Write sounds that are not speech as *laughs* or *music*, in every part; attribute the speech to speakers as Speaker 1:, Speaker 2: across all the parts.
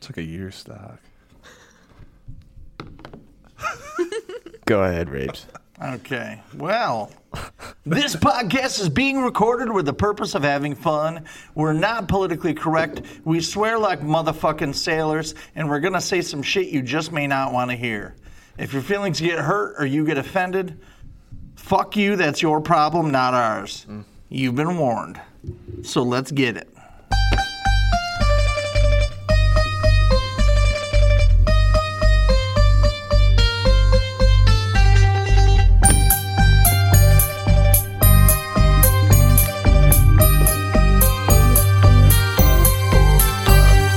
Speaker 1: took a year stock.
Speaker 2: *laughs* Go ahead, Rapes.
Speaker 3: Okay. Well, this podcast is being recorded with the purpose of having fun. We're not politically correct. We swear like motherfucking sailors, and we're going to say some shit you just may not want to hear. If your feelings get hurt or you get offended, fuck you. That's your problem, not ours.
Speaker 4: Mm.
Speaker 3: You've been warned. So let's get it.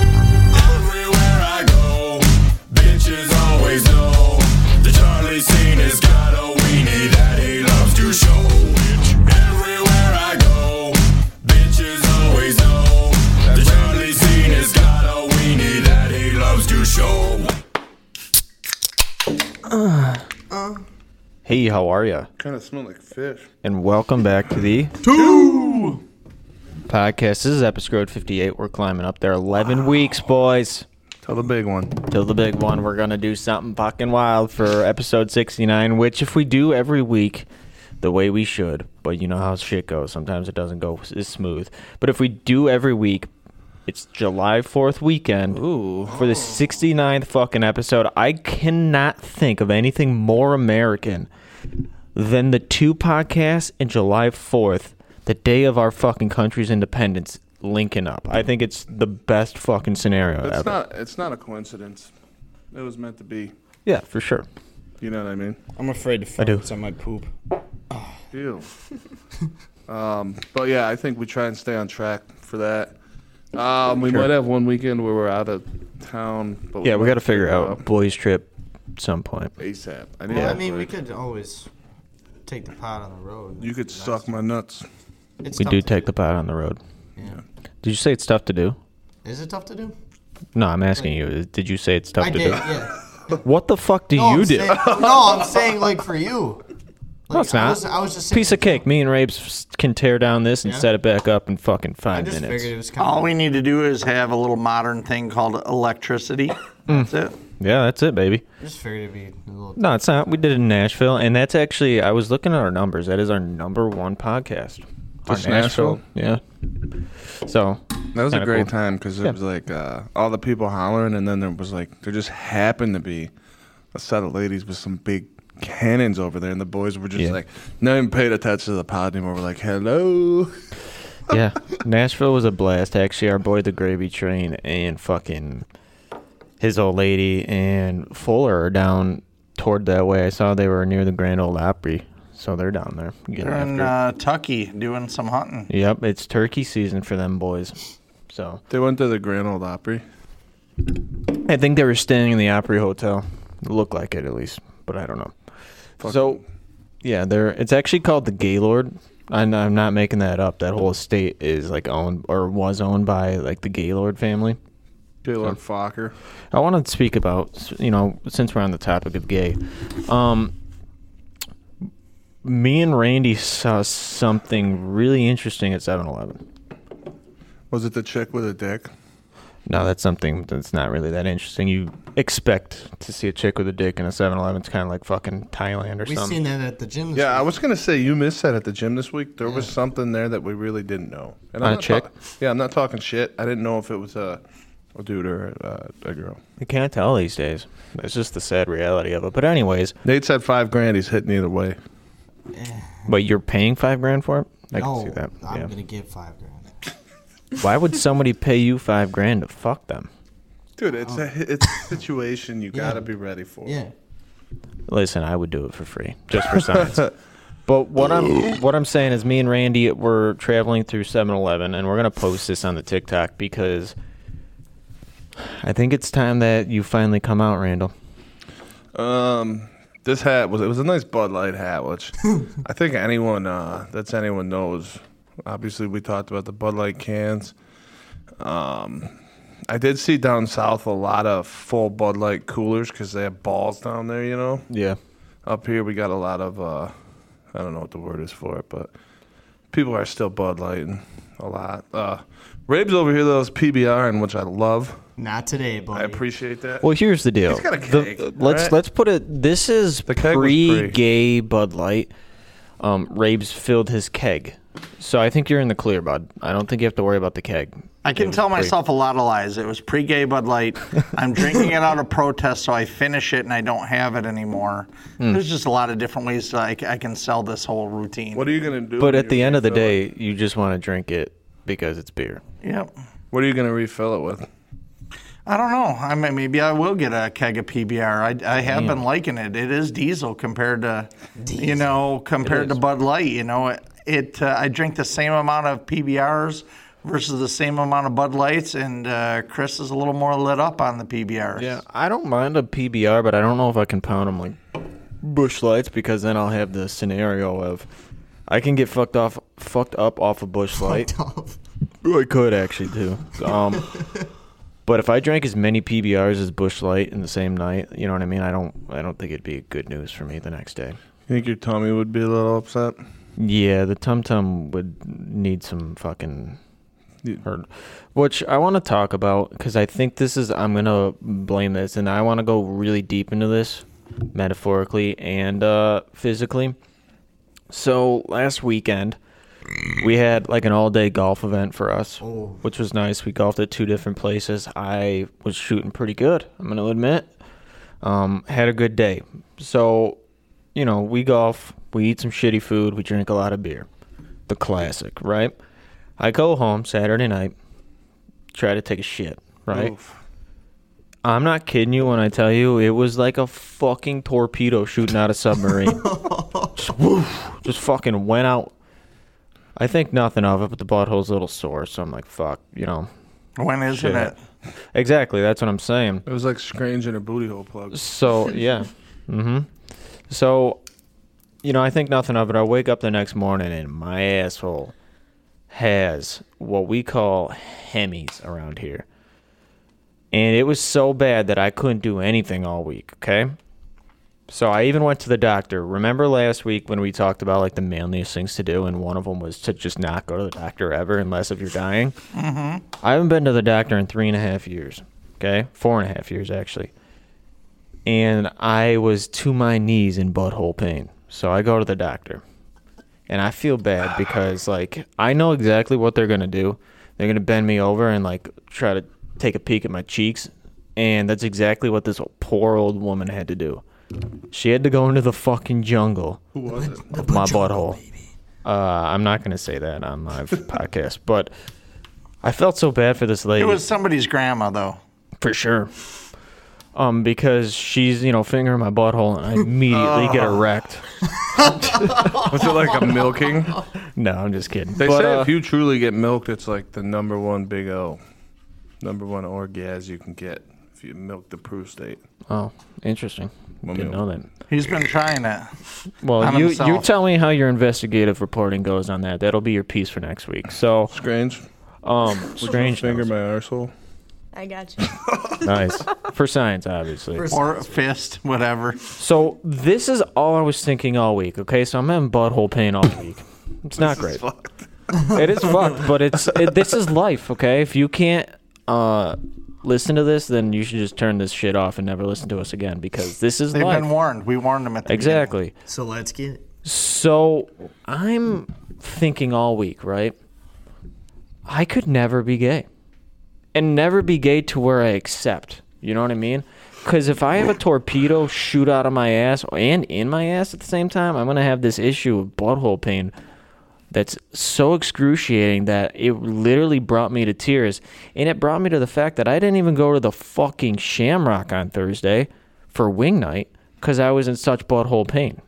Speaker 5: Everywhere I go, bitches always know the Charlie scene has got a weenie that he loves to show. Everywhere I go, bitches always know the Charlie scene has got a weenie that he loves to show.
Speaker 2: Hey, how are ya?
Speaker 1: Kind of smelled like fish.
Speaker 2: And welcome back to the two podcast. This is episode fifty-eight. We're climbing up there. Eleven weeks, boys.
Speaker 1: Tell the big one.
Speaker 2: Till the big one. We're gonna do something fucking wild for episode sixty-nine. Which, if we do every week, the way we should, but you know how shit goes. Sometimes it doesn't go as smooth. But if we do every week, it's July Fourth weekend. Ooh. For the 69th fucking episode, I cannot think of anything more American than the two podcasts and July 4th, the day of our fucking country's independence, linking up. I think it's the best fucking scenario
Speaker 1: It's
Speaker 2: ever.
Speaker 1: not. It's not a coincidence. It was meant to be.
Speaker 2: yeah, for sure.
Speaker 1: You know what I mean?
Speaker 6: I'm afraid to
Speaker 2: do.
Speaker 6: fart, so I might poop.
Speaker 1: Ew. um, but yeah, I think we try and stay on track for that. Um, we
Speaker 2: Sure.
Speaker 1: might have one weekend where we're out of town. But
Speaker 2: Yeah, we
Speaker 1: might
Speaker 2: got to figure out
Speaker 1: it
Speaker 2: boys trip some point.
Speaker 1: ASAP. I need
Speaker 2: Well,
Speaker 1: that
Speaker 4: I mean, we
Speaker 1: word.
Speaker 4: could always take the pot on the road.
Speaker 1: You could suck my nuts.
Speaker 4: It's
Speaker 2: We
Speaker 4: tough
Speaker 2: do
Speaker 4: to
Speaker 2: take the pot on the road.
Speaker 4: Yeah.
Speaker 2: Did you say it's tough to do?
Speaker 4: Is it tough to do?
Speaker 2: No, I'm asking you. Did you say it's tough
Speaker 4: I
Speaker 2: to
Speaker 4: did.
Speaker 2: do?
Speaker 4: Yeah.
Speaker 2: What the fuck do
Speaker 4: No,
Speaker 2: *laughs* you
Speaker 4: I'm
Speaker 2: do?
Speaker 4: saying-
Speaker 2: *laughs*
Speaker 4: no, I'm saying like for you.
Speaker 2: No, it's
Speaker 4: Like,
Speaker 2: not.
Speaker 4: I was, I was just saying,
Speaker 2: Piece of cake. Me and Rapes can tear down this and
Speaker 4: Yeah.
Speaker 2: set it back up in fucking
Speaker 4: I
Speaker 2: five
Speaker 4: just
Speaker 2: minutes.
Speaker 4: figured it was kind
Speaker 3: All
Speaker 4: of.
Speaker 3: we need to do is have a little modern thing called electricity.
Speaker 1: Mm.
Speaker 3: That's it.
Speaker 2: Yeah, that's it, baby.
Speaker 4: just figured it'd be a little.
Speaker 2: No, it's not. We did it in Nashville, and that's actually I was looking at our numbers. That is our number one podcast. Our
Speaker 1: Just Nashville?
Speaker 2: Yeah. So
Speaker 1: That was a
Speaker 2: Kinda
Speaker 1: great
Speaker 2: cool.
Speaker 1: time 'cause time because it
Speaker 2: Yeah.
Speaker 1: was like uh, all the people hollering, and then there was like there just happened to be a set of ladies with some big cannons over there, and the boys were just
Speaker 2: Yeah.
Speaker 1: like not even paid attention to the pod anymore. We're like, "Hello, *laughs*
Speaker 2: yeah, *laughs* Nashville was a blast. Actually, our boy the Gravy Train and fucking his old lady and Fuller are down toward that way. I saw they were near the Grand Ole Opry, so they're down there getting
Speaker 3: They're in
Speaker 2: after. it.
Speaker 3: uh, Tucky doing some hunting.
Speaker 2: yep, it's turkey season for them boys. So
Speaker 1: They went to the Grand Old Opry.
Speaker 2: I think they were staying in the Opry Hotel. Looked like it at least, but I don't know. So, yeah, there. It's actually called the Gaylord. I'm, I'm not making that up. That whole estate is like owned or was owned by like the Gaylord family.
Speaker 1: Taylor Fokker.
Speaker 2: I want to speak about, you know, since we're on the topic of gay. Um, me and Randy saw something really interesting at 7 Eleven.
Speaker 1: Was it the chick with a dick?
Speaker 2: No, that's something that's not really that interesting. You expect to see a chick with a dick in a 7 Eleven. It's kind of like fucking Thailand or
Speaker 4: We've
Speaker 2: something.
Speaker 4: seen that at the gym. This
Speaker 1: Yeah, I
Speaker 4: week.
Speaker 1: was gonna say you missed that at the gym this week. There was something there that we really didn't know. And
Speaker 2: On a
Speaker 1: not
Speaker 2: chick?
Speaker 1: talk- yeah, I'm not talking shit. I didn't know if it was a, a dude or a, a girl.
Speaker 2: You can't tell these days. It's just the sad reality of it. But, anyways,
Speaker 1: Nate said five grand. He's hitting either way.
Speaker 2: but you're paying five grand for it? I
Speaker 4: Eh, no,
Speaker 2: can see that.
Speaker 4: I'm
Speaker 2: Yeah.
Speaker 4: gonna give five grand.
Speaker 2: Why would somebody pay you five grand to fuck them?
Speaker 1: Dude, it's a it's a situation you gotta be ready for.
Speaker 4: Yeah.
Speaker 2: Listen, I would do it for free just for science. *laughs* but what I'm what I'm saying is, me and Randy were traveling through 7-Eleven, and we're gonna post this on the TikTok because I think it's time that you finally come out, Randall.
Speaker 1: Um, this hat was it was a nice Bud Light hat, which I think anyone uh, that's anyone knows. Obviously, we talked about the Bud Light cans. Um, I did see down south a lot of full Bud Light coolers because they have balls down there. You know,
Speaker 2: Yeah,
Speaker 1: up here we got a lot of uh, I don't know what the word is for it, but people are still Bud Lighting a lot. Uh, Rabe's over here though is PBR, and which I love.
Speaker 4: Not today, buddy.
Speaker 1: I appreciate that.
Speaker 2: Well, here's the deal.
Speaker 1: He's got a
Speaker 2: The-
Speaker 1: keg,
Speaker 2: let's
Speaker 1: right?
Speaker 2: let's put it. This is
Speaker 1: keg was
Speaker 2: pre gay Bud Light. Um, Rabe's filled his keg, so I think you're in the clear, Bud. I don't think you have to worry about the keg.
Speaker 3: I can tell myself a lot of lies. It was pre-gay
Speaker 1: *laughs*
Speaker 3: Bud Light. I'm drinking it out of protest, so I finish it and I don't have it anymore.
Speaker 1: Mm.
Speaker 3: There's just a lot of different ways that I, c- I can sell this whole routine.
Speaker 1: what are you gonna do?
Speaker 2: But
Speaker 1: when
Speaker 2: at
Speaker 1: you
Speaker 2: the end of the
Speaker 1: refill it?
Speaker 2: day, you just want to drink it because it's beer.
Speaker 3: Yep.
Speaker 1: what are you gonna refill it with?
Speaker 3: I don't know. I mean, maybe I will get a keg of PBR. I, I have been liking it. It is diesel compared to, you know, compared to Bud Light. You know, it. it uh, I drink the same amount of PBRs versus the same amount of Bud Lights, and uh, Chris is a little more lit up on the PBRs.
Speaker 2: Yeah, I don't mind a PBR, but I don't know if I can pound them like bush lights because then I'll have the scenario of I can get fucked off, fucked up off a bush light. I could actually too. *laughs* Um, but if I drank as many PBRs as bush light in the same night, you know what I mean. I don't, I don't think it'd be good news for me the next day.
Speaker 1: You think your tummy would be a little upset?
Speaker 2: Yeah, the tum tum would need some fucking
Speaker 1: Yeah.
Speaker 2: hurt, which I want to talk about because I think this is I'm gonna blame this, and I want to go really deep into this, metaphorically and uh, physically. So last weekend, we had like an all day golf event for us, which was nice. We golfed at two different places. I was shooting pretty good. I'm gonna admit, um, had a good day. So, you know, we golf, we eat some shitty food, we drink a lot of beer. The classic, right? I go home Saturday night, try to take a shit, right? I'm not kidding you when I tell you it was like a fucking torpedo shooting out a submarine. just, woof, just fucking went out. I think nothing of it, but the butthole's a little sore, so I'm like, fuck, you know.
Speaker 3: When isn't
Speaker 2: Shit.
Speaker 3: it?
Speaker 2: Exactly, that's what I'm saying.
Speaker 1: It was like strange in a booty hole
Speaker 2: *laughs*
Speaker 1: plug.
Speaker 2: So yeah, hmm so you know, I think nothing of it. I wake up the next morning and my asshole has what we call hemis around here, and it was so bad that I couldn't do anything all week. Okay. So I even went to the doctor. Remember last week when we talked about like the manliest things to do, and one of them was to just not go to the doctor ever unless if you're dying. I haven't been to the doctor in three and a half years. Okay, four and a half years actually and I was to my knees in butthole pain. So I go to the doctor. And I feel bad because like I know exactly what they're gonna do. They're gonna bend me over and like try to take a peek at my cheeks. And that's exactly what this poor old woman had to do. She had to go into the fucking jungle
Speaker 1: Who was it?
Speaker 2: of my butthole. Uh, I'm not gonna say that on live *laughs* podcast, but I felt so bad for this lady
Speaker 3: It was somebody's grandma, though.
Speaker 2: for sure. Um, because she's you know fingering my butthole,
Speaker 1: *laughs*
Speaker 2: and I immediately
Speaker 1: Oh.
Speaker 2: get erect.
Speaker 1: Was it like a milking?
Speaker 2: No, I'm just kidding.
Speaker 1: They
Speaker 2: But,
Speaker 1: say
Speaker 2: uh,
Speaker 1: if you truly get milked, it's like the number one big O, number one orgasm you can get if you milk the prostate.
Speaker 2: oh, interesting. Didn't know that.
Speaker 3: He's been trying it.
Speaker 2: Well,
Speaker 3: I'm
Speaker 2: you you
Speaker 3: himself.
Speaker 2: tell me how your investigative reporting goes on that. That'll be your piece for next week. So,
Speaker 1: Strange. *laughs*
Speaker 2: um, strange
Speaker 1: Finger
Speaker 2: notes.
Speaker 1: my arsehole.
Speaker 6: I got you.
Speaker 2: nice for science, obviously. *laughs*
Speaker 3: Or a fist, whatever.
Speaker 2: So this is all I was thinking all week. Okay, so I'm having butthole pain all week. It's not great. it is fucked, but it's it, this is life. Okay, if you can't uh, listen to this, then you should just turn this shit off and never listen to us again because this is
Speaker 3: They've
Speaker 2: life.
Speaker 3: been warned. We warned them at the
Speaker 2: exactly.
Speaker 4: So let's get.
Speaker 2: So I'm thinking all week, right? I could never be gay and never be gay to where I accept. You know what I mean? Because if I have a torpedo shoot out of my ass and in my ass at the same time, I'm going to have this issue of butthole pain that's so excruciating that it literally brought me to tears. And it brought me to the fact that I didn't even go to the fucking shamrock on Thursday for wing night because I was in such butthole pain.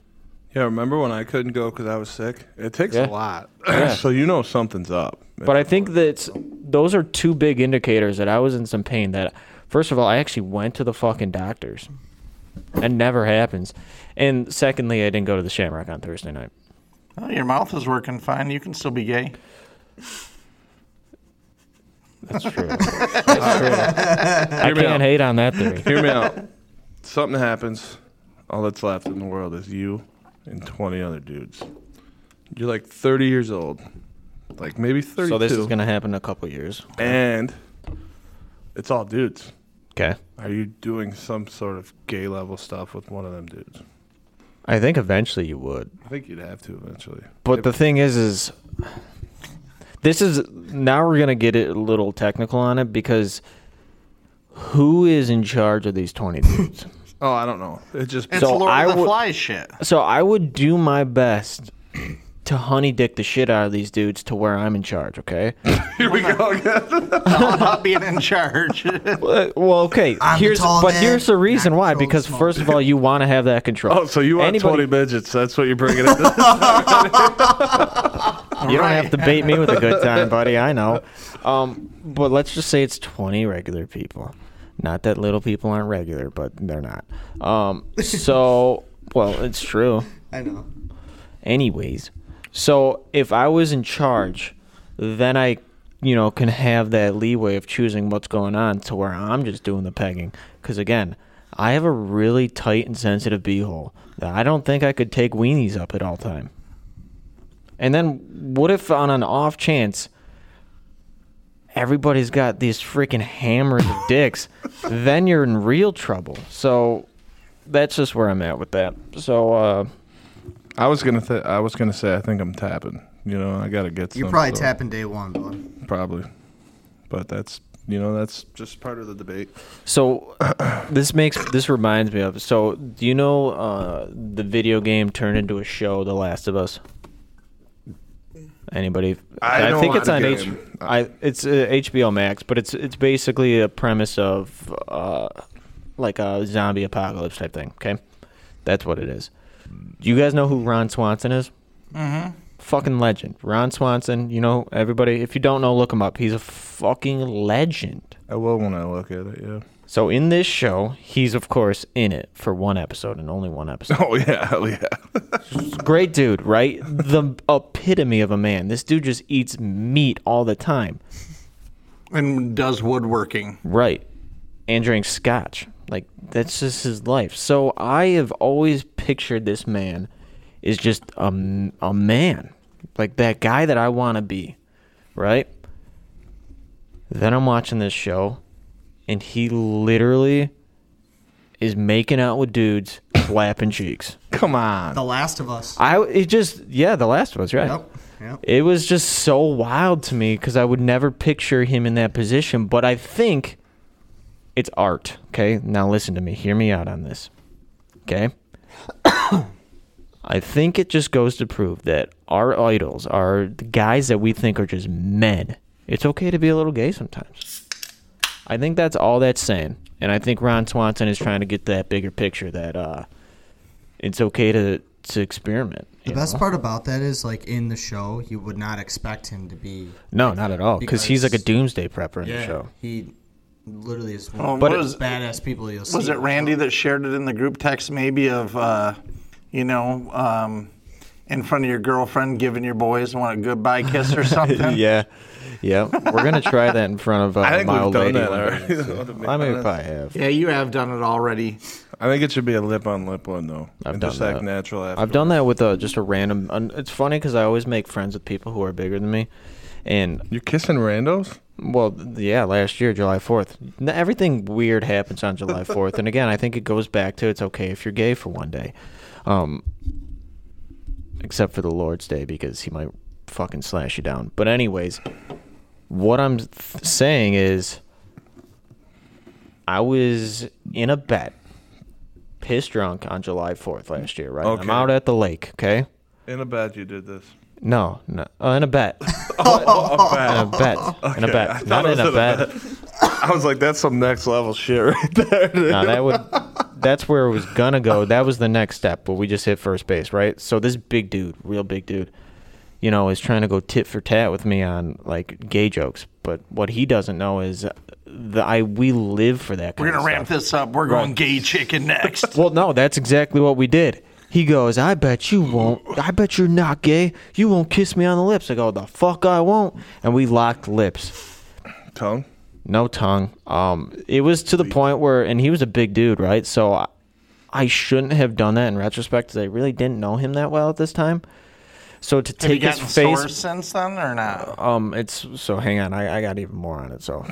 Speaker 1: Yeah, remember when I couldn't go because I was sick? It takes
Speaker 2: Yeah.
Speaker 1: a lot. *clears throat* so you know something's up.
Speaker 2: But I think that those are two big indicators that I was in some pain. That first of all, I actually went to the fucking doctors. It never happens. And secondly, I didn't go to the Shamrock on Thursday night.
Speaker 3: beginning. Oh, your mouth is working fine. You can still be gay.
Speaker 2: That's true. That's true. I can't hate on that theory.
Speaker 1: Hear me out. Something happens. All that's left in the world is you and 20 other dudes. You're like 30 years old. Like maybe 32.
Speaker 2: So this is gonna happen in a couple years.
Speaker 1: and It's all dudes.
Speaker 2: Okay.
Speaker 1: Are you doing some sort of gay level stuff with one of them dudes?
Speaker 2: I think eventually you would.
Speaker 1: I think you'd have to eventually.
Speaker 2: But the thing is, is this is now we're gonna get a little technical on it because who is in charge of these twenty dudes?
Speaker 1: Oh, I don't know. It just
Speaker 3: It's
Speaker 2: So
Speaker 3: Lord
Speaker 2: I
Speaker 3: of the
Speaker 2: would-
Speaker 3: Flies shit.
Speaker 2: so I would do my best to honey dick the shit out of these dudes to where I'm in charge. Okay.
Speaker 1: here we go again.
Speaker 3: Uh-huh. *laughs* All about being in charge.
Speaker 2: Uh, well, okay.
Speaker 4: I'm the
Speaker 2: here's
Speaker 4: tall
Speaker 2: but
Speaker 4: man.
Speaker 2: here's the reason
Speaker 4: I
Speaker 2: why
Speaker 4: control
Speaker 2: because
Speaker 4: the smoke.
Speaker 2: first of all, you want to have that control.
Speaker 1: *laughs* Oh, so you want
Speaker 2: Anybody-
Speaker 1: twenty midgets? That's what you're bringing in.
Speaker 2: You don't have to bait me with
Speaker 1: *laughs*
Speaker 2: a good time, buddy. I know. Um, but let's just say it's 20 regular people. Not that little people aren't regular, but they're not.
Speaker 4: *laughs*
Speaker 2: Um, so, well, it's true.
Speaker 4: I know.
Speaker 2: Anyways, so if I was in charge, then I, you know, can have that leeway of choosing what's going on to where I'm just doing the pegging. Because again, I have a really tight and sensitive beehole that I don't think I could take weenies up at all time. And then what if on an off chance everybody's got these freaking hammered dicks, then you're in real trouble. So that's just where I'm at with that. So uh
Speaker 1: I was gonna, th- I was gonna say, I think I'm tapping. You know, I gotta get.
Speaker 4: You're
Speaker 1: some,
Speaker 4: probably
Speaker 1: so-
Speaker 4: tapping day one, bud.
Speaker 1: Probably, but that's you know that's just part of the debate.
Speaker 2: So this makes this reminds me of. So do you know uh, the video game turned into a show, The Last of Us? Anybody?
Speaker 1: I know
Speaker 2: think
Speaker 1: a
Speaker 2: it's
Speaker 1: lot
Speaker 2: on
Speaker 1: of
Speaker 2: H.
Speaker 1: game.
Speaker 2: I it's uh, HBO Max, but it's it's basically a premise of uh, like a zombie apocalypse type thing. Okay, that's what it is. Do you guys know who Ron Swanson is? fucking legend. Ron Swanson, you know everybody. If you don't know, look him up. He's a fucking legend.
Speaker 1: I will when I look at it. Yeah.
Speaker 2: So in this show, he's of course in it for one episode and only one episode.
Speaker 1: *laughs*
Speaker 2: *laughs*
Speaker 1: Oh yeah, hell yeah.
Speaker 2: Great dude, right? The epitome of a man. This dude just eats meat all the time,
Speaker 3: and does woodworking.
Speaker 2: right? And drinks scotch. Like that's just his life. So I have always pictured this man is just a, m- a man, like that guy that I want to be, right? Then I'm watching this show, and he literally is making out with dudes, flapping cheeks.
Speaker 1: *laughs* Come on.
Speaker 4: The Last of Us.
Speaker 2: I it just yeah, The Last of Us, right?
Speaker 4: Yep. Yep.
Speaker 2: It was just so wild to me because I would never picture him in that position, but I think it's art. Okay, now listen to me. Hear me out on this. Okay. *coughs* I think it just goes to prove that our idols are the guys that we think are just men. It's okay to be a little gay sometimes. I think that's all that's saying. And I think Ron Swanson is trying to get that bigger picture that uh, it's okay to to experiment.
Speaker 4: The best part about that is, like, in the show, you would not expect him to be.
Speaker 2: No, not at all. Because he's like a doomsday prepper in the show.
Speaker 4: He literally is one
Speaker 3: Oh,
Speaker 4: of
Speaker 3: but
Speaker 4: the
Speaker 3: was,
Speaker 4: badass people you'll see.
Speaker 3: was it Randy that shared it in the group text, maybe of, uh, you know, um, in front of your girlfriend giving your boys one a goodbye kiss or something?
Speaker 2: *laughs* Yeah, yeah. We're gonna try that in front of
Speaker 1: *laughs*
Speaker 2: uh,
Speaker 1: I think
Speaker 2: my
Speaker 1: we've
Speaker 2: old
Speaker 1: done
Speaker 2: lady.
Speaker 1: that
Speaker 2: one day.
Speaker 1: already. *laughs*
Speaker 2: I mean, if I have,
Speaker 3: Yeah, you have done it already.
Speaker 1: I think it should be a lip on lip one though.
Speaker 2: I've
Speaker 1: and
Speaker 2: done
Speaker 1: just act
Speaker 2: that.
Speaker 1: natural. After.
Speaker 2: I've done that with uh, just a random. un- It's funny because I always make friends with people who are bigger than me, and
Speaker 1: You're kissing randos.
Speaker 2: Well, th- yeah, last year, July 4th. N- Everything weird happens on July 4th. and again, I think it goes back to it's okay if you're gay for one day. Um, except for the Lord's Day because he might fucking slash you down. But, anyways, what I'm th- saying is I was in a bet, piss drunk on July 4th last year, right? I'm
Speaker 1: Okay.
Speaker 2: out at the lake, okay?
Speaker 1: In a bed, you did this.
Speaker 2: No, no. Uh, in a bet.
Speaker 1: Oh, *laughs*
Speaker 2: In a bet. In a
Speaker 1: Okay, I
Speaker 2: bet.
Speaker 1: thought
Speaker 2: Not
Speaker 1: it was
Speaker 2: in a bet.
Speaker 1: I was like, that's some next level shit right *laughs* there.
Speaker 2: No, that would. That's where it was gonna go. That was the next step, but we just hit first base, right? So this big dude, real big dude, you know, is trying to go tit for tat with me on like gay jokes. But what he doesn't know is the I we live for that. Kind
Speaker 3: We're going
Speaker 2: of
Speaker 3: to ramp
Speaker 2: stuff.
Speaker 3: this up. We're going gay chicken next.
Speaker 2: Well, no, that's exactly what we did. He goes, I bet you won't. I bet you're not gay. You won't kiss me on the lips. I go, the fuck I won't. And we locked lips.
Speaker 1: Tongue.
Speaker 2: no tongue. Um, it was to the point where, and he was a big dude, right? So I, I shouldn't have done that in retrospect because I really didn't know him that well at this time. So to
Speaker 3: Have you
Speaker 2: take his
Speaker 3: gotten
Speaker 2: face
Speaker 3: sores since then or not?
Speaker 2: um it's so hang on I, I got even more on it so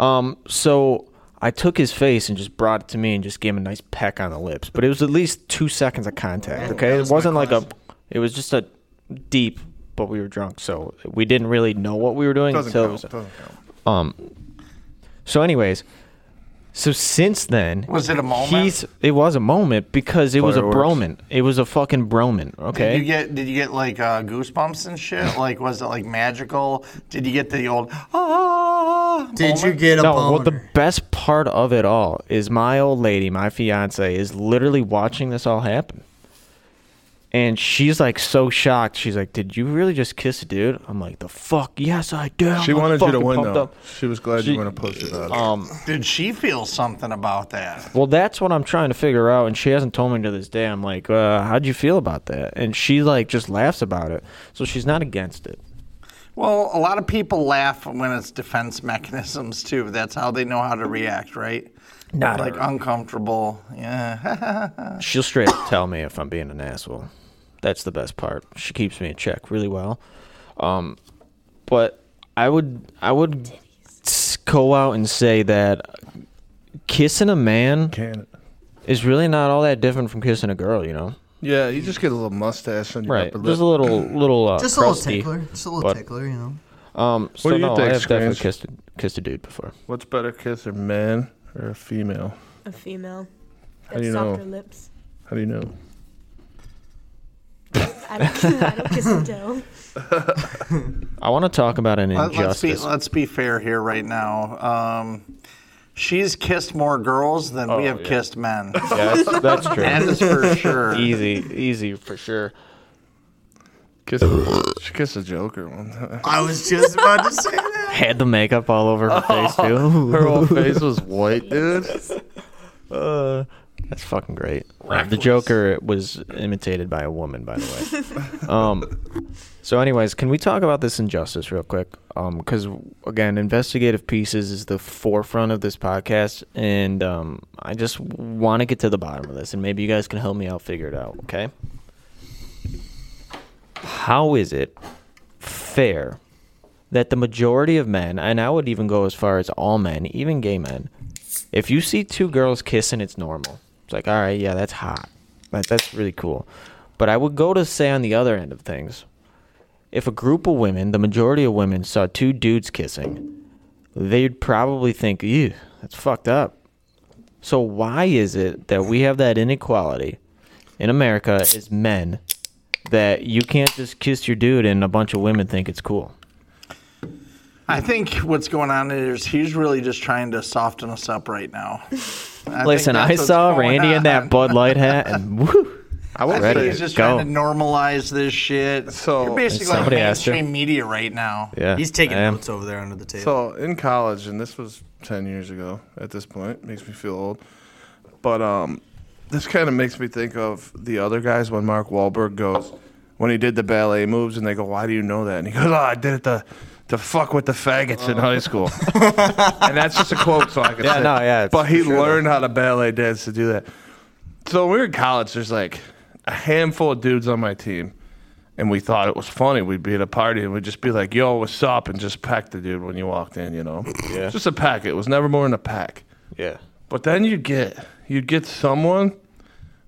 Speaker 2: um so i took his face and just brought it to me and just gave him a nice peck on the lips but it was at least two seconds of contact okay it
Speaker 4: my
Speaker 2: wasn't like a it was just a deep but we were drunk so we didn't really know what we were doing
Speaker 1: Doesn't
Speaker 2: until
Speaker 1: count. Doesn't count.
Speaker 2: so anyways so since then
Speaker 3: Was it a moment?
Speaker 2: he's it was a moment because it was a
Speaker 1: Fireworks.
Speaker 2: broman it was a fucking broman okay
Speaker 3: Did you get did you get like uh, goosebumps and shit? Like was it like magical? Did you get the old ah?
Speaker 4: Did you
Speaker 3: moment?
Speaker 4: get a
Speaker 2: No,
Speaker 4: boner?
Speaker 2: well, the best part of it all is my old lady, my fiance, is literally watching this all happen. And she's like so shocked. She's like, "Did you really just kiss a dude?" I'm like, "The fuck? Yes, I did."
Speaker 1: She
Speaker 2: I'm
Speaker 1: wanted you to
Speaker 2: fucking
Speaker 1: win
Speaker 2: pumped
Speaker 1: though.
Speaker 2: up."
Speaker 1: She was glad
Speaker 2: She-
Speaker 1: you weren't opposed to that.
Speaker 2: Um,
Speaker 3: Did she feel something about that?
Speaker 2: well, that's what I'm trying to figure out, and she hasn't told me to this day. I'm like, uh, "How'd you feel about that?" And she like just laughs about it, so she's not against it.
Speaker 3: Well, a lot of people laugh when it's defense mechanisms too. That's how they know how to react, right?
Speaker 2: Not
Speaker 3: like
Speaker 2: her.
Speaker 3: uncomfortable. Yeah. *laughs*
Speaker 2: She'll straight up tell me if I'm being an asshole. That's the best part. She keeps me in check really well. Um, but I would I would s- go out and say that kissing a man
Speaker 1: Can it?
Speaker 2: is really not all that different from kissing a girl. You know,
Speaker 1: Yeah, you just get a little mustache on your
Speaker 2: right?
Speaker 1: upper
Speaker 2: Just a
Speaker 1: lip.
Speaker 2: little little uh,
Speaker 4: just a little
Speaker 2: crusty.
Speaker 4: tickler. Just a little
Speaker 2: but-
Speaker 4: tickler, you know.
Speaker 2: Um, so
Speaker 1: do you
Speaker 2: no,
Speaker 1: think,
Speaker 2: I have definitely
Speaker 1: Screens?
Speaker 2: kissed a, kissed a dude before.
Speaker 1: What's better, kiss a man or a female?
Speaker 6: A female.
Speaker 1: How do you
Speaker 6: softer
Speaker 1: know?
Speaker 6: lips.
Speaker 1: How do you know?
Speaker 6: I don't, *laughs* I don't kiss and tell.
Speaker 2: I want to talk about an
Speaker 3: Let- Let's be *laughs*
Speaker 2: injustice.
Speaker 3: let's be fair here right now. Um, she's kissed more girls than we have kissed
Speaker 2: *laughs*
Speaker 3: men.
Speaker 2: yeah, that's, that's
Speaker 3: That
Speaker 2: true.
Speaker 3: is for sure.
Speaker 2: Oh, easy, easy for sure.
Speaker 1: Kiss a, she kissed a Joker one.
Speaker 4: I was just about to say that.
Speaker 2: Had the makeup all over her face too.
Speaker 1: *laughs* Her whole face was white, dude.
Speaker 2: Uh, that's fucking great. Uh, the Joker was imitated by a woman, by the way. um, so, anyways, can we talk about this injustice real quick? Because again, investigative pieces is the forefront of this podcast, and um, I just want to get to the bottom of this, and maybe you guys can help me out figure it out. Okay? How is it fair? That the majority of men, and I would even go as far as all men, even gay men, if you see two girls kissing, it's normal. It's like, all right, yeah, that's hot. Like, that's really cool. But I would go to say on the other end of things, if a group of women, the majority of women, saw two dudes kissing, they'd probably think, ew, that's fucked up. So why is it that we have that inequality in America as men that you can't just kiss your dude and a bunch of women think it's cool?
Speaker 3: I think what's going on is he's really just trying to soften us up right now. I think
Speaker 2: Listen,
Speaker 3: that's
Speaker 2: I
Speaker 3: what's
Speaker 2: saw
Speaker 3: going
Speaker 2: Randy in
Speaker 3: on.
Speaker 2: that Bud Light
Speaker 3: *laughs*
Speaker 2: hat and woo.
Speaker 1: I
Speaker 3: I
Speaker 1: was
Speaker 3: think
Speaker 2: Ready
Speaker 3: he's
Speaker 2: to
Speaker 3: just
Speaker 2: go.
Speaker 3: trying to normalize this shit.
Speaker 1: So-
Speaker 3: you're basically
Speaker 2: And somebody
Speaker 3: like
Speaker 2: asked her.
Speaker 3: mainstream media right now.
Speaker 2: Yeah.
Speaker 4: He's taking
Speaker 2: I am.
Speaker 4: notes over there under the table.
Speaker 1: So in college, and this was ten years ago at this point, makes me feel old. But um, this kind of makes me think of the other guys when Mark Wahlberg goes when he did the ballet moves, and they go, "Why do you know that?" And he goes, "Oh, I did it to to fuck with the faggots in high school." *laughs* and that's just a quote, so I can
Speaker 2: Yeah,
Speaker 1: say.
Speaker 2: no, yeah, it's
Speaker 1: But he
Speaker 2: for sure, though.
Speaker 1: learned how to ballet dance to do that. So when we were in college, there's like a handful of dudes on my team and we thought it was funny. We'd be at a party and we'd just be like, "Yo, what's up?" and just peck the dude when you walked in, you know.
Speaker 2: Yeah.
Speaker 1: Just a pack. It was never more than a pack.
Speaker 2: Yeah.
Speaker 1: But then you get you'd get someone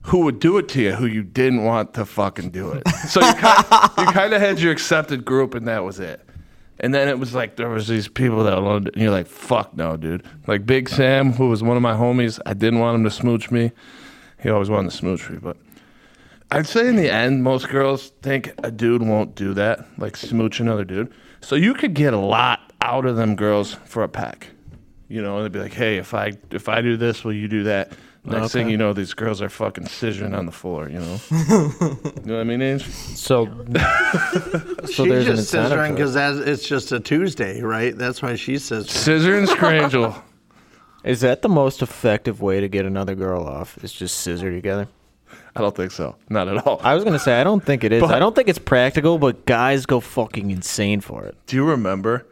Speaker 1: who would do it to you who you didn't want to fucking do it. So you kind you kind of had your accepted group and that was it. And then it was like there was these people that loved it, and you're like, "Fuck no, dude!" Like Big Sam, who was one of my homies. I didn't want him to smooch me. He always wanted to smooch me, but I'd say in the end, most girls think a dude won't do that, like smooch another dude. So you could get a lot out of them girls for a pack. You know, they'd be like, "Hey, if I if I do this, will you do that?" Next thing you know, these girls are fucking scissoring on the floor. You
Speaker 2: *laughs*
Speaker 1: know, you know what I mean, Ange?
Speaker 2: So, so
Speaker 3: she's
Speaker 2: there's an
Speaker 3: just
Speaker 2: incentive.
Speaker 3: scissoring
Speaker 2: for it.
Speaker 3: because it's just a Tuesday, right? That's why she's scissoring.
Speaker 1: Scissor and scrangel.
Speaker 2: Is that the most effective way to get another girl off? Is just scissor together?
Speaker 1: *laughs* I don't think so. Not at all.
Speaker 2: I was gonna say I don't think it is.
Speaker 1: But-
Speaker 2: I don't think it's practical, but guys go fucking insane for it.
Speaker 1: Do you remember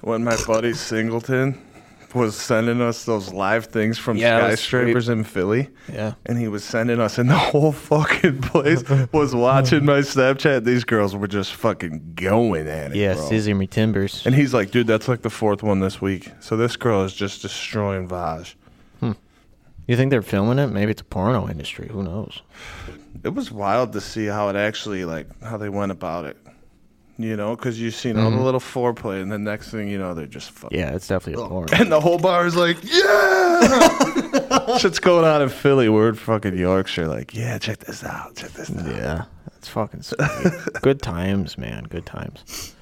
Speaker 1: when my buddy Singleton was sending us those live things from
Speaker 2: Yeah, it was
Speaker 1: skyscrapers in Philly.
Speaker 2: Yeah.
Speaker 1: And he was sending us, and the whole fucking place was watching my Snapchat. These girls were just fucking going at it.
Speaker 2: Yeah,
Speaker 1: bro.
Speaker 2: Scissor Me Timbers.
Speaker 1: And he's like, dude, that's like the fourth one this week. So this girl is just destroying Vaj.
Speaker 2: You think they're filming it? Maybe it's a porno industry. Who knows?
Speaker 1: It was wild to see how it actually, like, how they went about it. You know, because you've seen all the little foreplay, and the next thing you know, they're just fucking.
Speaker 2: Yeah, it's definitely a porno.
Speaker 1: And the whole bar is like, yeah! Shit's going on in Philly. We're in fucking Yorkshire. Like, yeah, check this out. Check
Speaker 2: Mm-hmm.
Speaker 1: this out.
Speaker 2: *laughs* Yeah, that's fucking sweet. good times, man. Good times.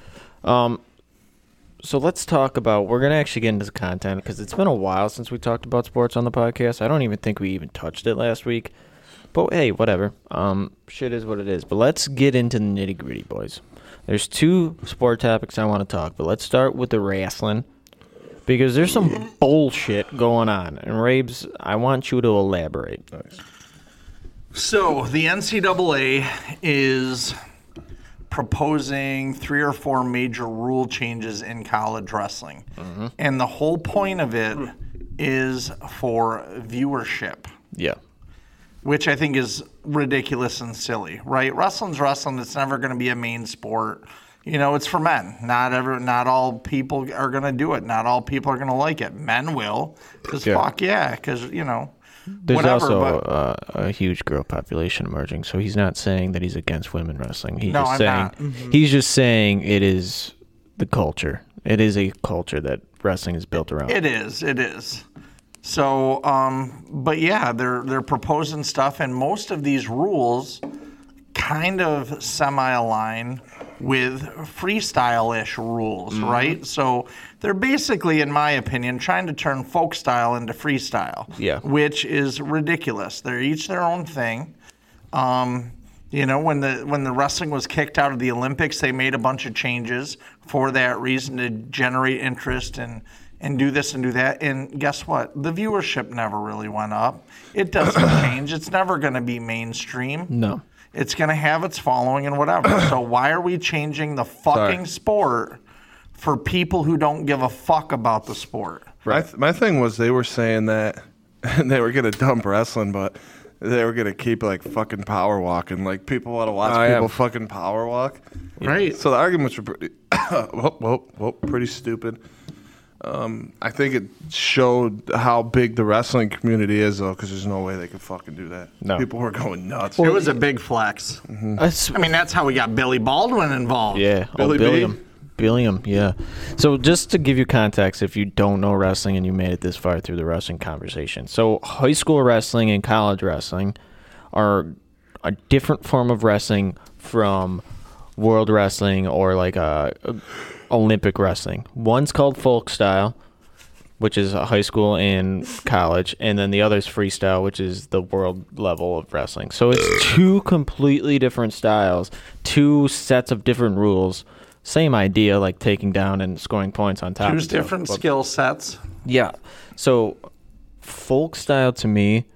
Speaker 2: Um, so let's talk about. We're gonna actually get into the content because it's been a while since we talked about sports on the podcast. I don't even think we even touched it last week. But hey, whatever. Um, shit is what it is. But let's get into the nitty gritty, boys. There's two sport topics I want to talk, but let's start with the wrestling because there's some bullshit going on. And Rabes, I want you to elaborate.
Speaker 3: So the NCAA is proposing three or four major rule changes in college wrestling,
Speaker 2: Mm-hmm.
Speaker 3: and the whole point of it is for viewership,
Speaker 2: Yeah.
Speaker 3: which I think is ridiculous and silly. Right? Wrestling's wrestling. It's never going to be a main sport. You know, it's for men. Not every, not all people are going to do it. Not all people are going to like it. Men will, because fuck yeah, because you know.
Speaker 2: There's
Speaker 3: whatever,
Speaker 2: also
Speaker 3: but-
Speaker 2: uh, a huge girl population emerging, so he's not saying that he's against women wrestling. He's
Speaker 3: No,
Speaker 2: just
Speaker 3: I'm
Speaker 2: saying
Speaker 3: not. Mm-hmm.
Speaker 2: he's just saying it is the culture. It is a culture that wrestling is built around.
Speaker 3: It is. It is. So, um, but yeah, they're they're proposing stuff, and most of these rules kind of semi align with freestyle ish rules, right? So they're basically, in my opinion, trying to turn folk style into freestyle.
Speaker 2: Yeah.
Speaker 3: Which is ridiculous. They're each their own thing. Um, you know, when the when the wrestling was kicked out of the Olympics, they made a bunch of changes for that reason to generate interest and and do this and do that. And guess what? The viewership never really went up. It
Speaker 2: *coughs*
Speaker 3: doesn't change. It's never going to be mainstream.
Speaker 2: No.
Speaker 3: It's going to have its following and
Speaker 2: *coughs*
Speaker 3: whatever. so why are we changing the fucking sport for people who don't give a fuck about the sport?
Speaker 1: My, th- my thing was they were saying that *laughs* they were gonna dump wrestling, but they were gonna keep like fucking power walking. Like people want to watch
Speaker 2: Oh, yeah.
Speaker 1: people fucking power walk.
Speaker 3: Right.
Speaker 1: So the arguments were pretty, *coughs* whoop, whoop, whoop, pretty stupid. Um, I think it showed how big the wrestling community is, though, because there's no way they could fucking do that.
Speaker 2: No.
Speaker 1: People were going nuts.
Speaker 3: It was a big flex.
Speaker 2: Us-
Speaker 3: Mm. I mean, that's how we got Billy Baldwin involved.
Speaker 2: yeah,
Speaker 1: Billy
Speaker 2: oh,
Speaker 1: B.
Speaker 2: Billiam. Billiam, yeah. So just to give you context, if you don't know wrestling and you made it this far through the wrestling conversation, so high school wrestling and college wrestling are a different form of wrestling from world wrestling or like a, Olympic wrestling. One's called folk style, which is uh, high school and college, and then the other is freestyle, which is the world level of wrestling. So it's two completely different styles, two sets of different rules. Same idea, like taking down and scoring points on top.
Speaker 3: Two
Speaker 2: of each other.
Speaker 3: different skill sets.
Speaker 2: Yeah. So folk style to me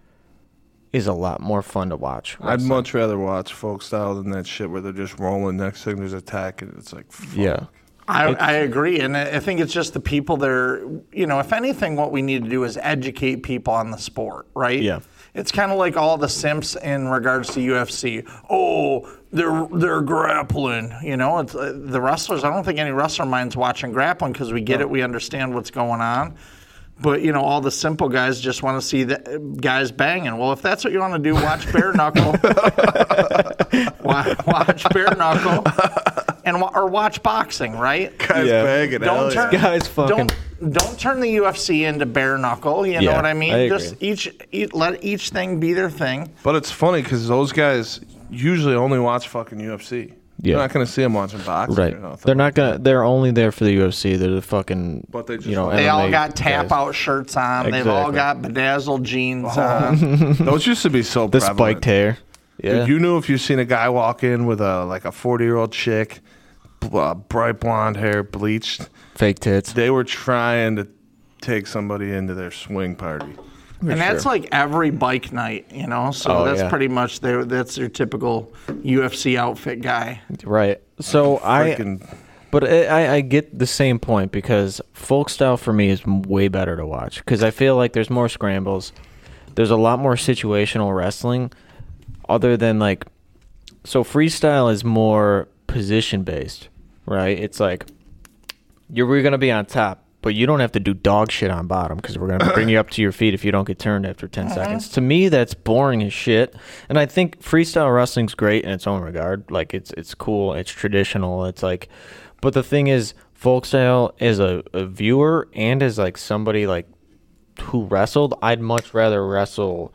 Speaker 2: is a lot more fun to watch.
Speaker 1: I'd much rather watch folk style than that shit where they're just rolling. Next thing there's attack, and it's like, fuck.
Speaker 2: yeah.
Speaker 3: I, I agree, and I I think it's just the people that are, you know, if anything, what we need to do is educate people on the sport, right?
Speaker 2: Yeah.
Speaker 3: It's kind of like all the simps in regards to UFC. Oh, they're they're grappling, you know. It's, uh, the wrestlers. I don't think any wrestler minds watching grappling because we get it, we understand what's going on. But you know, all the simple guys just want to see the uh, guys banging. Well, if that's what you want to do, watch bare knuckle. Wa- *laughs* watch bare knuckle, and wa- or watch boxing, right?
Speaker 1: Guys
Speaker 2: Yeah.
Speaker 1: bagging hell
Speaker 3: don't
Speaker 1: yeah.
Speaker 3: turn
Speaker 2: Guys fucking-
Speaker 3: don't, don't turn the UFC into bare knuckle. You know
Speaker 2: Yeah,
Speaker 3: what I mean?
Speaker 2: I agree.
Speaker 3: Just each, each let each thing be their thing.
Speaker 1: But it's funny because those guys usually only watch fucking UFC.
Speaker 2: Yeah.
Speaker 1: You're not gonna see them watching boxing.
Speaker 2: Right.
Speaker 1: Or nothing.
Speaker 2: They're not gonna they're only there for the UFC. They're the fucking
Speaker 1: But they just
Speaker 2: you know,
Speaker 1: want-
Speaker 3: They all
Speaker 2: MMA
Speaker 3: got tap
Speaker 2: guys.
Speaker 3: out shirts on. They've all got
Speaker 2: Exactly. Oh,
Speaker 3: bedazzled jeans
Speaker 2: *laughs*
Speaker 3: on.
Speaker 1: Those used to be so.
Speaker 2: the
Speaker 1: prevalent.
Speaker 2: spiked hair. Yeah.
Speaker 1: Dude, you knew if you seen a guy walk in with a like a forty year old chick, bl- uh, bright blonde hair, bleached.
Speaker 2: Fake tits.
Speaker 1: They were trying to take somebody into their swing party.
Speaker 3: and that's like every bike night, you know. So
Speaker 2: Oh,
Speaker 3: that's
Speaker 2: yeah.
Speaker 3: pretty much their that's their typical UFC outfit guy.
Speaker 2: Right. So I
Speaker 1: Freaking
Speaker 2: But I, I- I get the same point because folk style for me is way better to watch because I feel like there's more scrambles. There's a lot more situational wrestling other than like. So freestyle is more position based, right? It's like you're we're gonna be on top, but you don't have to do dog shit on bottom because we're gonna bring you up to your feet if you don't get turned after 10 seconds. To me, that's boring as shit. And I think freestyle wrestling's great in its own regard. Like it's it's cool, it's traditional, it's like. But the thing is, folkstyle as a, a viewer and as like somebody like who wrestled, I'd much rather wrestle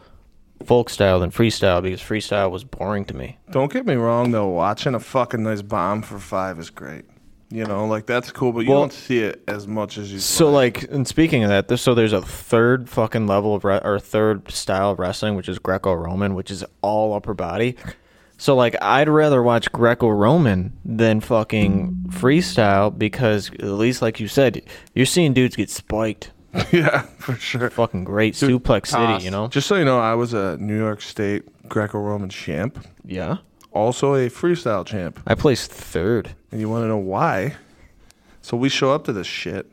Speaker 2: folkstyle than freestyle because freestyle was boring to me.
Speaker 1: Don't get me wrong though, watching a fucking nice bomb for five is great. You know, like that's cool, but you
Speaker 2: Well-
Speaker 1: don't see it as much as you.
Speaker 2: So like, and speaking of that, there- so there's a third fucking level of re- or third style of wrestling, which is Greco-Roman, which is all upper body. So like, I'd rather watch Greco-Roman than fucking freestyle because at least, like you said, you're seeing dudes get spiked.
Speaker 1: *laughs* yeah, for sure.
Speaker 2: Fucking great suplex city, you know?
Speaker 1: Just so you know, I was a New York State Greco-Roman champ,
Speaker 2: Yeah,
Speaker 1: also a freestyle champ.
Speaker 2: I placed third.
Speaker 1: and you want to know why. So we show up to this shit.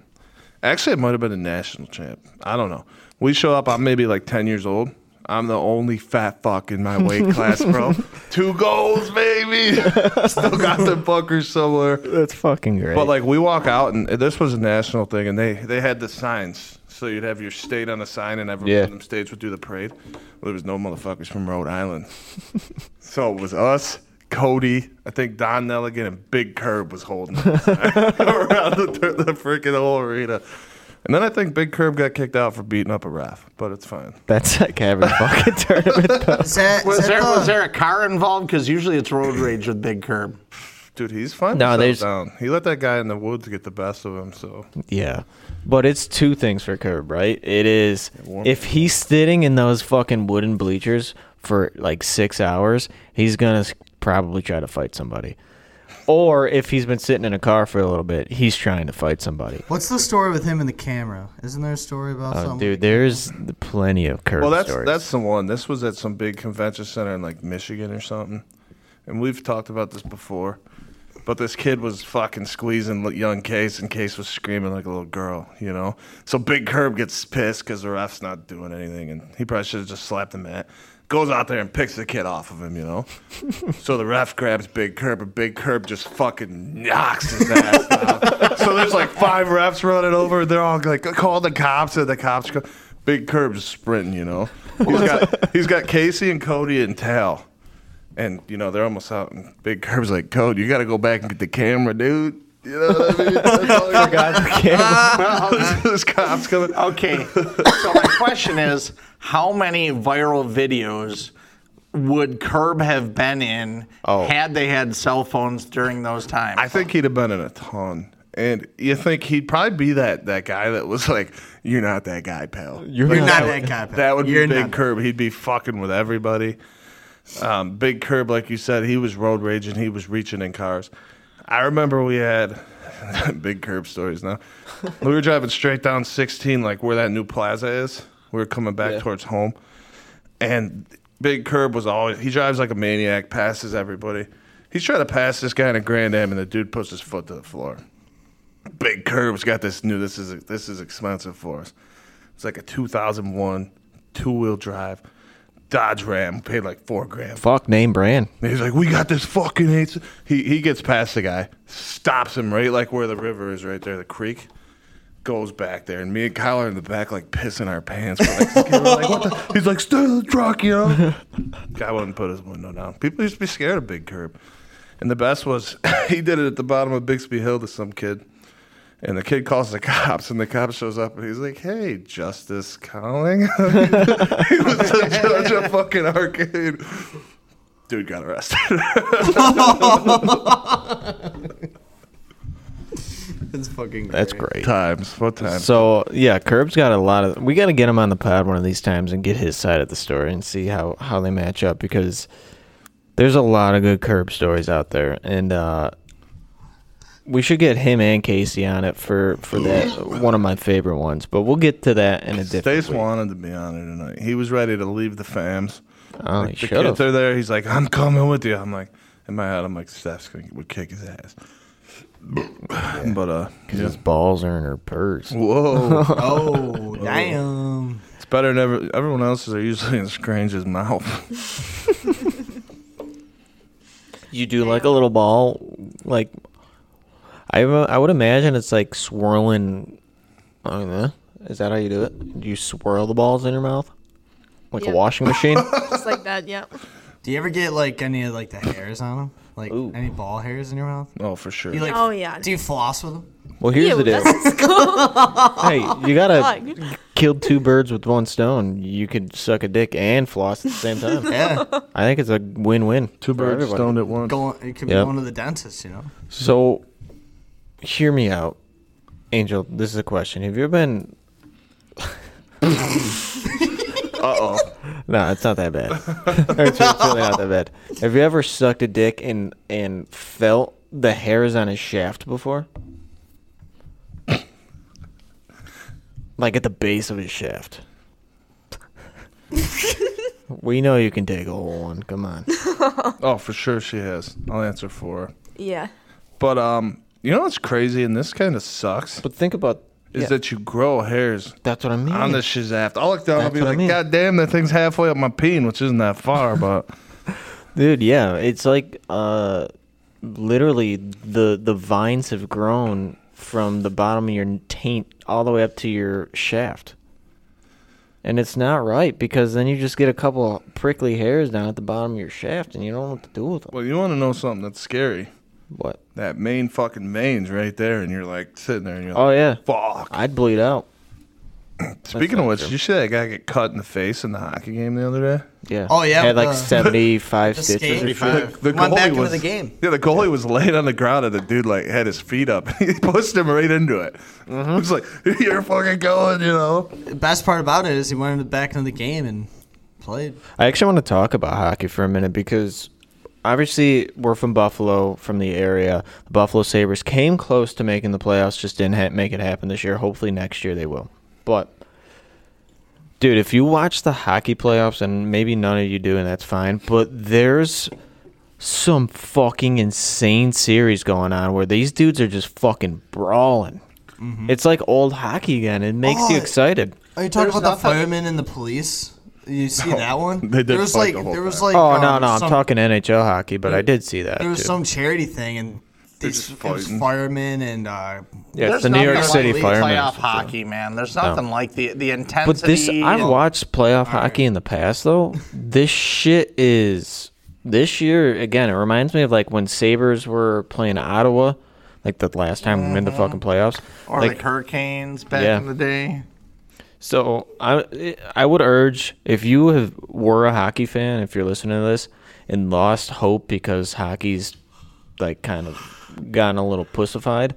Speaker 1: Actually, it might have been a national champ. I don't know. We show up. I'm maybe like 10 years old. I'm the only fat fuck in my weight class, bro. Two goals, baby. Still got the fuckers somewhere.
Speaker 2: That's fucking great.
Speaker 1: But like we walk out, and this was a national thing, and they they had the signs, so you'd have your state on the sign, and everyone
Speaker 2: Yeah.
Speaker 1: from them states would do the parade. Well, there was no motherfuckers from Rhode Island, *laughs* so it was us. Cody, I think Don Nelligan and Big Curb was holding the sign *laughs* around the, tur- the freaking whole arena. And then I think Big Curb got kicked out for beating up a ref, but it's fine.
Speaker 2: that's like every *laughs* fucking tournament. though.
Speaker 4: Is that,
Speaker 3: Was
Speaker 4: is
Speaker 3: there
Speaker 4: that
Speaker 3: was
Speaker 4: the-
Speaker 3: there a car involved? Because usually it's road rage with Big Curb.
Speaker 1: Dude, he's fine.
Speaker 2: No,
Speaker 1: No,
Speaker 2: there's-
Speaker 1: down. He let that guy in the woods get the best of him. So
Speaker 2: Yeah. But it's two things for Curb, right? It is if he's sitting in those fucking wooden bleachers for like six hours, he's gonna s- probably try to fight somebody. Or if he's been sitting in a car for a little bit, he's trying to fight somebody.
Speaker 4: What's the story with him and the camera? Isn't there a story about
Speaker 2: Oh,
Speaker 4: something?
Speaker 2: dude, there's plenty of Curb
Speaker 1: Well, that's
Speaker 2: stories.
Speaker 1: that's the one. This was at some big convention center in like Michigan or something, and we've talked about this before. But this kid was fucking squeezing li- young Case, and Case was screaming like a little girl, you know. So Big Curb gets pissed because the ref's not doing anything, and he probably should have just slapped him at. Goes out there and picks the kid off of him, you know. so the ref grabs Big Curb, and Big Curb just fucking knocks his ass out. so there's like five refs running over. They're all like, call the cops, and the cops go. Big Curb's sprinting, you know. He's got, he's got Casey and Cody and Tal. And, you know, they're almost out. And Big Curb's like, Cody, you got to go back and get the camera, dude. You know what I mean? That's all he forgot. this cop's coming.
Speaker 3: Okay. so my question is, how many viral videos would Curb have been in
Speaker 2: Oh.
Speaker 3: had they had cell phones during those times?
Speaker 1: I think he'd have been in a ton. And you think he'd probably be that, that guy that was like, you're not that guy, pal.
Speaker 4: You're
Speaker 1: Like,
Speaker 4: not
Speaker 1: that
Speaker 4: that
Speaker 1: would-
Speaker 4: guy, pal.
Speaker 1: That would be
Speaker 4: You're
Speaker 1: Big
Speaker 4: not-
Speaker 1: Curb. He'd be fucking with everybody. Um, Big Curb, like you said, he was road raging. He was reaching in cars. I remember we had *laughs* Big Curb stories now. we were driving straight down 16, like where that new plaza is. We were coming back towards home. And Big Curb was always, he drives like a maniac, passes everybody. He's trying to pass this guy in a Grand Am, and the dude puts his foot to the floor. Big Curb's got this new, this is, this is expensive for us. It's like a 2001 two wheel drive Dodge Ram. Paid like four grand.
Speaker 2: *laughs* Fuck name brand.
Speaker 1: And he's like, "We got this fucking." Ace. He he gets past the guy, stops him right like where the river is, right there, the creek. Goes back there, and me and Kyle are in the back, like pissing our pants. We're like, scared. We're like, what the? He's like, "Stay in the truck, you know." Guy wouldn't put his window down. People used to be scared of Big Curb, and the best was *laughs* he did it at the bottom of Bixby Hill to some kid. And the kid calls the cops, and the cop shows up, and he's like, "Hey, Justice calling." *laughs* he was the judge of fucking arcade. Dude got arrested. *laughs*
Speaker 4: That's fucking.
Speaker 2: That's great.
Speaker 1: times. What times?
Speaker 2: So yeah, Curb's got a lot of. We got to get him on the pod one of these times and get his side of the story and see how how they match up because there's a lot of good Curb stories out there, and uh, we should get him and Casey on it for for that one of my favorite ones. But we'll get to that in a different.
Speaker 1: Stace
Speaker 2: Week.
Speaker 1: wanted to be on it tonight. He was ready to leave the fams.
Speaker 2: Oh, he
Speaker 1: The
Speaker 2: should
Speaker 1: kids
Speaker 2: have.
Speaker 1: are there. He's like, I'm coming with you. I'm like, in my head, I'm like, Steph's gonna would kick his ass. But uh, yeah.
Speaker 2: His balls are in her purse. *laughs*
Speaker 1: whoa,
Speaker 4: *laughs* Oh, damn.
Speaker 1: it's better than ever. Everyone else's are usually in Scrange's
Speaker 2: *laughs*
Speaker 1: mouth.
Speaker 2: You do like a little ball, like I w- I would imagine it's like swirling. I don't know. Is that how you do it? Do you swirl the balls in your mouth like
Speaker 6: Yeah.
Speaker 2: a washing
Speaker 6: *laughs*
Speaker 2: machine?
Speaker 6: Just like
Speaker 2: *laughs*
Speaker 6: that, yeah.
Speaker 4: Do you ever get like any of like the hairs on them? Like
Speaker 2: Ooh.
Speaker 4: any ball hairs in your mouth?
Speaker 1: Oh, for sure.
Speaker 4: You, like,
Speaker 6: Oh, yeah.
Speaker 4: Do you floss with them?
Speaker 2: well, here's
Speaker 6: Ew,
Speaker 2: the deal.
Speaker 6: that's disgusting.
Speaker 2: Hey, you gotta kill two birds with one stone. You could suck a dick and floss at the same
Speaker 6: *laughs*
Speaker 2: time.
Speaker 4: Yeah.
Speaker 2: I think it's a win-win.
Speaker 1: Two
Speaker 2: for
Speaker 1: birds
Speaker 2: everybody.
Speaker 1: stoned at once.
Speaker 4: Going, it could be
Speaker 2: Yep.
Speaker 4: going to the dentist, you know?
Speaker 2: So, hear me out, Angel. This is a question. Have you ever been? *laughs* uh oh. No, it's not that bad. *laughs* it's really not that bad. Have you ever sucked a dick and and felt the hairs on his shaft before? like at the base of his shaft. *laughs* we know you can take a whole one. Come on.
Speaker 1: Oh, for sure she has. I'll answer for her.
Speaker 6: *laughs* yeah.
Speaker 1: But um, you know what's crazy, and this kind of sucks,
Speaker 2: But think about.
Speaker 1: is
Speaker 2: yeah,
Speaker 1: that you grow hairs
Speaker 2: that's what I mean?
Speaker 1: on the shaft. I'll look down and
Speaker 2: That's
Speaker 1: be
Speaker 2: what I
Speaker 1: like,
Speaker 2: mean.
Speaker 1: God damn, that thing's halfway up my peen, which isn't that far, but
Speaker 2: Dude, yeah, it's like uh, literally the the vines have grown from the bottom of your taint all the way up to your shaft, and it's not right because then you just get a couple prickly hairs down at the bottom of your shaft, and you don't know what to do with them.
Speaker 1: *laughs* well, you want to know something that's scary?
Speaker 2: What?
Speaker 1: That main fucking vein's right there, and you're like sitting there, and you're
Speaker 2: Oh
Speaker 1: like,
Speaker 2: yeah,
Speaker 1: fuck.
Speaker 2: I'd bleed out.
Speaker 1: Speaking
Speaker 2: not
Speaker 1: of which,
Speaker 2: true.
Speaker 1: did you see that guy get cut in the face in the hockey game the other day?
Speaker 2: Yeah.
Speaker 4: Oh, yeah,
Speaker 2: Had like
Speaker 4: uh,
Speaker 2: seventy five
Speaker 4: *laughs* The
Speaker 2: stitches.
Speaker 4: skate.
Speaker 2: or
Speaker 1: The,
Speaker 4: Went
Speaker 1: the goalie
Speaker 4: Uh, back into
Speaker 1: was
Speaker 4: the game.
Speaker 1: Yeah, the goalie was laying on the ground, and the dude like had his feet up. *laughs* he pushed him right into it. It's like you're fucking going, you know.
Speaker 4: The best part about it is he went into the back into the game and played.
Speaker 2: I actually want to talk about hockey for a minute because obviously we're from Buffalo, from the area. The Buffalo Sabres came close to making the playoffs, just didn't ha- make it happen this year. Hopefully next year they will. But dude, if you watch the hockey playoffs and maybe none of you do and that's fine, but there's some fucking insane series going on where these dudes are just fucking brawling. It's like old hockey again. It makes
Speaker 4: Mm-hmm. Oh,
Speaker 2: you excited.
Speaker 4: Are you talking
Speaker 3: There's
Speaker 4: about the
Speaker 3: nothing-
Speaker 4: firemen and the police? You see that one?
Speaker 1: *laughs* they did
Speaker 4: there was
Speaker 1: fight
Speaker 4: like
Speaker 1: the whole
Speaker 4: there was
Speaker 1: time.
Speaker 4: like
Speaker 2: Oh
Speaker 4: um,
Speaker 2: no, no, I'm
Speaker 4: some-
Speaker 2: talking NHL hockey, but I did see that.
Speaker 4: There was
Speaker 2: too.
Speaker 4: some charity thing and these
Speaker 1: just
Speaker 4: it was
Speaker 1: fighting.
Speaker 4: firemen and uh,
Speaker 2: Yeah, it's
Speaker 3: There's
Speaker 2: the New York
Speaker 3: nothing
Speaker 2: City
Speaker 3: like
Speaker 2: Firemen.
Speaker 3: Playoff hockey, man. There's nothing like the the intensity.
Speaker 2: But this, I've
Speaker 3: and-
Speaker 2: watched playoff hockey in the past, though. This shit is this year again. It reminds me of like when Sabers were playing Ottawa, like the last time we made the fucking playoffs.
Speaker 3: Mm-hmm. or like,
Speaker 2: like
Speaker 3: hurricanes back
Speaker 2: Yeah.
Speaker 3: in the day.
Speaker 2: So I I would urge if you have were a hockey fan, if you're listening to this and lost hope because hockey's like kind of gotten a little pussified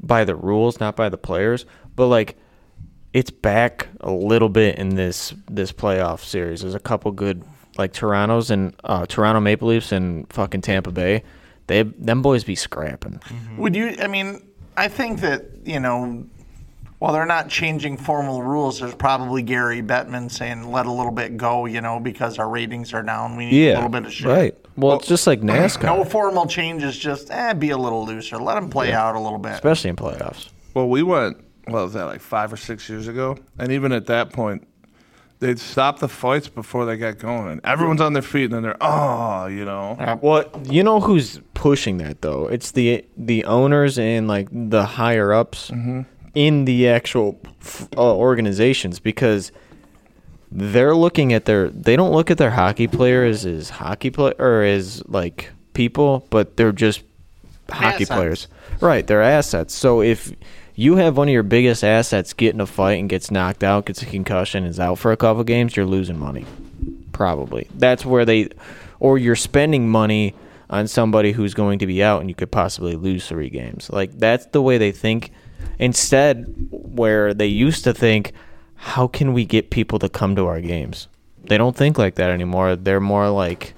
Speaker 2: by the rules, not by the players, but like it's back a little bit in this this playoff series. There's a couple good like Toronto's and uh, Toronto Maple Leafs and fucking Tampa Bay. They them boys be scrapping.
Speaker 3: Would you? I mean, I think that you know, while they're not changing formal rules, there's probably Gary Bettman saying, "Let a little bit go," you know, because our ratings are down. We need a little bit of shit.
Speaker 2: right. Well, it's just *clears throat* like NASCAR,
Speaker 3: No formal changes. Just eh, be a little looser. Let them play out a little bit.
Speaker 2: especially in playoffs.
Speaker 1: Well, we went, what was that, like five or six years ago? And even at that point, they'd stop the fights before they got going. Everyone's on their feet, and then they're, oh, you know.
Speaker 2: Well, you know who's pushing that though? It's the the owners and like the higher ups in the actual f- uh, organizations because they're looking at their they don't look at their hockey players as hockey player or as like people, but they're just hockey
Speaker 3: Assets.
Speaker 2: players. Right, they're assets. So if you have one of your biggest assets get in a fight and gets knocked out, gets a concussion, is out for a couple games, you're losing money probably. That's where they, or you're spending money on somebody who's going to be out and you could possibly lose three games. Like that's the way they think. Instead, where they used to think, how can we get people to come to our games? They don't think like that anymore. They're more like,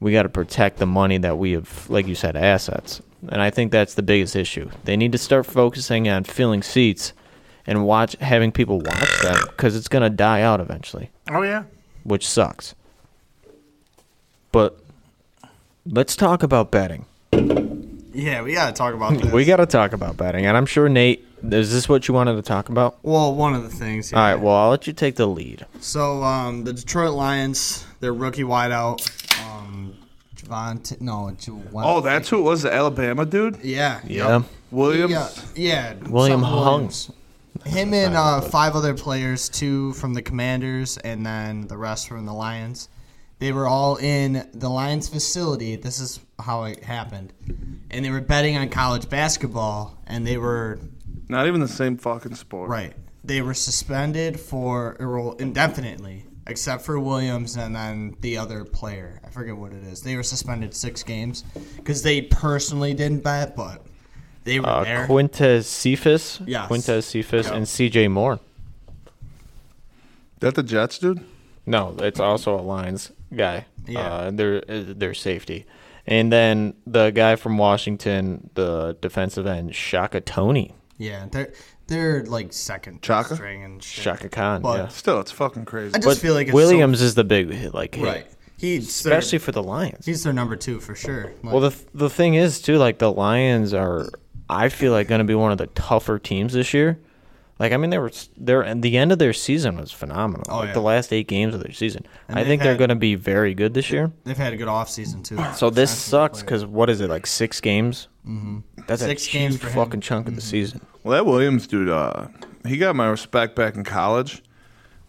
Speaker 2: we got to protect the money that we have, like you said, assets. And I think that's the biggest issue. They need to start focusing on filling seats and watch having people watch them because it's going to die out eventually
Speaker 3: Oh yeah.
Speaker 2: which sucks. But let's talk about betting.
Speaker 4: Yeah, we gotta talk about
Speaker 2: *laughs*
Speaker 4: this.
Speaker 2: We got to talk about betting, and I'm sure Nate. Is this what you wanted to talk about?
Speaker 4: well, one of the things.
Speaker 2: All right. Well, I'll let you take the lead.
Speaker 4: So um, the Detroit Lions, their rookie wideout, um, Javante. No, Javante.
Speaker 1: Oh, that's who it was, the Alabama dude?
Speaker 4: yeah.
Speaker 2: Yeah.
Speaker 1: Williams?
Speaker 4: Yeah, yeah.
Speaker 2: William
Speaker 4: something
Speaker 2: Hung.
Speaker 4: Williams. Him and uh, five other players, two from the Commanders, and then the rest from the Lions. They were all in the Lions facility. This is how it happened, and they were betting on college basketball, and they were
Speaker 1: Not even the same fucking sport.
Speaker 4: right. They were suspended for well, indefinitely, except for Williams and then the other player. I forget what it is. They were suspended six games because they personally didn't bet, but they were
Speaker 2: Uh,
Speaker 4: there.
Speaker 2: Quintez Cephas.
Speaker 4: Yes.
Speaker 2: Quintez Cephas and C.J. Moore.
Speaker 1: That the Jets dude?
Speaker 2: No, it's also a Lions guy.
Speaker 4: Yeah.
Speaker 2: Uh, their uh, their safety, and then the guy from Washington, the defensive end Shaka Tony,
Speaker 4: Yeah, they're they're like second
Speaker 1: Chaka?
Speaker 4: string and shit.
Speaker 2: Shaka Khan.
Speaker 4: But-
Speaker 2: yeah.
Speaker 1: Still, it's fucking crazy.
Speaker 4: I just
Speaker 2: But
Speaker 4: feel like it's
Speaker 2: Williams is the big hit, like
Speaker 4: so,
Speaker 2: hit,
Speaker 4: right. He's
Speaker 2: especially
Speaker 4: their,
Speaker 2: for the Lions.
Speaker 4: he's their number two for sure. Like,
Speaker 2: Well, the the thing is too, like the Lions are, I feel like going to be one of the tougher teams this year. Like I mean, they were s- their and the end of their season was phenomenal. like
Speaker 4: Oh, yeah.
Speaker 2: the last eight games of their season,
Speaker 4: And
Speaker 2: I
Speaker 4: they've
Speaker 2: think they're
Speaker 4: had-
Speaker 2: going to be very good this year.
Speaker 4: they've had a good offseason too.
Speaker 2: So this sucks because what is it like six games? Mm-hmm. That's
Speaker 4: Six
Speaker 2: a huge
Speaker 4: games for him. Mm-hmm.
Speaker 2: fucking chunk of the season.
Speaker 1: Well, that Williams dude, uh, he got my respect back in college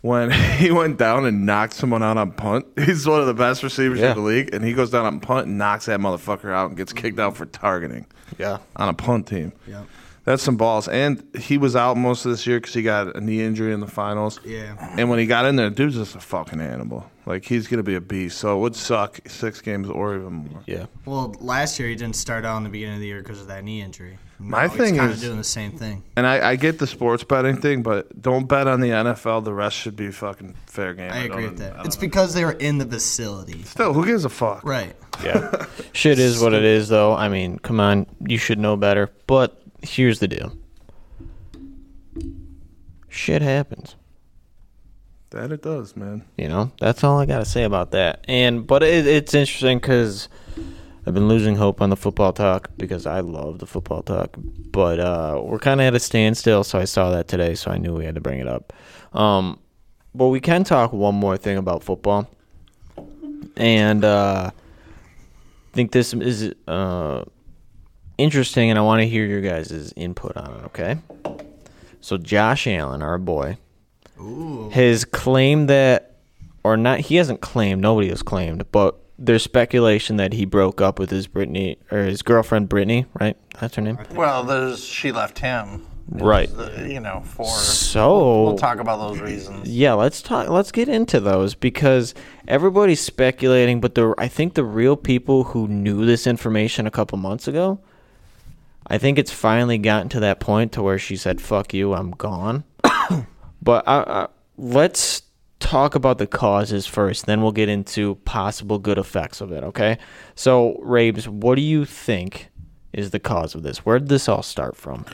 Speaker 1: when *laughs* he went down and knocked someone out on punt. *laughs* He's one of the best receivers
Speaker 2: Yeah.
Speaker 1: in the league, and he goes down on punt and knocks that motherfucker out and gets kicked out for targeting
Speaker 2: Yeah,
Speaker 1: on a punt team.
Speaker 4: Yep.
Speaker 1: That's some balls. And he was out most of this year because he got a knee injury in the finals.
Speaker 4: Yeah.
Speaker 1: And when he got in there, dude's just a fucking animal. Like, he's going to be a beast. So it would suck six games or even more.
Speaker 2: yeah.
Speaker 4: Well, last year he didn't start out in the beginning of the year because of that knee injury.
Speaker 1: My thing
Speaker 4: kind
Speaker 1: is-
Speaker 4: of doing the same thing.
Speaker 1: And I, I get the sports betting thing, but don't bet on the NFL. The rest should be fucking fair game.
Speaker 4: I agree
Speaker 1: don't-
Speaker 4: with
Speaker 1: I
Speaker 4: that.
Speaker 1: don't
Speaker 4: It's because they were in the facility.
Speaker 1: Still, who gives a fuck?
Speaker 4: Right. *laughs*
Speaker 2: Yeah. Shit is what it is, though. I mean, come on. You should know better. But here's the deal shit happens.
Speaker 1: That it does, man.
Speaker 2: You know, that's all I got to say about that. And, but it, it's interesting because I've been losing hope on the football talk because I love the football talk. But uh, we're kind of at a standstill. So I saw that today. So I knew we had to bring it up. Um, but we can talk one more thing about football. And, uh, think this is uh, interesting, and I want to hear your guys' input on it. Okay. So Josh Allen, our boy, has claimed that, or not? He hasn't claimed. Nobody has claimed, but there's speculation that he broke up with his Brittany or his girlfriend Brittany. Right? That's her name.
Speaker 3: Well, there's she left him.
Speaker 2: Right.
Speaker 3: Uh, you know, for
Speaker 2: So
Speaker 3: we'll talk about those reasons.
Speaker 2: Yeah, let's talk. Let's get into those because everybody's speculating, but the I think the real people who knew this information a couple months ago, I think it's finally gotten to that point to where she said, "Fuck you, I'm gone." *coughs* but I, I, let's talk about the causes first, then we'll get into possible good effects of it. Okay, so Rabes, what do you think is the cause of this? Where did this all start from?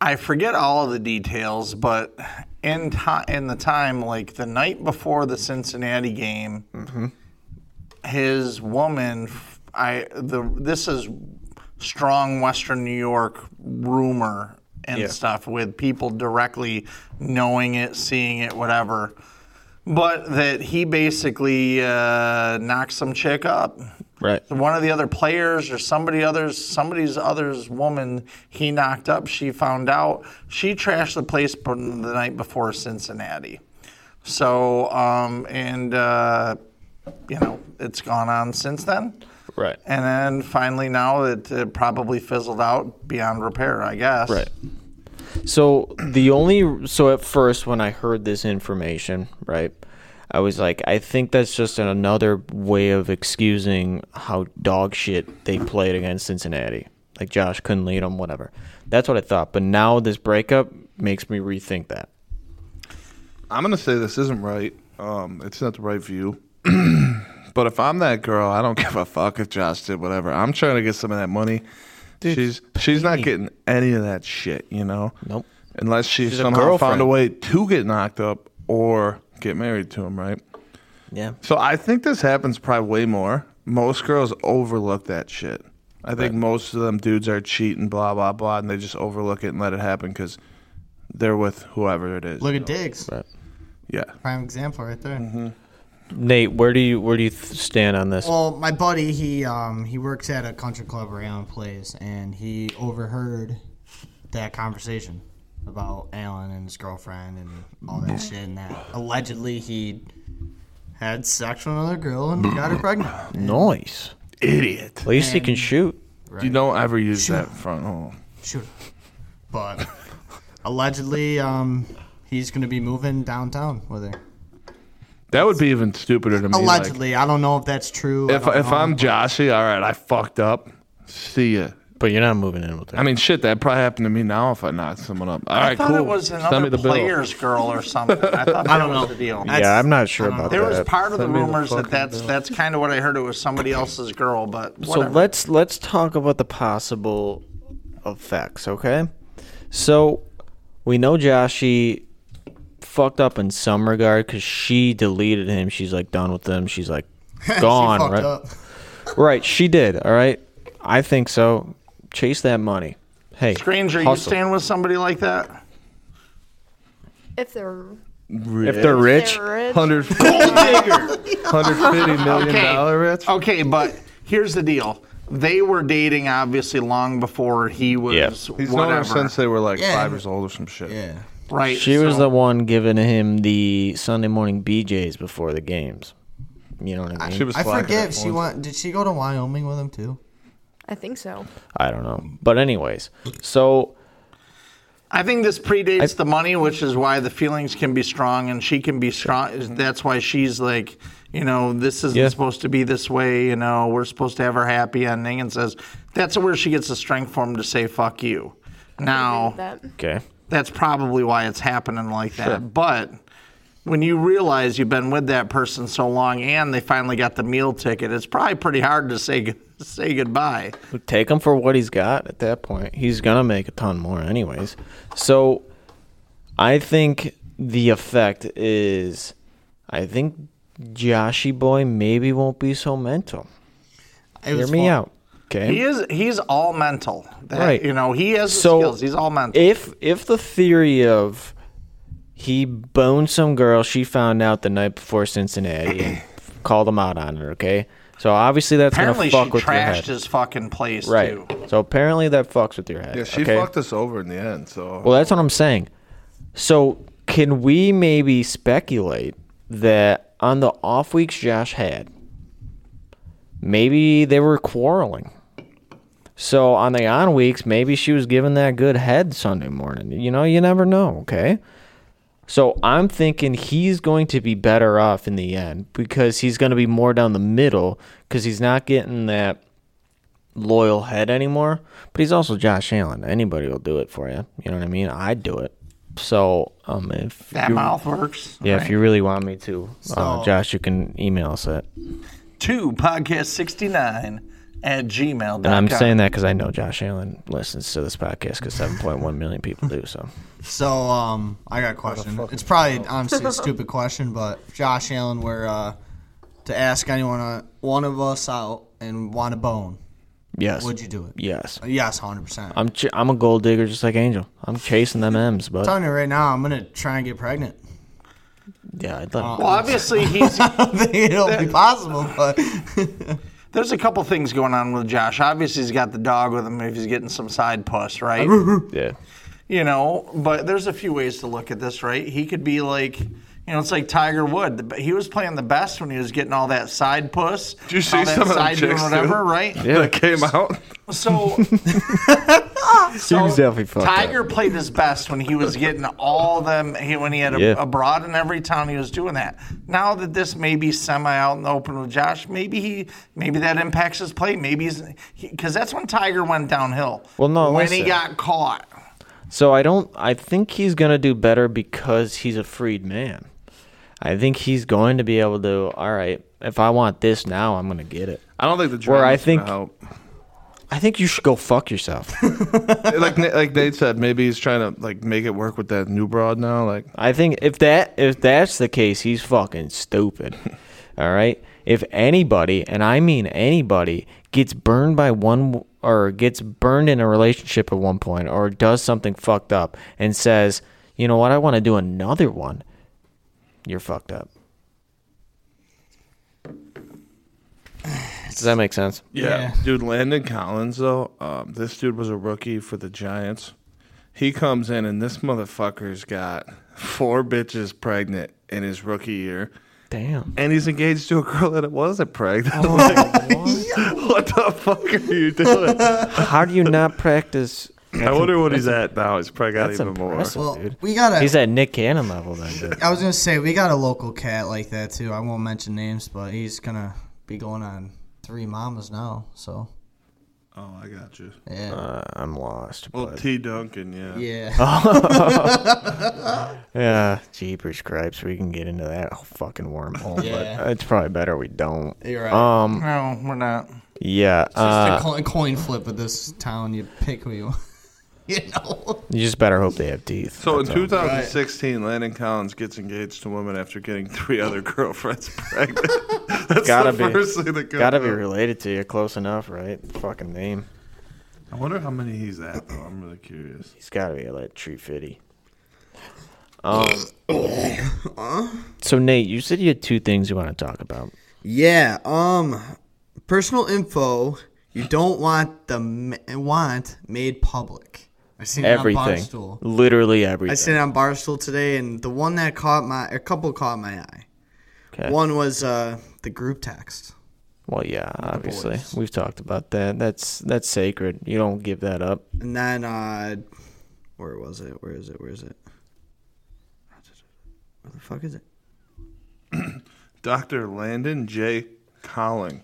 Speaker 3: I forget all of the details, but in ti in the time like the night before the Cincinnati game, his woman, f- I the this is strong Western New York rumor and stuff with people directly knowing it, seeing it, whatever. But that he basically uh, knocked some chick up.
Speaker 2: Right.
Speaker 3: One of the other players or somebody others, somebody's other's woman he knocked up. She found out. She trashed the place b- the night before Cincinnati. So um, and uh, you know it's gone on since then.
Speaker 2: Right.
Speaker 3: And then finally now it, it probably fizzled out beyond repair, I guess.
Speaker 2: Right. So the only so at first when I heard this information, right, I was like, I think that's just another way of excusing how dog shit they played against Cincinnati. Like Josh couldn't lead them, whatever. That's what I thought. But now this breakup makes me rethink that.
Speaker 1: I'm gonna say this isn't right. Um, it's not the right view. *clears throat* but if I'm that girl, I don't give a fuck if Josh did whatever. I'm trying to get some of that money. she's she's not getting any of that shit, you know.
Speaker 2: Nope.
Speaker 1: Unless she
Speaker 2: a
Speaker 1: somehow found
Speaker 2: girlfriend.
Speaker 1: a way to get knocked up or get married to him, right?
Speaker 2: Yeah.
Speaker 1: So I think this happens probably way more. Most girls overlook that shit. I think most of them dudes are cheating, blah blah blah, and they just overlook it and let it happen because they're with whoever it is.
Speaker 4: Look at Diggs.
Speaker 2: Right.
Speaker 1: yeah,
Speaker 4: Prime example right there.
Speaker 1: Mm-hmm.
Speaker 2: Nate, where do you where do you th- stand on this?
Speaker 4: Well, my buddy, he um, he works at a country club where Alan plays, and he overheard that conversation about Alan and his girlfriend and all that
Speaker 1: Mm.
Speaker 4: shit, and that allegedly he had sex with another girl and got her pregnant.
Speaker 2: Noise.
Speaker 1: idiot.
Speaker 2: At least he can shoot.
Speaker 1: You don't ever use that front hole.
Speaker 4: Shoot. But allegedly, um, he's gonna be moving downtown with her.
Speaker 1: That would be even stupider to me. like,
Speaker 4: Allegedly, I don't know if that's true. I
Speaker 1: if
Speaker 4: don't
Speaker 1: if
Speaker 4: know.
Speaker 1: I'm Joshy, all right, I fucked up. See ya.
Speaker 2: But you're not moving in with
Speaker 1: I
Speaker 2: that.
Speaker 1: mean, shit, that probably happened to me now if I knocked someone up. All right,
Speaker 3: I thought
Speaker 1: cool.
Speaker 3: it was
Speaker 1: Send
Speaker 3: another
Speaker 1: me the bill.
Speaker 3: player's girl or something. I thought that
Speaker 4: don't
Speaker 3: was
Speaker 4: know.
Speaker 3: the deal.
Speaker 4: *laughs* I-
Speaker 2: yeah, I'm not sure about
Speaker 3: There was
Speaker 2: that.
Speaker 3: part of the
Speaker 1: Send me the
Speaker 3: rumors that
Speaker 1: fucking
Speaker 3: that's that's kind of what I heard. It was somebody else's girl, but
Speaker 2: so
Speaker 3: whatever.
Speaker 2: let's let's talk about the possible effects, okay? So we know Joshi fucked up in some regard because she deleted him. She's like done with him. She's like gone,
Speaker 4: She fucked
Speaker 2: right?
Speaker 4: up.
Speaker 2: Right, she did. All right, I think so. Chase that money. Hey,
Speaker 3: Stranger, you
Speaker 2: hustle.
Speaker 3: stand with somebody like that?
Speaker 6: If they're
Speaker 2: if they're rich,
Speaker 6: they're rich,
Speaker 1: Hundred gold digger, *laughs* hundred fifty million
Speaker 3: Okay. Oh,
Speaker 1: dollar rich.
Speaker 3: Okay, but here's the deal. They were dating obviously long before he was
Speaker 2: Yeah.
Speaker 1: He's known
Speaker 3: whatever.
Speaker 1: her since they were like
Speaker 4: Yeah.
Speaker 1: five years old or some shit.
Speaker 4: Yeah.
Speaker 3: right.
Speaker 2: she was
Speaker 3: so-
Speaker 2: the one giving him the Sunday morning BJ's before the games. You know what I mean?
Speaker 1: She was
Speaker 4: I
Speaker 1: slacking
Speaker 4: forgive.
Speaker 1: at
Speaker 4: She
Speaker 1: points.
Speaker 4: went. Did she go to Wyoming with him too?
Speaker 6: I think so.
Speaker 2: I don't know, but anyways, so
Speaker 3: I think this predates the money, which is why the feelings can be strong and she can be strong. That's why she's like, you know, this isn't
Speaker 2: Yeah.
Speaker 3: supposed to be this way. You know, we're supposed to have her happy ending. And says that's where she gets the strength from to say "fuck you." Now,
Speaker 6: That
Speaker 2: okay,
Speaker 3: that's probably why it's happening like that. But when you realize you've been with that person so long and they finally got the meal ticket, it's probably pretty hard to say say goodbye.
Speaker 2: take him for what he's got at that point. He's gonna make a ton more, anyways. So I think the effect is, I think Joshy boy maybe won't be so mental.
Speaker 4: It
Speaker 2: Hear
Speaker 4: was
Speaker 2: me
Speaker 4: fun.
Speaker 2: out, okay?
Speaker 3: He is he's all mental. That-
Speaker 2: Right.
Speaker 3: You know, he has the
Speaker 2: So,
Speaker 3: skills. He's all mental.
Speaker 2: if if the theory of he boned some girl she found out the night before
Speaker 3: *clears throat*
Speaker 2: Cincinnati and called him out on it, okay? So obviously that's
Speaker 3: Apparently, she
Speaker 2: gonna fuck with your head.
Speaker 3: trashed his fucking place
Speaker 2: right.
Speaker 3: too.
Speaker 2: So apparently that fucks with your head.
Speaker 1: Yeah, she
Speaker 2: okay?
Speaker 1: fucked us over in the end. So
Speaker 2: Well, that's what I'm saying. So can we maybe speculate that on the off weeks Josh had, maybe they were quarreling. So on the on weeks, maybe she was giving that good head Sunday morning. You know, you never know, okay? So I'm thinking he's going to be better off in the end because he's going to be more down the middle because he's not getting that loyal head anymore. But he's also Josh Allen. Anybody will do it for you. You know what I mean? I'd do it. So um, if
Speaker 3: That
Speaker 2: you-
Speaker 3: mouth works.
Speaker 2: yeah, if you really want me to, uh,
Speaker 4: So-
Speaker 2: Josh, you can email us at.
Speaker 3: Two podcast sixty nine at gmail.
Speaker 2: And I'm saying that because I know Josh Allen listens to this podcast because 7.1 million people do. So
Speaker 4: So um, I got a question. It's probably honestly a stupid question, but if Josh Allen were uh, to ask anyone uh, one of us out and want a bone,
Speaker 2: yes,
Speaker 4: would you do it?
Speaker 2: Yes,
Speaker 4: Yes, hundred percent. I'm
Speaker 2: I'm. Ch- I'm a gold digger just like Angel. I'm chasing them M's, but
Speaker 4: telling you right now, I'm gonna try and get pregnant. *laughs*
Speaker 2: yeah, I'd let
Speaker 4: Uh,
Speaker 3: Well, obviously, he's *laughs*
Speaker 4: It'll be possible, but
Speaker 3: there's a couple things going on with Josh. Obviously, he's got the dog with him if he's getting some side puss,
Speaker 2: *laughs*
Speaker 3: right?
Speaker 2: yeah.
Speaker 3: you know, but there's a few ways to look at this, right? He could be like. You know, it's like Tiger Wood. He was playing the best when he was getting all that side puss.
Speaker 1: Did you see
Speaker 3: all that
Speaker 1: some of them
Speaker 3: side doing
Speaker 1: chicks,
Speaker 3: whatever,
Speaker 1: dude? *laughs*
Speaker 3: right?
Speaker 1: that came
Speaker 2: *laughs*
Speaker 1: out.
Speaker 3: So,
Speaker 2: He was definitely fucked up.
Speaker 3: Tiger played his best when he was getting all them he, when he had a,
Speaker 2: Yeah.
Speaker 3: a broad in every town he was doing that. Now that this may be semi out in the open with Josh, maybe he maybe that impacts his play. Maybe he's because that's when Tiger went downhill.
Speaker 2: Well, no,
Speaker 3: when he
Speaker 2: listen.
Speaker 3: got caught.
Speaker 2: So I don't. I think he's gonna do better because he's a freed man. I think he's going to be able to. All right, if I want this now, I'm gonna get it.
Speaker 1: I don't think the
Speaker 2: Where I
Speaker 1: drama's gonna
Speaker 2: think-
Speaker 1: help.
Speaker 2: I think you should go fuck yourself. *laughs*
Speaker 1: like Na- like Nate said, maybe he's trying to like make it work with that new broad now. Like
Speaker 2: I think if that if that's the case, he's fucking *laughs* stupid. All right. If anybody, and I mean anybody, gets burned by one or gets burned in a relationship at one point or does something fucked up and says, you know what, I want to do another one, you're fucked up. Does that make sense?
Speaker 1: Yeah.
Speaker 4: Yeah.
Speaker 1: Dude, Landon Collins, though, um, this dude was a rookie for the Giants. He comes in, and this motherfucker's got four bitches pregnant in his rookie year.
Speaker 2: Damn.
Speaker 1: And he's engaged to a girl that wasn't pregnant. Like, *laughs* what the fuck are you doing?
Speaker 2: How do you not practice?
Speaker 1: I wonder what he's at now. He's probably got
Speaker 2: That's
Speaker 1: even more.
Speaker 2: impressive.
Speaker 4: Well,
Speaker 2: Dude.
Speaker 4: we got
Speaker 2: He's
Speaker 4: a.
Speaker 2: at Nick Cannon level then. *laughs* dude.
Speaker 4: I was gonna say we got a local cat like that too. I won't mention names, but he's gonna be going on three mamas now. So
Speaker 1: Oh, I got you.
Speaker 4: yeah,
Speaker 2: Uh, I'm lost.
Speaker 1: Well,
Speaker 2: but-
Speaker 1: T. Duncan, yeah.
Speaker 4: yeah.
Speaker 2: Yeah, jeepers gripes. We can get into that fucking wormhole, but
Speaker 4: Yeah.
Speaker 2: it's probably better we don't.
Speaker 4: You're right.
Speaker 2: Um,
Speaker 3: No, we're not.
Speaker 2: yeah.
Speaker 4: Just
Speaker 2: Uh,
Speaker 4: a coin, coin flip of this town. You pick who you want. *laughs* you know.
Speaker 2: you just better hope they have teeth.
Speaker 1: So in
Speaker 2: That's all.
Speaker 1: 2016, Landon Collins gets engaged to women after getting three other *laughs* girlfriends *laughs* pregnant. That's
Speaker 2: Gotta
Speaker 1: the
Speaker 2: be.
Speaker 1: first thing that goes
Speaker 2: gotta be
Speaker 1: up.
Speaker 2: related to you, close enough, right? Fucking name.
Speaker 1: I wonder how many he's at, though. I'm really curious.
Speaker 2: He's gotta be like tree fitty.
Speaker 4: *coughs*
Speaker 2: Um. so Nate, you said you had two things you want to talk about.
Speaker 4: Yeah. Um, personal info you don't want the ma- want made public. I seen it on
Speaker 2: Everything,
Speaker 4: Barstool.
Speaker 2: literally everything.
Speaker 4: I seen it on Barstool today, and the one that caught my a couple caught my eye.
Speaker 2: Okay.
Speaker 4: One was uh the group text.
Speaker 2: Well, yeah, obviously we've talked about that. That's that's sacred. You don't give that up.
Speaker 4: And then uh where was it? Where is it? Where is it? Where the fuck is it?
Speaker 1: Dr. Landon J. Colling.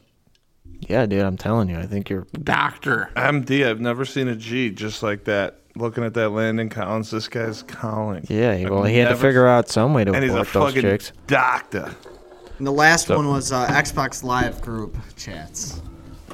Speaker 2: Yeah, dude, I'm telling you. I think you're
Speaker 3: Doctor.
Speaker 1: MD, I've never seen a G just like that. Looking at that Landon Collins, this guy's Colling.
Speaker 2: Yeah, he-
Speaker 1: I've
Speaker 2: well, he had to
Speaker 1: never-
Speaker 2: figure out some way to
Speaker 1: And he's a
Speaker 2: abort those
Speaker 1: fucking
Speaker 2: chicks.
Speaker 1: doctor.
Speaker 4: And the last one was uh, Xbox Live group chats.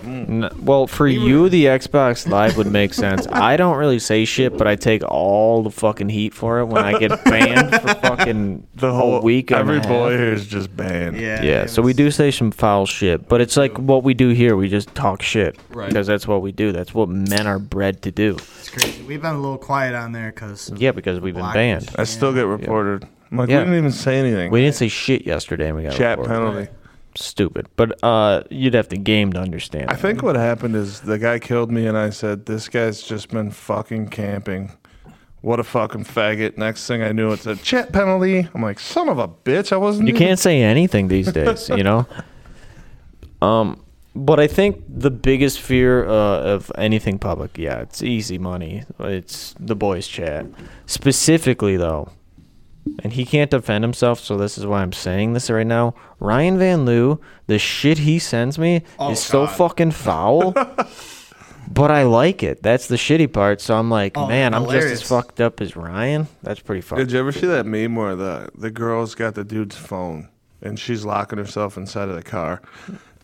Speaker 2: N- well, for you, the Xbox Live would
Speaker 1: *laughs*
Speaker 2: make sense. I don't really say shit, but I take all the fucking heat for it when
Speaker 1: *laughs*
Speaker 2: I get banned for fucking the whole week. and a
Speaker 1: Every
Speaker 2: half.
Speaker 1: boy here is just banned.
Speaker 4: Yeah.
Speaker 2: Yeah,
Speaker 4: it
Speaker 2: so we
Speaker 4: was-
Speaker 2: do say some foul shit, but it's like what we do here. We just talk shit
Speaker 4: Right.
Speaker 2: because that's what we do. That's what men are bred to do.
Speaker 4: It's crazy. We've been a little quiet on there because
Speaker 2: Yeah, because we've been
Speaker 4: Blockage.
Speaker 2: banned.
Speaker 1: I still get reported. I'm like,
Speaker 2: Yeah.
Speaker 1: we didn't even say anything.
Speaker 2: We didn't say shit yesterday, and we got
Speaker 1: Chat
Speaker 2: reported.
Speaker 1: penalty.
Speaker 2: Stupid, but uh, you'd have to game to understand.
Speaker 1: I think what happened is the guy killed me, and I said, "This guy's just been fucking camping. What a fucking faggot!" Next thing I knew, it's a chat penalty. I'm like, "Son of a bitch! I wasn't."
Speaker 2: You
Speaker 1: even-
Speaker 2: can't say anything these days, you *laughs* know. Um, but I think the biggest fear uh, of anything public, yeah, it's easy money. It's the boys' chat, specifically though, and he can't defend himself. So this is why I'm saying this right now. Ryan Van Loo, the shit he sends me is so fucking *laughs* foul. But I like it. That's the shitty part. So I'm like,
Speaker 4: Oh,
Speaker 2: man, I'm just
Speaker 4: hilarious.
Speaker 2: as fucked up as Ryan. That's pretty fucked.
Speaker 1: Did you ever see that meme where the the girl's got the dude's phone and she's locking herself inside of the car,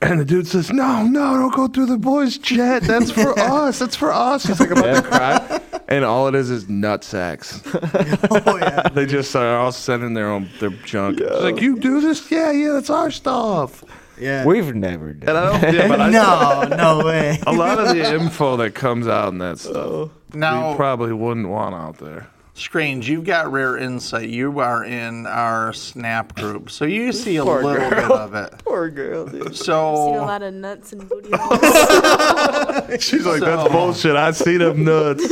Speaker 1: and the dude says, "No, no, don't go through the boys' chat. That's *laughs* for us. That's for us." She's like about to cry, and all it is is nut *laughs* sacks.
Speaker 4: Oh yeah.
Speaker 1: *laughs* They just are all sending their own their junk. She's like, "You do this? Yeah, yeah, that's our stuff."
Speaker 4: Yeah.
Speaker 2: We've never done.
Speaker 1: And I don't. Yeah, *laughs* but I
Speaker 4: *laughs* no,
Speaker 2: *laughs*
Speaker 4: no way.
Speaker 1: a lot of the info that comes out in that stuff,
Speaker 3: Now,
Speaker 1: we probably wouldn't want out there.
Speaker 3: Strange, you've got rare insight. You are in our Snap group, so you see a little bit of it.
Speaker 6: *laughs*
Speaker 2: Poor girl, dude.
Speaker 6: Seen
Speaker 3: So
Speaker 6: a lot of nuts and *laughs* booty holes.
Speaker 1: She's like,
Speaker 3: So-
Speaker 1: "That's bullshit. I see them nuts."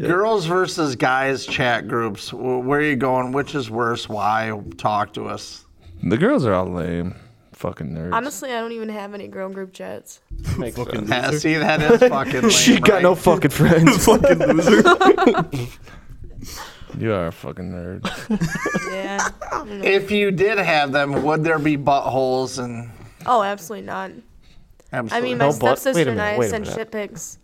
Speaker 3: girls versus guys chat groups. wh- Where are you going? Which is worse? Why? Talk to us.
Speaker 1: the girls are all lame, fucking nerds.
Speaker 6: Honestly, I don't even have any girl group chats.
Speaker 3: Yeah, see, that
Speaker 2: *laughs*
Speaker 3: is fucking. Lame,
Speaker 2: She got
Speaker 3: right?
Speaker 2: no *laughs* fucking friends. fucking loser.
Speaker 1: you are a fucking nerd.
Speaker 6: Yeah.
Speaker 3: If you did have them, would there be buttholes and?
Speaker 6: Oh, absolutely not. I
Speaker 3: Absolutely.
Speaker 6: mean,
Speaker 2: No,
Speaker 6: my
Speaker 2: but- wait a
Speaker 6: stepsister and
Speaker 2: minute,
Speaker 6: I
Speaker 2: wait a
Speaker 6: send
Speaker 2: minute.
Speaker 6: shit pics.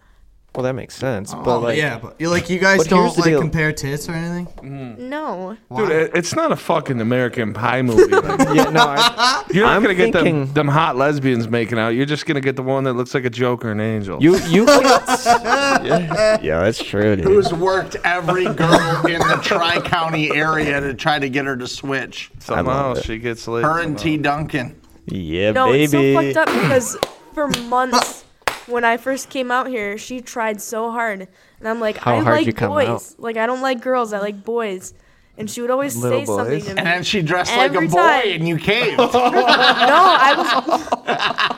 Speaker 2: Well, that makes sense, but
Speaker 4: Oh
Speaker 2: like,
Speaker 4: yeah, but you like you guys
Speaker 2: But here's
Speaker 4: don't
Speaker 2: the
Speaker 4: like
Speaker 2: deal.
Speaker 4: compare tits or anything.
Speaker 6: No.
Speaker 1: Dude, it- it's not a fucking American Pie movie.
Speaker 2: *laughs*
Speaker 1: Like,
Speaker 2: *laughs* yeah, no, I,
Speaker 1: you're not
Speaker 2: I'm
Speaker 1: gonna get them,
Speaker 2: thinking-
Speaker 1: them hot lesbians making out. You're just gonna get the one that looks like a Joker and Angel.
Speaker 2: you, *laughs* you, yeah, yeah, that's true, dude.
Speaker 3: Who's worked every girl in the Tri County area to try to get her to switch?
Speaker 1: somehow
Speaker 2: love it.
Speaker 1: she gets laid.
Speaker 3: Her and
Speaker 1: somehow.
Speaker 3: T Duncan.
Speaker 2: Yeah,
Speaker 6: No, it's so
Speaker 2: baby.
Speaker 6: fucked up because
Speaker 2: *coughs*
Speaker 6: for months when I first came out here, she tried so hard. And I'm like,
Speaker 2: How
Speaker 6: I
Speaker 2: hard
Speaker 6: like
Speaker 2: you come
Speaker 6: boys.
Speaker 2: out?
Speaker 6: Like I don't like girls, I like boys. And she would always
Speaker 7: Little
Speaker 6: say something
Speaker 7: boys?
Speaker 6: to
Speaker 8: *laughs*
Speaker 6: me.
Speaker 3: And then she dressed like
Speaker 6: Every
Speaker 3: a boy,
Speaker 6: time.
Speaker 3: and you came.
Speaker 2: *laughs*
Speaker 6: No, I was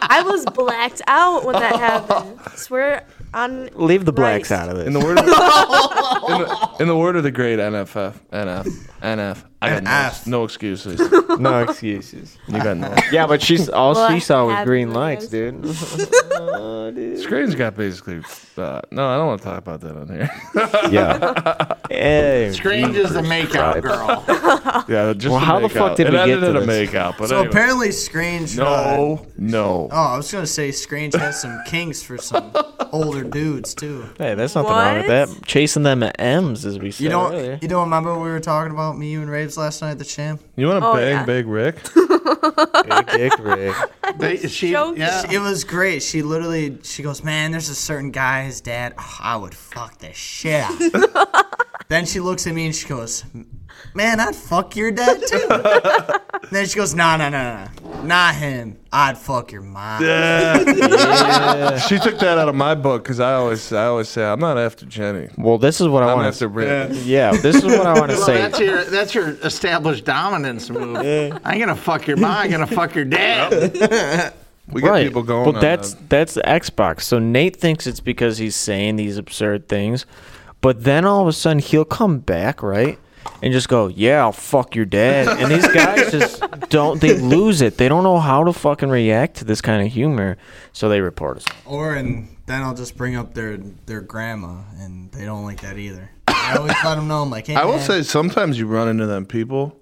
Speaker 6: I was blacked out when that happened. Swear on
Speaker 2: Leave the blacks
Speaker 6: Christ.
Speaker 2: out of
Speaker 7: In the
Speaker 2: it.
Speaker 7: word of the, in, the, in the word of the great NFF, NF, NF, I got
Speaker 4: NF.
Speaker 7: no, no excuses.
Speaker 2: No excuses.
Speaker 7: You got no.
Speaker 2: *laughs* Yeah, but she's all
Speaker 6: Well, I
Speaker 2: she saw was
Speaker 6: have
Speaker 2: green
Speaker 6: one of
Speaker 2: lights,
Speaker 6: those.
Speaker 2: dude. *laughs* Oh,
Speaker 7: Screen's got basically. Uh, no, I don't want to talk about that on
Speaker 1: *laughs*
Speaker 7: here.
Speaker 2: yeah. Hey,
Speaker 3: Strange is the makeout girl.
Speaker 7: yeah, just
Speaker 2: Well, how the fuck
Speaker 7: makeout.
Speaker 2: did
Speaker 7: it
Speaker 2: we get
Speaker 7: ended
Speaker 2: to
Speaker 7: in
Speaker 2: this?
Speaker 7: a makeout? But
Speaker 4: So
Speaker 7: anyway.
Speaker 4: apparently, Strange. uh,
Speaker 7: no, no.
Speaker 4: oh, I was gonna say Strange has some
Speaker 7: *laughs*
Speaker 4: kinks for some older dudes too.
Speaker 2: hey, there's nothing wrong with
Speaker 6: What?
Speaker 2: that. Chasing them M's, as we said
Speaker 4: You don't.
Speaker 2: earlier.
Speaker 4: You don't remember what we were talking about me, you, and Raves last night at the sham?
Speaker 7: You want to
Speaker 6: Oh,
Speaker 7: bang
Speaker 6: yeah.
Speaker 7: Big
Speaker 4: *laughs*
Speaker 7: Rick?
Speaker 2: Big dick *laughs* Rick.
Speaker 3: They, she,
Speaker 6: joking.
Speaker 3: yeah.
Speaker 4: It was great. She literally. She goes, man. There's a certain guy. His dad. oh, I would fuck the shit out. of him."
Speaker 1: *laughs*
Speaker 4: then she looks at me and she goes, man, I'd fuck your dad too.
Speaker 1: *laughs*
Speaker 4: then she goes, nah, nah, nah, nah, not him. I'd fuck your mom.
Speaker 7: She took that out of my book because I always, I always say I'm not after Jenny.
Speaker 2: Well, this is what I
Speaker 7: I'm
Speaker 2: want
Speaker 7: after
Speaker 2: to.
Speaker 7: Rick.
Speaker 2: Yeah, this is what I *laughs* want to
Speaker 3: Well,
Speaker 2: say.
Speaker 3: that's your that's your established dominance move. I'm gonna fuck your mom. I'm gonna fuck your dad.
Speaker 7: We get
Speaker 2: right.
Speaker 7: people going.
Speaker 2: Well,
Speaker 7: on
Speaker 2: that's
Speaker 7: that.
Speaker 2: that's Xbox. So Nate thinks it's because he's saying these absurd things, but then all of a sudden he'll come back, right? And just go, yeah, I'll fuck your dad. And
Speaker 7: *laughs*
Speaker 2: these guys just don't, they lose it. They don't know how to fucking react to this kind of humor. So they report us.
Speaker 4: Or and then I'll just bring up their their grandma, and they don't like that either. I always let them know. I'm like, hey,
Speaker 1: I will
Speaker 4: man,
Speaker 1: say sometimes you run into them people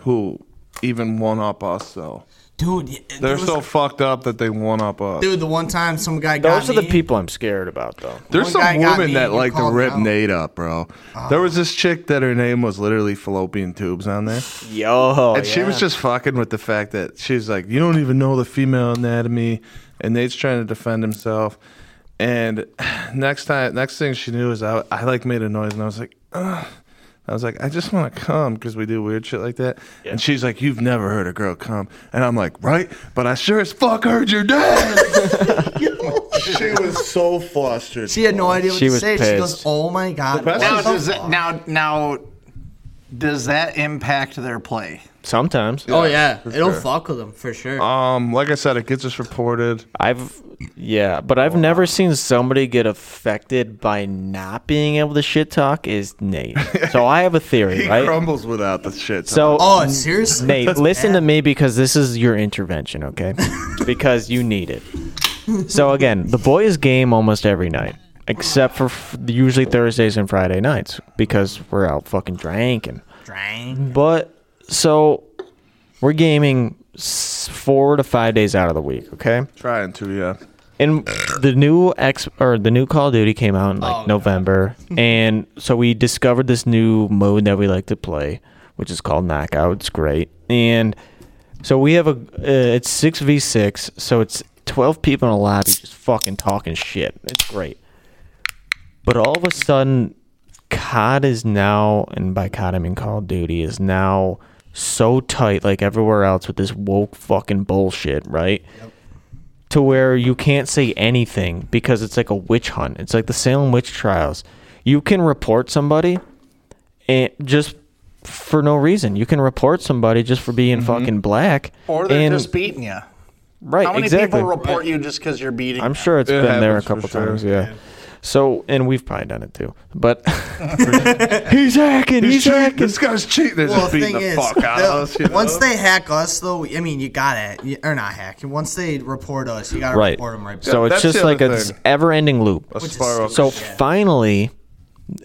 Speaker 1: who even one up us though.
Speaker 4: dude, y- there
Speaker 1: They're
Speaker 4: was-
Speaker 1: so fucked up that they one up us.
Speaker 4: Dude, the one time some guy got
Speaker 2: Those are the
Speaker 4: me-
Speaker 2: people I'm scared about, though.
Speaker 1: There's
Speaker 4: One
Speaker 1: some
Speaker 4: guy got
Speaker 1: women
Speaker 4: me
Speaker 1: that
Speaker 4: and
Speaker 1: like to
Speaker 4: called
Speaker 1: rip
Speaker 4: out.
Speaker 1: Nate up, bro. There was this chick that her name was literally fallopian tubes on there.
Speaker 2: Yo.
Speaker 1: And she was just fucking with the fact that she's like, you don't even know the female anatomy, and Nate's trying to defend himself. And *sighs* next time, next thing she knew is I, I like made a noise, and I was like, Ugh. I was like, I just want to come because we do weird shit like that. And she's like, you've never heard a girl come, and I'm like, right, but I sure as fuck heard your dad. she was so flustered.
Speaker 4: She had no idea what
Speaker 2: She
Speaker 4: to
Speaker 2: was
Speaker 4: say. She goes,
Speaker 2: pissed.
Speaker 4: "Oh my god!"
Speaker 1: best
Speaker 4: what
Speaker 3: Now
Speaker 1: is-
Speaker 4: the
Speaker 3: does that, now now does that impact their play?
Speaker 2: Sometimes.
Speaker 4: Oh yeah, it'll
Speaker 1: sure.
Speaker 4: fuck with them for sure.
Speaker 1: Um, like I said, it gets us reported.
Speaker 2: I've yeah, but I've never seen somebody get affected by not being able to shit talk is
Speaker 7: *laughs*
Speaker 2: Nate. So I have a theory,
Speaker 1: He
Speaker 2: right?
Speaker 1: crumbles without the shit.
Speaker 2: So
Speaker 4: oh, seriously?
Speaker 2: Nate, listen to me because this is your intervention, okay? because you need it. So again, the boys game almost every night, except for f- usually Thursdays and Friday nights because we're out fucking drinking.
Speaker 4: *laughs* Dang.
Speaker 2: But so we're gaming s- four to five days out of the week, okay?
Speaker 1: trying to, yeah.
Speaker 2: and the new X or the new Call of Duty came out in like November, and so we discovered this new mode that we like to play, which is called Knockout. It's great, and so we have a uh, it's six v six, so it's twelve people in a lobby just fucking talking shit. It's great, but all of a sudden, COD is now, and by COD I mean Call of Duty is now so tight like everywhere else with this woke fucking bullshit, right? to where you can't say anything because it's like a witch hunt. It's like the Salem witch trials. You can report somebody and just for no reason. You can report somebody just for being fucking black.
Speaker 3: Or they're
Speaker 2: and,
Speaker 3: just beating you.
Speaker 2: right,
Speaker 3: How many
Speaker 2: exactly.
Speaker 3: people report you just because you're beating?
Speaker 2: I'm sure it's
Speaker 1: It
Speaker 2: been there a
Speaker 1: happens for
Speaker 2: couple
Speaker 1: sure.
Speaker 2: times, yeah. So and we've probably done it too.
Speaker 4: *laughs*
Speaker 2: But *laughs* he's hacking, he's, hacking.
Speaker 1: This guy's cheating. They're
Speaker 4: Well,
Speaker 1: just
Speaker 4: the
Speaker 1: beating
Speaker 4: thing
Speaker 1: the
Speaker 4: is,
Speaker 1: fuck out
Speaker 4: the-
Speaker 1: of us. You know?
Speaker 4: once they hack us, though, I mean, you gotta you- or not hack. Once they report us, you gotta
Speaker 2: Right.
Speaker 4: report them right back.
Speaker 2: So it's
Speaker 1: that's
Speaker 2: just
Speaker 1: the
Speaker 2: like
Speaker 1: other
Speaker 2: a
Speaker 1: thing.
Speaker 2: ever ending loop.
Speaker 1: a spiral.
Speaker 2: So finally,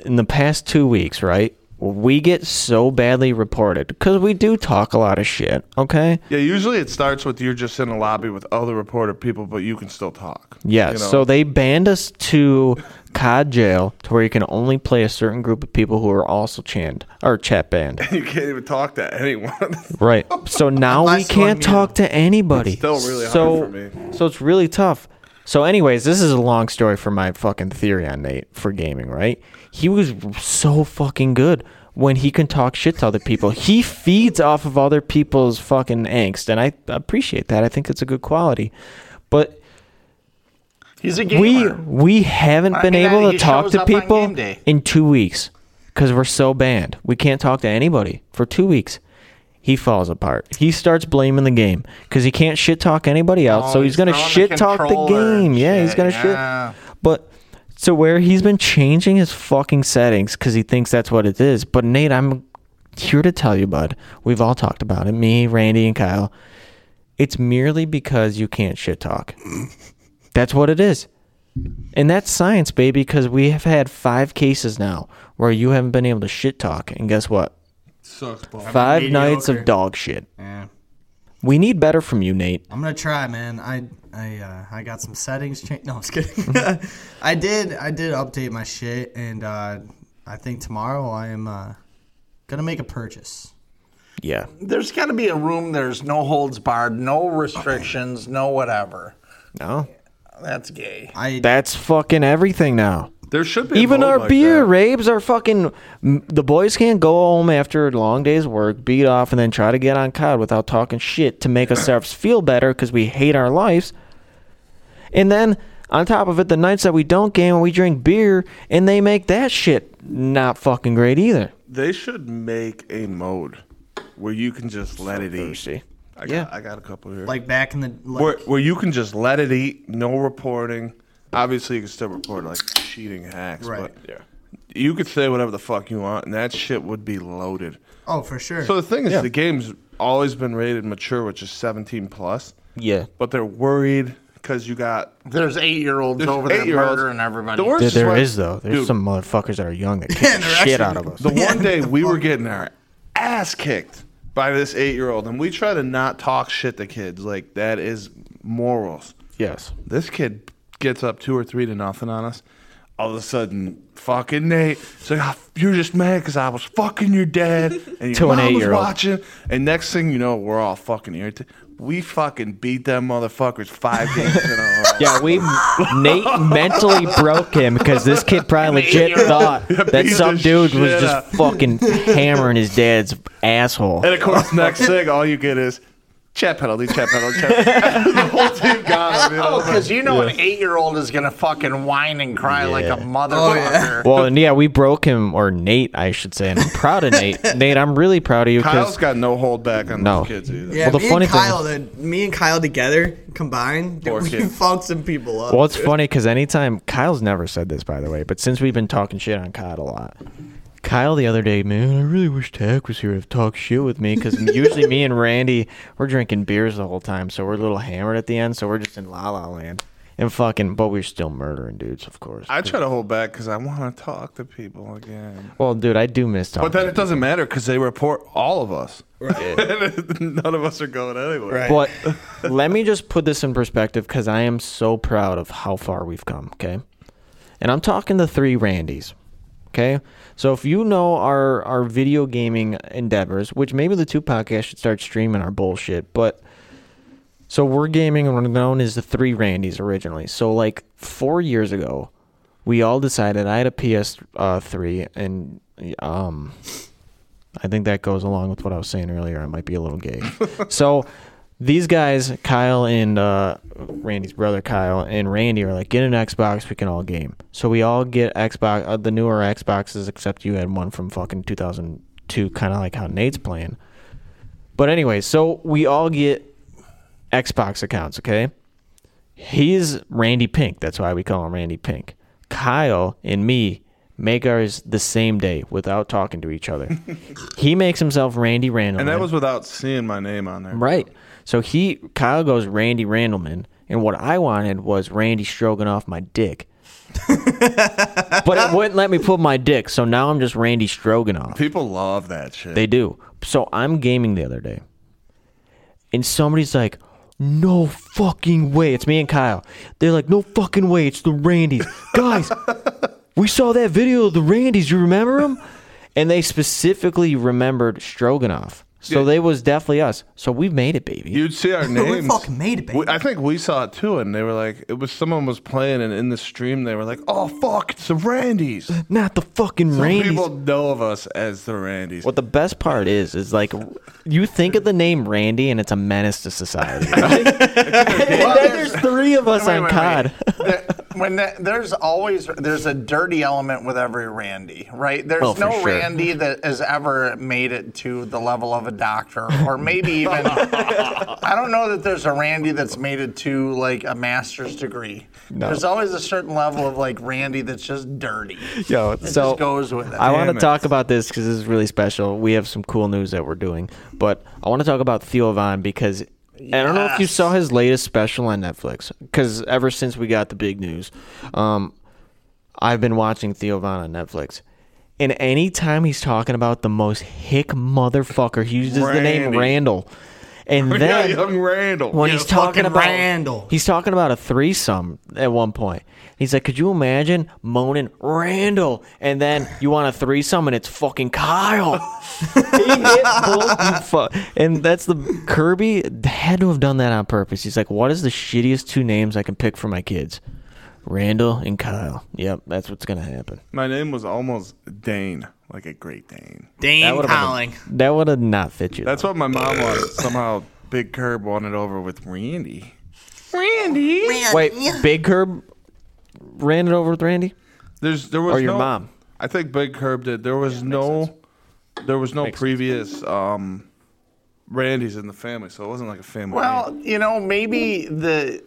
Speaker 2: in the past two weeks, right, we get so badly reported because we do talk a lot of shit. Okay.
Speaker 1: yeah, usually it starts with you're just in a lobby with other reporter people, but you can still talk.
Speaker 2: Yeah.
Speaker 1: you know?
Speaker 2: So they banned us to COD jail to where you can only play a certain group of people who are also channed or chat banned.
Speaker 1: *laughs* you can't even talk to anyone.
Speaker 2: Right.
Speaker 1: Oh,
Speaker 2: So now we
Speaker 4: Unless you
Speaker 2: can't
Speaker 4: unmute
Speaker 2: talk to anybody.
Speaker 1: still really hard
Speaker 2: so,
Speaker 1: for me.
Speaker 2: So it's really tough. So, anyways, this is a long story for my fucking theory on Nate for gaming, right? He was so fucking good when he can talk shit to other people. He feeds off of other people's fucking angst, and I appreciate that. I think it's a good quality. But
Speaker 3: He's a gamer.
Speaker 2: We we haven't
Speaker 3: I
Speaker 2: been
Speaker 3: mean,
Speaker 2: able
Speaker 3: uh,
Speaker 2: to
Speaker 3: he
Speaker 2: talk
Speaker 3: shows
Speaker 2: to
Speaker 3: up on
Speaker 2: people
Speaker 3: game day.
Speaker 2: in two weeks because we're so banned. We can't talk to anybody for two weeks. He falls apart. He starts blaming the game because he can't shit talk anybody else.
Speaker 3: Oh,
Speaker 2: so he's,
Speaker 3: he's
Speaker 2: gonna
Speaker 3: throwing the
Speaker 2: shit talk the
Speaker 3: controller and
Speaker 2: game. Yeah, he's
Speaker 3: shit,
Speaker 2: gonna
Speaker 3: yeah.
Speaker 2: shit. But so where he's been changing his fucking settings because he thinks that's what it is. But Nate, I'm here to tell you, bud. We've all talked about it. Me, Randy, and Kyle. It's merely because you can't shit talk. That's what it is. And that's science, baby, because we have had five cases now where you haven't been able to shit talk. And guess what?
Speaker 1: Sucks balls.
Speaker 2: Five nights of
Speaker 4: mediocre.
Speaker 2: dog shit.
Speaker 4: Yeah.
Speaker 2: We need better from you, Nate.
Speaker 4: I'm gonna try, man. I I uh, I got some settings changed. No, I was kidding. *laughs* I did I did update my shit, and uh, I think tomorrow I am uh, gonna make a purchase.
Speaker 2: Yeah.
Speaker 3: There's got to be a room. There's no holds barred, no restrictions, no whatever.
Speaker 2: No.
Speaker 3: That's gay.
Speaker 4: I
Speaker 2: That's fucking everything now.
Speaker 1: *laughs* There should be a
Speaker 2: Even
Speaker 1: mode
Speaker 2: our
Speaker 1: like
Speaker 2: beer
Speaker 1: that.
Speaker 2: raves are fucking. m- The boys can't go home after a long day's work, beat off, and then try to get on COD without talking shit to make
Speaker 1: *clears throat*
Speaker 2: ourselves feel better because we hate our lives. And then on top of it, the nights that we don't game, we drink beer, and they make that shit not fucking great either.
Speaker 1: They should make a mode where you can just let it eat.
Speaker 2: Thirsty.
Speaker 1: I
Speaker 2: Yeah.
Speaker 1: got, I got a couple here.
Speaker 4: like back in the like,
Speaker 1: where, where you can just let it eat, no reporting. Obviously, you can still report like cheating hacks,
Speaker 4: Right.
Speaker 1: but you could say whatever the fuck you want, and that shit would be loaded.
Speaker 4: oh for sure.
Speaker 1: So the thing is, the game's always been rated mature, which is 17 plus,
Speaker 2: Yeah.
Speaker 1: but they're worried because you got
Speaker 3: There's eight year olds over there
Speaker 1: eight-year-olds.
Speaker 3: murdering everybody.
Speaker 1: The worst
Speaker 2: There,
Speaker 1: is
Speaker 2: there
Speaker 1: when-
Speaker 2: is, though. There's
Speaker 1: Dude,
Speaker 2: some motherfuckers that are young
Speaker 1: *laughs*
Speaker 2: that kick the shit out of us.
Speaker 1: The one day we were getting our ass kicked by this eight year old, and we try to not talk shit to kids. Like, that is morals.
Speaker 2: yes.
Speaker 1: This kid gets up two or three to nothing on us. All of a sudden, fucking Nate, it's like, "Ah, you're just mad because I was fucking your
Speaker 2: *laughs*
Speaker 1: dad and
Speaker 2: To
Speaker 1: your mom
Speaker 2: an
Speaker 1: was
Speaker 2: eight-year-old.
Speaker 1: watching. And next thing you know, we're all fucking irritated. We fucking beat them motherfuckers five games in a row.
Speaker 2: *laughs* Yeah, we Nate mentally broke him because this kid probably legit thought that
Speaker 1: beat
Speaker 2: some
Speaker 1: the
Speaker 2: dude was
Speaker 1: shit
Speaker 2: just
Speaker 1: out.
Speaker 2: fucking hammering his dad's asshole.
Speaker 1: And of course, next thing, all you get is chat penalty, chat penalty, chat
Speaker 2: *laughs*
Speaker 1: penalty. the whole team got him. You know?
Speaker 3: Oh, because you know an eight year old is going to fucking whine and cry like a motherfucker.
Speaker 2: Well, and Oh, yeah, we broke him or Nate, I should say, and I'm proud of Nate. Nate, I'm really proud of you
Speaker 1: Kyle's
Speaker 2: because
Speaker 1: got no hold back on
Speaker 2: No.
Speaker 1: those kids either.
Speaker 4: yeah,
Speaker 2: well, the
Speaker 4: me
Speaker 2: funny
Speaker 4: and
Speaker 2: thing-
Speaker 4: Kyle, the, me and Kyle together combined, *laughs* dude,
Speaker 1: Poor
Speaker 4: we
Speaker 1: kid.
Speaker 4: fucked some people up.
Speaker 2: well, it's funny because anytime Kyle's never said this, by the way, but since we've been talking shit on Kyle a lot. Kyle the other day, man, I really wish Tack was here to talk shit with me because *laughs* usually me and Randy, we're drinking beers the whole time, so we're a little hammered at the end, so we're just in la la land and fucking, but we're still murdering dudes, of course.
Speaker 1: I try to hold back because I want to talk to people again.
Speaker 2: well, dude, I do miss talking.
Speaker 1: But then it doesn't matter because they report all of us. *laughs* None of us are going anywhere.
Speaker 4: Right.
Speaker 2: But let me just put this in perspective because I am so proud of how far we've come, okay? And I'm talking the three Randys, okay? So if you know our, our video gaming endeavors, which maybe the two podcasts should start streaming our bullshit, but so we're gaming and we're known as the three Randys originally. So like four years ago, we all decided I had a PS3 and um I think that goes along with what I was saying earlier. I might be a little gay. *laughs* so these guys, Kyle and uh, Randy's brother Kyle and Randy, are like, get an Xbox. We can all game. So we all get Xbox, uh, the newer Xboxes, except you had one from fucking 2002, kind of like how Nate's playing. But anyway, so we all get Xbox accounts. Okay, he's Randy Pink. That's why we call him Randy Pink. Kyle and me make ours the same day without talking to
Speaker 1: *laughs*
Speaker 2: each other. he makes himself Randy Randall.
Speaker 1: And that was without seeing my name on there.
Speaker 2: Right. So he Kyle goes Randy Randleman, and what I wanted was Randy stroking off
Speaker 1: *laughs*
Speaker 2: my dick. but it wouldn't let me put my dick, so now I'm just Randy Stroganoff.
Speaker 1: People love that shit.
Speaker 2: They do. So I'm gaming the other day, and somebody's like, "No fucking way!" It's me and Kyle. They're like, "No fucking way!" It's
Speaker 3: *laughs*
Speaker 2: the Randys, guys. we saw that video of the Randys. You remember them? And they specifically remembered Stroganoff. So they was definitely us. So we made it, baby.
Speaker 1: You'd see our
Speaker 4: We
Speaker 1: names.
Speaker 4: fucking made it, baby.
Speaker 1: We- I think we saw it too, and they were like, it was someone was playing, and in the stream they were like, "Oh fuck, it's the Randys." Some
Speaker 2: Not the fucking *laughs* Randys.
Speaker 1: people know of us as the Randys.
Speaker 2: What the best part is is like you think of the name Randy and it's a menace to society.
Speaker 3: *laughs*
Speaker 2: and then there's three of us
Speaker 3: Wait,
Speaker 2: on
Speaker 3: wait,
Speaker 2: COD.
Speaker 3: wait. *laughs* There- when that, there's always there's a dirty element with every Randy, right? There's
Speaker 2: Oh, for
Speaker 3: no
Speaker 2: sure.
Speaker 3: Randy that has ever made it to the level of a doctor, or maybe even I don't know that there's a Randy that's made it to like a master's degree. There's always a certain level of like Randy that's just dirty.
Speaker 2: Yo,
Speaker 3: It
Speaker 2: so
Speaker 3: just goes with it.
Speaker 2: I want
Speaker 1: Damn
Speaker 2: to
Speaker 1: it.
Speaker 2: talk about this because this is really special. We have some cool news that we're doing, but I want to talk about Theo Von because I don't know if you
Speaker 3: Yes.
Speaker 2: saw his latest special on Netflix. Because ever since we got the big news, um, I've been watching Theo Von on Netflix. And any time he's talking about the most hick motherfucker, he uses the name
Speaker 1: Randy.
Speaker 2: Randall.
Speaker 1: *laughs*
Speaker 2: And
Speaker 1: yeah,
Speaker 2: then
Speaker 1: young Randall.
Speaker 2: when he's talking
Speaker 4: fucking
Speaker 2: about
Speaker 4: Randall.
Speaker 2: he's talking about a threesome at one point. He's like, "Could you imagine moaning Randall?" And then you want a threesome, and it's fucking Kyle. *laughs* He hit both, you fu- and that's the Kirby had to have done that on purpose. He's like, "What is the shittiest two names I can pick for my kids?" Randall and Kyle. Yep, that's what's gonna happen.
Speaker 1: My name was almost Dane, like a Great Dane.
Speaker 2: That
Speaker 4: Dane
Speaker 2: would've been a-
Speaker 4: Cowling.
Speaker 2: That would have not fit you.
Speaker 1: That's what my mom wanted. Somehow, Big Curb won it over with Randy. Randy.
Speaker 2: though. Wait, Big Curb ran it over with Randy.
Speaker 1: There's there was
Speaker 2: Or your
Speaker 1: no-
Speaker 2: mom.
Speaker 1: I think Big Curb did. There was no, there was no previous um, Randys in the family, so it wasn't like a family.
Speaker 3: Well,
Speaker 1: name.
Speaker 3: you know, maybe the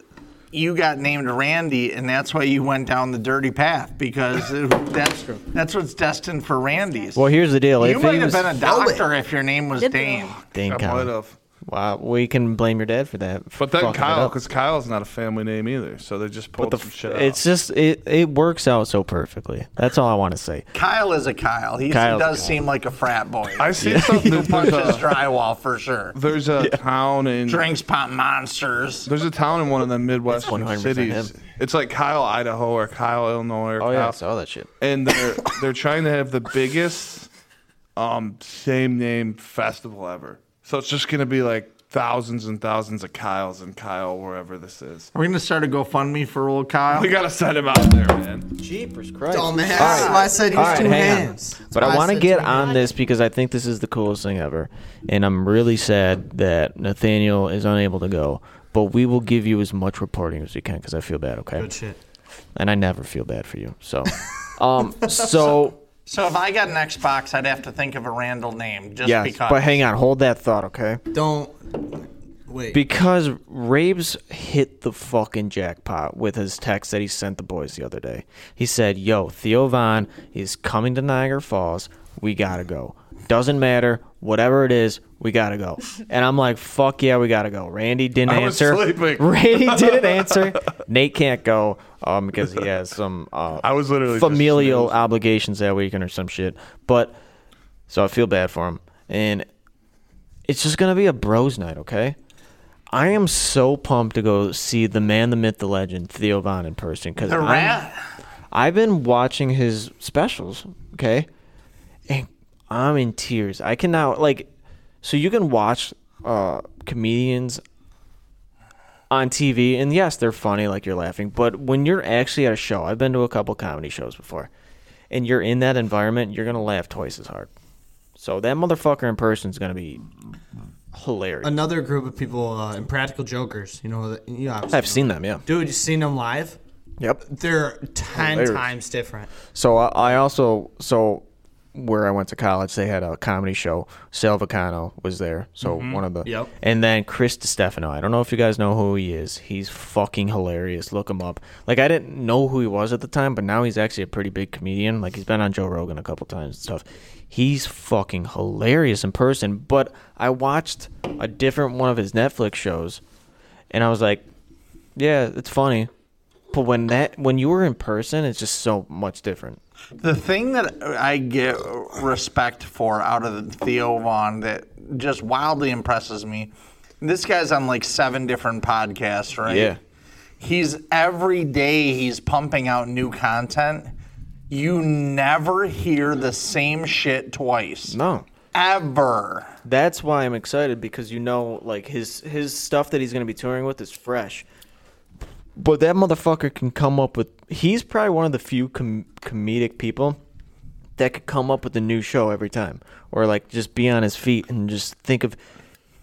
Speaker 3: you got named Randy, and that's why you went down the dirty path because it- that's that's what's destined for Randy's.
Speaker 2: Well, here's the deal.
Speaker 3: you
Speaker 2: If
Speaker 3: might
Speaker 2: he
Speaker 3: have
Speaker 2: was
Speaker 3: been a
Speaker 4: Know it.
Speaker 3: doctor if your name was
Speaker 6: Did they?
Speaker 3: Dane.
Speaker 2: Dane
Speaker 1: I
Speaker 2: Kyle.
Speaker 1: might have.
Speaker 2: Wow, we can blame your dad for that.
Speaker 1: But then Kyle, because Kyle's not a family name either, so they just pulled some shit out.
Speaker 2: it's just it it works out so perfectly. That's all I want to say.
Speaker 3: Kyle is a Kyle. He
Speaker 2: Kyle's a
Speaker 3: does
Speaker 2: Kyle.
Speaker 3: seem like a frat boy.
Speaker 1: I see something. There's,
Speaker 3: punches
Speaker 2: *laughs*
Speaker 1: a,
Speaker 3: drywall for sure.
Speaker 1: there's a town in
Speaker 3: Drinks pop monsters.
Speaker 1: there's a town in one of the Midwestern
Speaker 2: 100%
Speaker 1: cities.
Speaker 2: him. Oh,
Speaker 1: It's like Kyle, Idaho, or Kyle, Illinois. Or Kyle,
Speaker 2: that shit.
Speaker 1: and they're they're trying to have the biggest um same name festival ever. So it's just gonna be like thousands and thousands of Kyles and Kyle wherever this is.
Speaker 3: We're gonna start a GoFundMe for old Kyle.
Speaker 1: We gotta send him out there, man.
Speaker 2: Jeepers Christ!
Speaker 4: Dumbass. That's why I said he
Speaker 2: All
Speaker 4: was
Speaker 2: right,
Speaker 4: two
Speaker 2: hang on.
Speaker 4: hands. That's
Speaker 2: But
Speaker 4: why
Speaker 2: I want to
Speaker 4: said
Speaker 2: get
Speaker 4: two
Speaker 2: on
Speaker 4: hands.
Speaker 2: this because I think this is the coolest thing ever, and I'm really sad that Nathaniel is unable to go. But we will give you as much reporting as we can because I feel bad. Okay.
Speaker 4: Good shit.
Speaker 2: And I never feel bad for you.
Speaker 4: *laughs*
Speaker 2: So, um, so
Speaker 3: So if I got an Xbox, I'd have to think of a Randall name just
Speaker 2: yeah.
Speaker 3: because.
Speaker 2: But hang on, hold that thought. Okay.
Speaker 4: Don't wait.
Speaker 2: Because Raves hit the fucking jackpot with his text that he sent the boys the other day. He said, Yo, Theo Vaughn is coming to Niagara Falls. We gotta go. Doesn't matter. Whatever it is, we
Speaker 1: *laughs*
Speaker 2: gotta go. And I'm like, Fuck yeah, we gotta go. Randy didn't
Speaker 1: I was
Speaker 2: answer.
Speaker 1: sleeping.
Speaker 2: *laughs* Randy
Speaker 1: *laughs*
Speaker 2: didn't answer. Nate can't go um, because he has some uh,
Speaker 1: I was literally just
Speaker 2: familial
Speaker 1: snoozing.
Speaker 2: obligations that weekend or some shit. But so I feel bad for him. And it's just gonna be a bros night, okay? I am so pumped to go see the man, the myth, the legend, Theo Von in person because
Speaker 3: the rat.
Speaker 2: I've been watching his specials, okay? And I'm in tears. I can now like so you can watch uh comedians on TV and yes, they're funny like you're laughing, but when you're actually at a show, I've been to a couple comedy shows before. And you're in that environment, you're going to laugh twice as hard. So that motherfucker in person is going to be hilarious.
Speaker 4: Another group of people, uh, Impractical Jokers. You know, that- you obviously
Speaker 2: I've
Speaker 4: know.
Speaker 2: seen them, yeah.
Speaker 4: Dude, you seen them live?
Speaker 2: Yep.
Speaker 4: They're ten
Speaker 2: Hilarious.
Speaker 4: times different.
Speaker 2: So I, I also so where I went to college, they had a comedy show. Sal Vacano was there, so one of the
Speaker 4: Yep.
Speaker 2: and then Chris DiStefano. I don't know if you guys know who he is. He's fucking hilarious. Look him up. Like I didn't know who he was at the time, but now he's actually a pretty big comedian. Like he's been on Joe Rogan a couple times and stuff. He's fucking hilarious in person. But I watched a different one of his Netflix shows, and I was like, yeah, it's funny. But when that when you were in person, it's just so much different.
Speaker 3: The thing that I get respect for out of Theo Vaughn that just wildly impresses me, this guy's on like seven different podcasts, right?
Speaker 2: Yeah.
Speaker 3: He's every day he's pumping out new content. You never hear the same shit twice.
Speaker 2: No.
Speaker 3: ever.
Speaker 2: That's why I'm excited because you know, like his his stuff that he's gonna be touring with is fresh. But that motherfucker can come up with. He's probably one of the few com- comedic people that could come up with a new show every time, or like just be on his feet and just think of.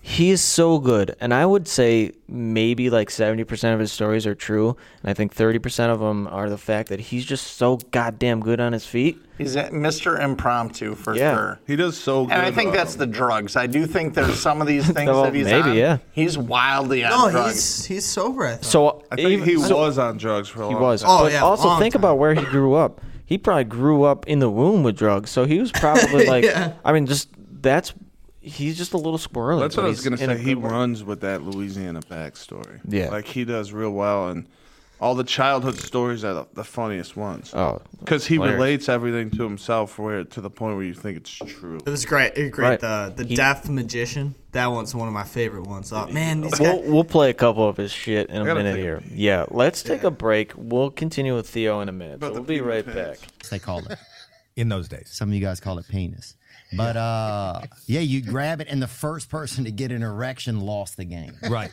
Speaker 2: He is so good, and I would say maybe like seventy percent of his stories are true, and I think thirty percent of them are the fact that he's just so goddamn good on his feet.
Speaker 3: He's a Mr. Impromptu for
Speaker 2: Yeah.
Speaker 3: sure.
Speaker 1: He does so good.
Speaker 3: And I think that's the drugs. I do think there's some of these things
Speaker 2: *laughs* Well,
Speaker 3: that he's
Speaker 2: maybe,
Speaker 3: on.
Speaker 2: yeah.
Speaker 3: He's wildly on
Speaker 4: No,
Speaker 3: drugs.
Speaker 4: he's he's sober. I thought.
Speaker 2: So
Speaker 1: I think
Speaker 2: even-
Speaker 1: he was on drugs for a
Speaker 2: He
Speaker 1: long
Speaker 2: was.
Speaker 1: time.
Speaker 4: Oh,
Speaker 2: but
Speaker 4: yeah,
Speaker 2: also
Speaker 4: long
Speaker 2: think
Speaker 4: time.
Speaker 2: about where he grew up. He probably grew up in the womb with drugs, so he was *laughs* probably like
Speaker 4: Yeah.
Speaker 2: I mean just that's he's just a little squirrely.
Speaker 1: That's
Speaker 2: but
Speaker 1: what I was
Speaker 2: he's
Speaker 1: gonna
Speaker 2: in a
Speaker 1: say. He
Speaker 2: good way.
Speaker 1: runs with that Louisiana backstory.
Speaker 2: Yeah.
Speaker 1: like he does real well, and all the childhood stories are the, the funniest ones.
Speaker 2: Oh.
Speaker 1: because he
Speaker 2: hilarious.
Speaker 1: relates everything to himself, where to the point where you think it's true.
Speaker 4: It was great. It was
Speaker 2: Right.
Speaker 4: great. The the
Speaker 2: He-
Speaker 4: deaf magician. That one's one of my favorite ones. Oh man, these
Speaker 2: *laughs*
Speaker 4: guys.
Speaker 2: We'll, we'll play a couple of his shit in a
Speaker 1: gotta
Speaker 2: minute
Speaker 1: take a
Speaker 2: here. yeah, let's take a break. We'll continue with Theo in a minute. but
Speaker 1: the
Speaker 2: we'll be
Speaker 1: pee-pee
Speaker 2: right
Speaker 1: pants.
Speaker 2: back.
Speaker 9: they call it.
Speaker 10: in those days.
Speaker 9: Some of you guys call it penis. But uh, yeah, you grab it, and the first person to get an erection lost the game.
Speaker 10: Right.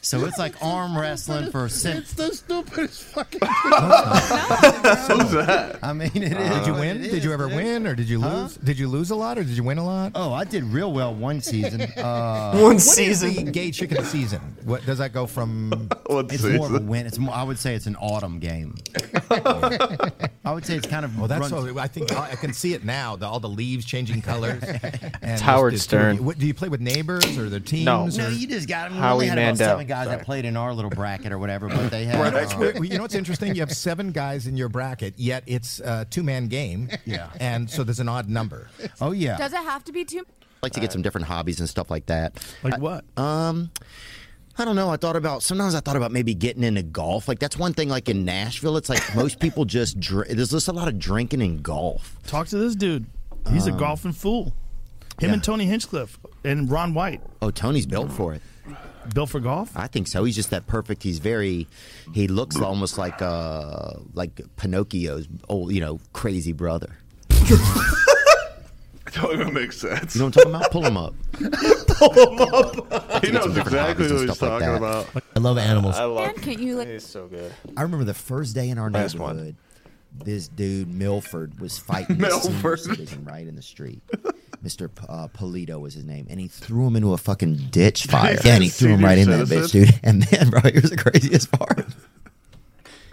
Speaker 9: So it's like arm wrestling for sim-
Speaker 7: the stupidest
Speaker 9: *laughs*
Speaker 7: fucking.
Speaker 9: I mean, it is.
Speaker 10: Did you
Speaker 9: what
Speaker 10: win?
Speaker 9: it
Speaker 10: Did you
Speaker 9: is,
Speaker 10: ever
Speaker 9: dude.
Speaker 10: win, or *laughs* did you lose? Did you lose a lot, or did you win a lot?
Speaker 9: Oh, I did real well one season. *laughs* Uh,
Speaker 4: One
Speaker 10: What is the
Speaker 4: season.
Speaker 10: gay chicken season. What does that go
Speaker 2: *laughs*
Speaker 10: from?
Speaker 1: What
Speaker 9: it's more of a win. It's more, I would say it's an autumn game. I would say it's kind of.
Speaker 10: Well, that's
Speaker 9: runs-
Speaker 10: so. I think I can see it now. The, all the leaves changing
Speaker 9: *laughs*
Speaker 10: colors. It's
Speaker 2: Howard Stern.
Speaker 10: What, do you play with neighbors or the teams?
Speaker 2: No.
Speaker 9: No,
Speaker 10: or-
Speaker 9: you just got. I mean, we
Speaker 2: Howie
Speaker 9: only had about
Speaker 2: Mandel.
Speaker 9: seven guys that played in our little bracket or whatever, but
Speaker 2: *laughs*
Speaker 9: they had. uh,
Speaker 10: Well, you know what's interesting? You have seven guys in your bracket, yet it's a two-man game.
Speaker 9: Yeah.
Speaker 10: and so there's an odd number.
Speaker 9: oh yeah.
Speaker 11: Does it have to be two?
Speaker 9: like to get some different hobbies and stuff like that.
Speaker 10: Like
Speaker 9: I-
Speaker 10: what?
Speaker 9: um, I don't know. I thought about sometimes I thought about maybe getting into golf. Like that's one thing. Like in Nashville, it's like most people just dr- there's just a lot of drinking in golf. Um,
Speaker 12: Talk to this dude. He's a golfing fool. Him and Tony Hinchcliffe and Ron White
Speaker 9: Oh, Tony's built for it.
Speaker 12: built for golf.
Speaker 9: I think so. He's just that perfect. He's very. He looks almost like uh like Pinocchio's old you know crazy brother.
Speaker 1: It don't even make sense.
Speaker 9: You know what I'm talking about? Pull him up.
Speaker 1: he knows
Speaker 9: different
Speaker 1: exactly
Speaker 9: hobbies and
Speaker 1: what he's
Speaker 9: stuff like
Speaker 1: talking
Speaker 9: that.
Speaker 1: about.
Speaker 9: I love animals.
Speaker 2: I love
Speaker 11: And can you like?
Speaker 2: he's so good.
Speaker 9: I remember the first day in our neighborhood, this dude Milford was fighting
Speaker 1: Milford.
Speaker 9: Milford citizen right in the street. Mr. P- uh, Polito was his name, and he threw him into a fucking ditch fire. yeah, and he threw him
Speaker 1: Senior
Speaker 9: right in that bitch,
Speaker 1: citizen.
Speaker 9: dude. And then, bro, here's the craziest part.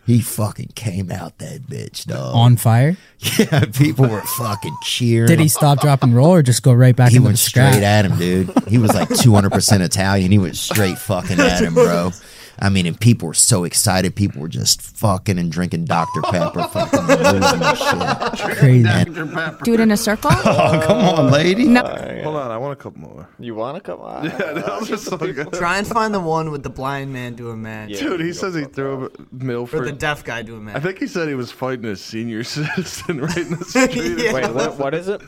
Speaker 9: He fucking came out that bitch, dog.
Speaker 13: on fire.
Speaker 9: *laughs* yeah, people were fucking cheering.
Speaker 13: Did he stop, drop, and roll, or just go right back
Speaker 9: He
Speaker 13: into the
Speaker 9: went
Speaker 13: scrap?
Speaker 9: straight at him, dude. He was like 200% Italian. He went straight fucking at him, bro. I mean, and people were so excited. People were just fucking and drinking Dr. Pepper, fucking losing their shit.
Speaker 13: Crazy.
Speaker 3: Dr. Pepper.
Speaker 11: Do it in a circle?
Speaker 9: Oh, come on, lady.
Speaker 1: Hold on, I want a couple more.
Speaker 2: You wanna come on? *laughs*
Speaker 1: *laughs* Those are so good.
Speaker 4: Try and find the one with the blind man doing man,
Speaker 1: Dude, he says he threw
Speaker 4: or the
Speaker 1: Milford.
Speaker 4: deaf guy doing man.
Speaker 1: I think he said he was fighting a senior *laughs* citizen right in *laughs* the
Speaker 4: *laughs*
Speaker 1: street.
Speaker 4: Yeah.
Speaker 2: Wait, what, what is it?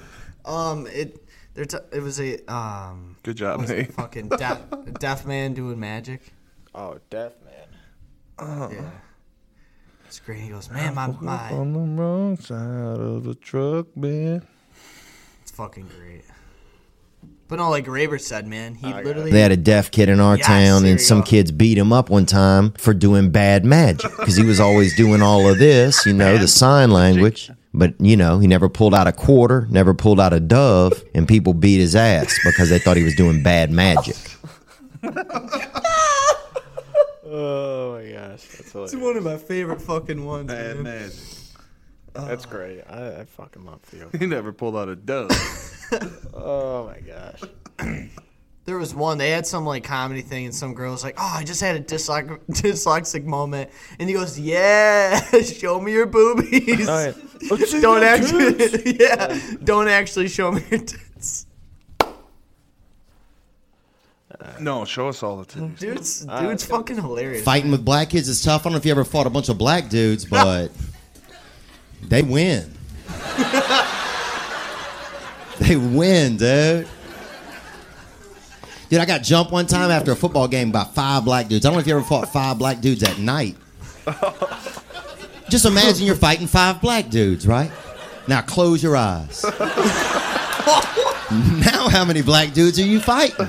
Speaker 4: um, it there t- it was a um
Speaker 1: Good job,
Speaker 4: what was
Speaker 1: Nate.
Speaker 4: it? fucking deaf deaf man doing magic.
Speaker 2: Oh, deaf man.
Speaker 4: Yeah. It's great. He goes, man, my, my
Speaker 1: On the wrong side of the truck, man.
Speaker 4: it's fucking great. But no, like Raber said, man, he literally
Speaker 9: They had a deaf kid in our
Speaker 4: Yes,
Speaker 9: town,
Speaker 4: there
Speaker 9: and
Speaker 4: you
Speaker 9: some
Speaker 4: go.
Speaker 9: kids beat him up one time for doing bad magic because he was always doing all of this, you know, the sign language. But, you know, he never pulled out a quarter, never pulled out a dove, and people beat his ass because they thought he was doing bad magic.
Speaker 2: Oh my gosh. That's
Speaker 4: it's
Speaker 2: hilarious.
Speaker 4: one of my favorite fucking ones. man.
Speaker 2: That's great. I, I fucking love Theo.
Speaker 1: He never pulled out a dove.
Speaker 2: Oh my gosh.
Speaker 4: There was one. They had some like comedy thing, and some girl was like, "Oh, I just had a dyslex- *laughs* dyslexic moment," and he goes, "Yeah, *laughs* show me your
Speaker 2: *laughs*
Speaker 4: boobies.
Speaker 2: Alright.
Speaker 4: *laughs* don't actually, *laughs* yeah, don't actually show me your tits."
Speaker 1: no, show us all the titties.
Speaker 3: *laughs*
Speaker 4: Dude's dude's fucking hilarious.
Speaker 9: Fighting with black kids is tough. I don't know if you ever fought a bunch of black dudes, but they win. they win, dude. Dude, I got jumped one time after a football game by five black dudes. I don't know if you ever fought five black dudes at night. Just imagine you're fighting five black dudes, right? Now close your eyes. now, how many black dudes are you fighting?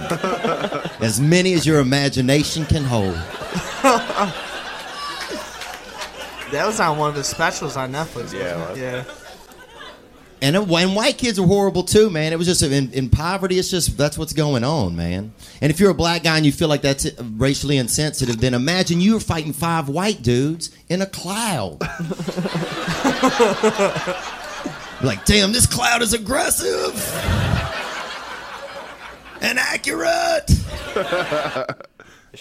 Speaker 9: As many as your imagination can hold.
Speaker 4: That was on one of his specials on Netflix. Yeah, yeah.
Speaker 9: And, it- and white kids are horrible too, man. It was just in, in poverty. It's just that's what's going on, man. And if you're a black guy and you feel like that's racially insensitive, then imagine you were fighting five white dudes in a cloud. *laughs* like, damn, this cloud is aggressive and accurate.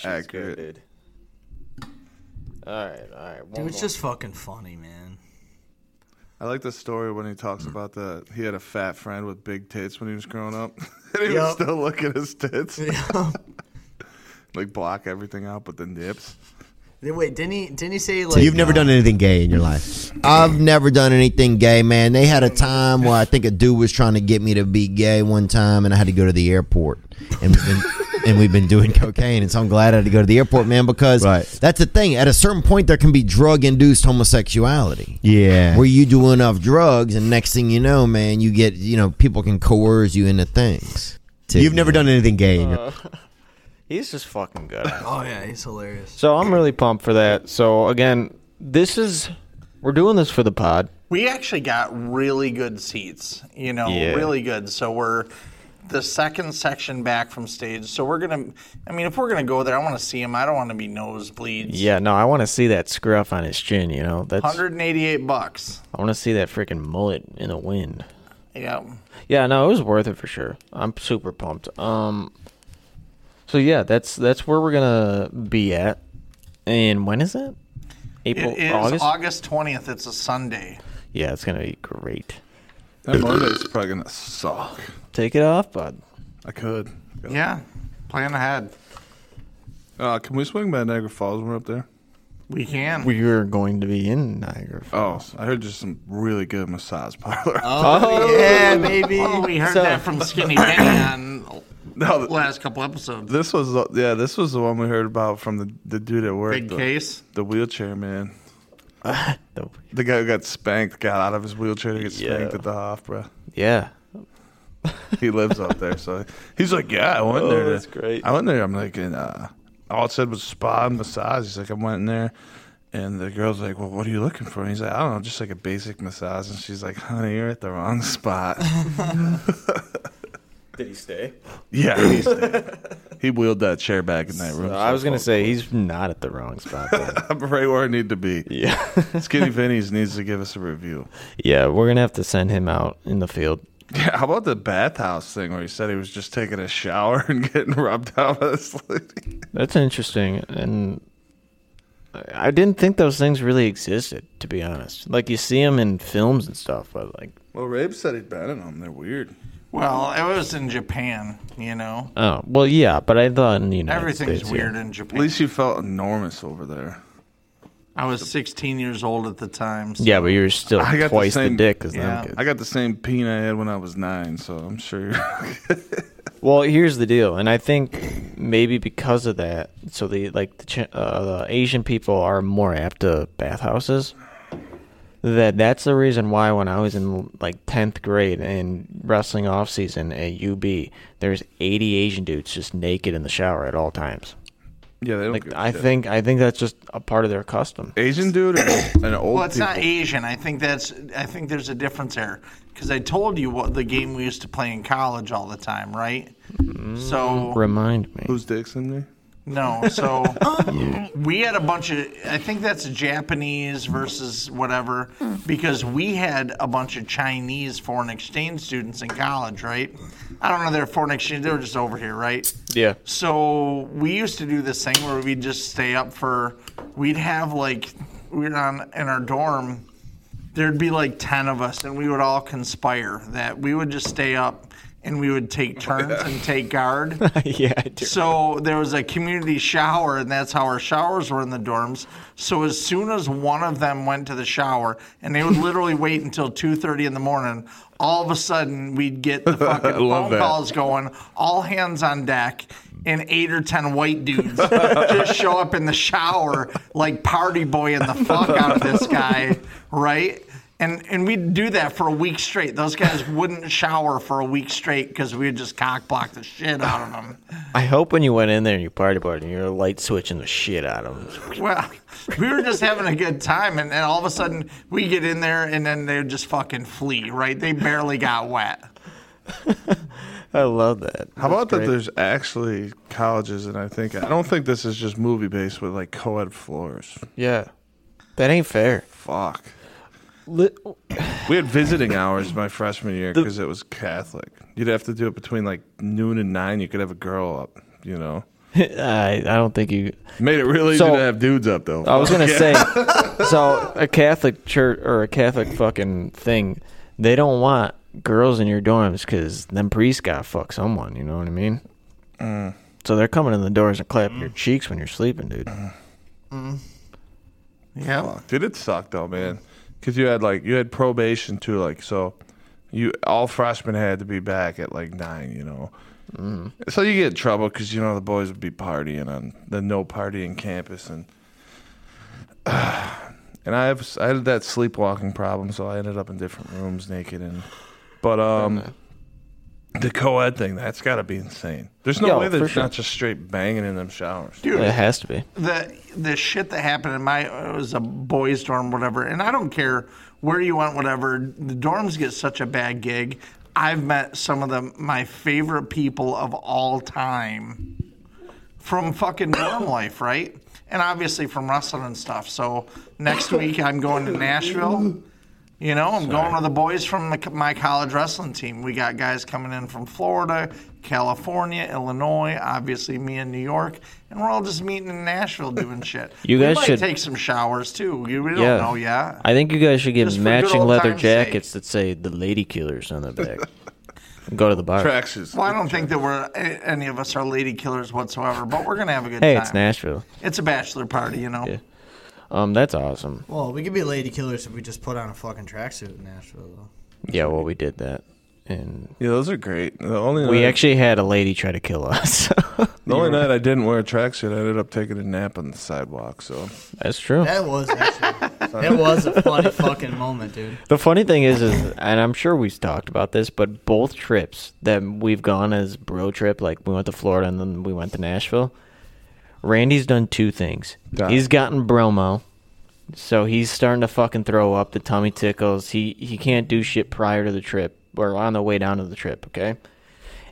Speaker 1: Accurate.
Speaker 2: All right, all right.
Speaker 3: Dude,
Speaker 2: One
Speaker 3: it's
Speaker 2: more.
Speaker 3: just fucking funny,
Speaker 4: *laughs*
Speaker 3: man.
Speaker 1: I like the story when he talks about the he had a fat friend with big tits when he was growing up, *laughs* and he was
Speaker 3: Yup.
Speaker 1: still looking at his
Speaker 3: *laughs*
Speaker 1: tits. like block everything out but the nips.
Speaker 4: Then Wait, didn't he? Didn't he say like?
Speaker 9: So you've never
Speaker 4: uh,
Speaker 9: done anything gay in your life? I've never done anything gay, man. They had a time where I think a dude was trying to get me to be gay one time, and I had to go to the airport, and we've been, and we've been doing cocaine, and so I'm glad I had to go to the airport, man, because that's the thing. At a certain point, there can be drug induced homosexuality.
Speaker 11: Yeah.
Speaker 9: where you do enough drugs, and next thing you know, man, you get you know people can coerce you into things.
Speaker 11: You've never done anything gay in your
Speaker 2: Uh, *laughs* he's just fucking good.
Speaker 3: Oh yeah, he's hilarious.
Speaker 2: So I'm really pumped for that. So again, this is we're doing this for the pod.
Speaker 3: We actually got really good seats, you know,
Speaker 2: Yeah.
Speaker 3: really good. So we're the second section back from stage. So we're gonna. I mean, if we're gonna go there, I want to see him. I don't want to be nosebleeds.
Speaker 2: Yeah, no, I want to see that scruff on his chin. You know, that's
Speaker 3: 188 bucks.
Speaker 2: I want to see that freaking mullet in the wind.
Speaker 3: Yeah.
Speaker 2: Yeah, no, it was worth it for sure. I'm super pumped. Um, so yeah, that's that's where we're gonna be at. And when is that? April,
Speaker 3: it is
Speaker 2: August.
Speaker 3: August? 20th. It's a Sunday.
Speaker 2: Yeah, it's gonna be great.
Speaker 1: That Monday's probably gonna suck.
Speaker 2: Take it off, bud.
Speaker 1: I could.
Speaker 3: Yeah. Plan ahead.
Speaker 1: Uh, can we swing by Niagara Falls when we're up there?
Speaker 3: We can.
Speaker 2: We are going to be in Niagara.
Speaker 1: Oh, I heard just some really good massage parlor.
Speaker 3: Oh. yeah,
Speaker 2: *laughs*
Speaker 3: baby. we heard
Speaker 2: Oh. So-
Speaker 3: that from Skinny Dan on
Speaker 1: *laughs* No,
Speaker 3: the last couple episodes.
Speaker 1: This was the- yeah, this was the one we heard about from the, the dude at work.
Speaker 3: Big
Speaker 1: the,
Speaker 3: case?
Speaker 1: the wheelchair man.
Speaker 2: the,
Speaker 1: guy who got spanked got out of his wheelchair to get spanked
Speaker 2: Yeah.
Speaker 1: at the Hofbra.
Speaker 2: Yeah.
Speaker 1: he lives up there, so he's like, yeah, I went
Speaker 2: Oh,
Speaker 1: there. to-
Speaker 2: that's great.
Speaker 1: I went there. I'm like, and uh, all it said was spa and massage. He's like, I went in there. And the girl's like, "Well, what are you looking for?" And he's like, "I don't know, just like a basic massage." And she's like, "Honey, you're at the wrong spot." *laughs*
Speaker 2: Did he stay?
Speaker 1: yeah, he's, he wheeled that chair back in that room.
Speaker 2: I was gonna say he's not at the wrong spot. then.
Speaker 1: I'm right where I need to be.
Speaker 2: Yeah. *laughs*
Speaker 1: *laughs* Skinny Vinny's needs to give us a review.
Speaker 2: yeah, we're gonna have to send him out in the field.
Speaker 1: Yeah, how about the bathhouse thing where he said he was just taking a shower *laughs* and getting rubbed out by this lady?
Speaker 2: That's interesting, and I I didn't think those things really existed, to be honest. Like you see them in films and stuff, but like,
Speaker 1: Well, Rabe said he'd been in them. They're weird.
Speaker 3: Well, it was in Japan, you know.
Speaker 2: oh well, yeah. But I thought in the United
Speaker 3: Everything's
Speaker 2: States, yeah.
Speaker 3: weird in
Speaker 1: At
Speaker 3: Japan.
Speaker 1: least you felt enormous over there.
Speaker 3: I was 16 years old at the time. so-
Speaker 2: Yeah, but you're still
Speaker 1: I got the
Speaker 2: twice the,
Speaker 1: same-
Speaker 2: dick as
Speaker 3: Yeah.
Speaker 2: them kids.
Speaker 1: I got the same peen I had when I was nine, so I'm sure.
Speaker 2: Well, here's the deal, and I think maybe because of that, so the like the, Chi- uh, the Asian people are more apt to bathhouses. That that's the reason why when I was in like tenth grade in wrestling off season at UB, there's eighty Asian dudes just naked in the shower at all times.
Speaker 1: *laughs* yeah, they don't.
Speaker 2: Like
Speaker 1: give a
Speaker 2: I
Speaker 1: shit.
Speaker 2: think I think that's just a part of their custom.
Speaker 1: Asian dude or *coughs* an old.
Speaker 3: Well, it's not
Speaker 1: people?
Speaker 3: Asian. I think that's. I think there's a difference there because I told you what the game we used to play in college all the time, right? So
Speaker 2: Mm. Remind me.
Speaker 1: Who's dicks in me?
Speaker 3: no, so we had a bunch of. I think that's Japanese versus whatever because we had a bunch of Chinese foreign exchange students in college, right? I don't know they're foreign exchange. They were just over here, right?
Speaker 2: Yeah.
Speaker 3: So we used to do this thing where we'd just stay up for, we'd have like, we were on in our dorm. There'd be like ten of us, and we would all conspire that we would just stay up, and we would take turns and take guard.
Speaker 2: yeah, I do.
Speaker 3: So there was a community shower, and that's how our showers were in the dorms. So as soon as one of them went to the shower, and
Speaker 1: *laughs*
Speaker 3: they would literally wait until two thirty in the morning, all of a sudden we'd
Speaker 1: *laughs*
Speaker 3: get the fucking
Speaker 1: I love
Speaker 3: phone
Speaker 1: that.
Speaker 3: calls going, all hands on deck, and eight or ten white
Speaker 1: *laughs*
Speaker 3: dudes just show up in the shower like party boy in the fuck out of this guy, right? And and we'd do that for a week straight. Those guys wouldn't shower for a week straight because we'd just cock block the shit out of them.
Speaker 2: I hope when you went in there and you party party, you're light switching the shit out of them.
Speaker 3: Well, we were just having a good time, and then all of a sudden we get in there, and then they would just fucking flee. Right? They barely got wet.
Speaker 2: I love that.
Speaker 1: How about
Speaker 2: great.
Speaker 1: that? There's actually colleges, and I think I don't think this is just movie based with like co-ed floors.
Speaker 2: Yeah, that ain't fair.
Speaker 1: Fuck. we had visiting hours my freshman year because it was Catholic. You'd have to do it between like noon and nine. You could have a girl up. You know.
Speaker 2: I I don't think you
Speaker 1: Made it really easy to have dudes up though.
Speaker 2: I was gonna
Speaker 1: Yeah.
Speaker 2: say,
Speaker 3: *laughs*
Speaker 2: so a Catholic church or a Catholic fucking thing, they don't want girls in your dorms because them priests got fuck someone. You know what I mean?
Speaker 3: Mm.
Speaker 2: So they're coming in the doors and clapping your cheeks when you're sleeping, dude.
Speaker 3: Mm. Yeah.
Speaker 1: Fuck, dude, it sucked though, man. Because you had like you had probation too, like so. You all freshmen had to be back at like nine, you know.
Speaker 2: Mm.
Speaker 1: So you get in trouble because you know the boys would be partying on the no partying campus, and *sighs* and I have I had that sleepwalking problem, so I ended up in different rooms naked and. But um, the co-ed thing that's got to be insane. There's no
Speaker 2: Yeah,
Speaker 1: way
Speaker 2: for
Speaker 1: there's
Speaker 2: sure.
Speaker 1: not just straight banging in them showers.
Speaker 3: Dude. It
Speaker 2: has to be.
Speaker 3: the the shit that happened in my it was a boys dorm whatever and i don't care where you went whatever the dorms get such a bad gig i've met some of the my favorite people of all time from fucking dorm life right and obviously from wrestling and stuff so next week i'm going to nashville you know, I'm going with the boys from the, my college wrestling team. We got guys coming in from Florida, California, Illinois, obviously me in New York, and we're all just meeting in Nashville doing shit.
Speaker 2: *laughs* You
Speaker 3: We
Speaker 2: guys
Speaker 3: might
Speaker 2: should-
Speaker 3: take some showers too. You- We don't
Speaker 2: yeah.
Speaker 3: know yet.
Speaker 2: I think you guys should get
Speaker 3: Just for good
Speaker 2: matching
Speaker 3: old
Speaker 2: leather
Speaker 3: time's sake.
Speaker 2: jackets that say "the lady killers" on
Speaker 3: *laughs*
Speaker 2: the back. And go to the bar.
Speaker 1: Traxxas.
Speaker 3: Well, I don't think that we're a- any of us are lady killers whatsoever, but we're gonna have a good
Speaker 2: Hey,
Speaker 3: time.
Speaker 2: it's Nashville.
Speaker 3: It's a bachelor party, you know.
Speaker 2: Um, that's awesome.
Speaker 4: Well, we could be lady killers if we just put on a fucking tracksuit in Nashville, though.
Speaker 2: Yeah, well, we did that, and
Speaker 1: Yeah, those are great. The only
Speaker 2: we
Speaker 1: night-
Speaker 2: actually had a lady try to kill us. *laughs*
Speaker 1: The only night I didn't wear a tracksuit, I ended up taking a nap on the sidewalk. So
Speaker 2: That's true.
Speaker 4: That was actually, that was a funny fucking moment, dude.
Speaker 2: The funny thing is, is, and I'm sure we've talked about this, but both trips that we've gone as bro trip, like we went to Florida and then we went to Nashville. Randy's done two things.
Speaker 1: Yeah.
Speaker 2: He's gotten bromo, so he's starting to fucking throw up. The tummy tickles. He he can't do shit prior to the trip or on the way down to the trip. Okay.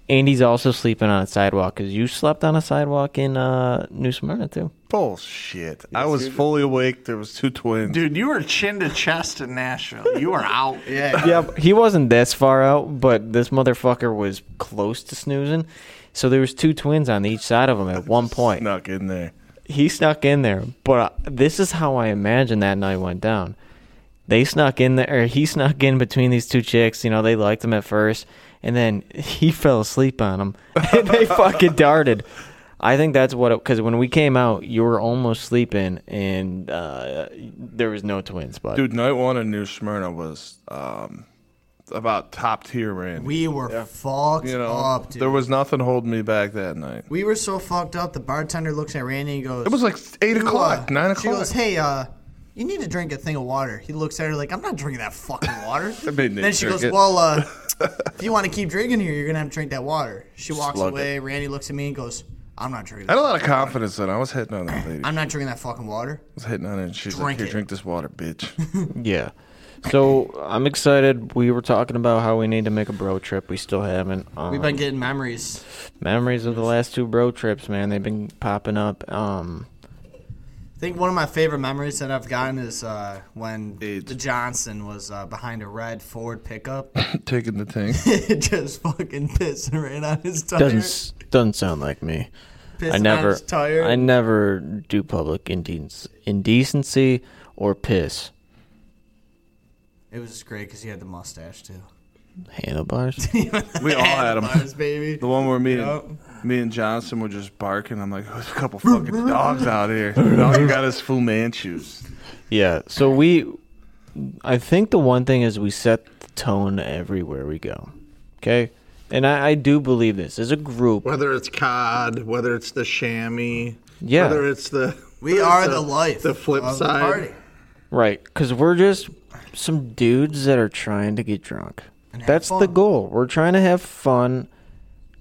Speaker 2: And he's also sleeping on a sidewalk because you slept on a sidewalk in uh, New Smyrna too.
Speaker 1: bullshit. I was fully awake. There was two twins.
Speaker 3: Dude, you were chin to chest in Nashville. You were out.
Speaker 4: yeah.
Speaker 2: yeah, but he wasn't this far out, but this motherfucker was close to snoozing. So there was two twins on each side of him at one point.
Speaker 1: snuck in there.
Speaker 2: He snuck in there, but uh, this is how I imagine that night went down. They snuck in there, or he snuck in between these two chicks. You know, they liked him at first, and then he *laughs* fell asleep on them. *laughs* and they fucking darted. I think that's what, because when we came out, you were almost sleeping, and uh, there was no twins, but
Speaker 1: Dude, night one in New Smyrna was um, about top tier, Randy.
Speaker 4: We were fucked
Speaker 1: you know,
Speaker 4: up, dude.
Speaker 1: there was nothing holding me back that night.
Speaker 4: we were so fucked up. The bartender looks at Randy and goes,
Speaker 1: It was like eight
Speaker 4: "You, uh,"
Speaker 1: o'clock, nine
Speaker 4: She
Speaker 1: o'clock.
Speaker 4: goes, "Hey, uh, you need to drink a thing of water." He looks at her like, "I'm not drinking that fucking
Speaker 1: *laughs*
Speaker 4: water."
Speaker 1: I made Nick
Speaker 4: then she
Speaker 1: drink
Speaker 4: goes,
Speaker 1: it. *laughs*
Speaker 4: "Well, uh, if you want to keep drinking here, you're gonna have to drink that water." She walks
Speaker 1: Slug
Speaker 4: away. Randy looks at me and goes, "I'm not drinking.
Speaker 1: I
Speaker 4: That.
Speaker 1: had a lot of confidence in. her. I was hitting on
Speaker 4: *clears throat*
Speaker 1: that lady. I
Speaker 4: I'm not drinking that fucking water."
Speaker 1: was hitting on her, and she's
Speaker 4: Drink
Speaker 1: like, "Here,
Speaker 4: it.
Speaker 1: drink this water,
Speaker 4: *laughs*
Speaker 1: bitch." *laughs*
Speaker 2: Yeah. So I'm excited. We were talking about how we need to make a bro trip. We still haven't. Um,
Speaker 4: We've been getting memories.
Speaker 2: memories of the last two bro trips, man. They've been popping up. Um,
Speaker 4: I think one of my favorite memories that I've gotten is uh, when the Johnson was uh, behind a red Ford pickup, *laughs*
Speaker 1: Taking the tank.
Speaker 4: just fucking pissing right on his tire.
Speaker 2: doesn't s- doesn't sound like me.
Speaker 4: Pissing
Speaker 2: I
Speaker 4: on
Speaker 2: never
Speaker 4: his tire.
Speaker 2: I never do public indec- indecency or piss
Speaker 4: It was just great because he had the mustache too.
Speaker 2: handlebars.
Speaker 1: We all had
Speaker 4: *laughs*
Speaker 1: them. *laughs*
Speaker 4: Handlebars, baby.
Speaker 1: The one where me and, me and Johnson were just barking. I'm like, there's a couple *laughs* fucking dogs out here. Dog got his Fu Manchus.
Speaker 2: yeah. So we, I think the one thing is we set the tone everywhere we go. Okay. And I, I do believe this as a group.
Speaker 3: Whether it's COD, whether it's the chamois,
Speaker 2: Yeah.
Speaker 3: whether it's the
Speaker 4: We are the life
Speaker 3: the flip
Speaker 4: of the
Speaker 3: side.
Speaker 4: party.
Speaker 2: Right, because we're just some dudes that are trying to get drunk. That's the goal. We're trying to have fun.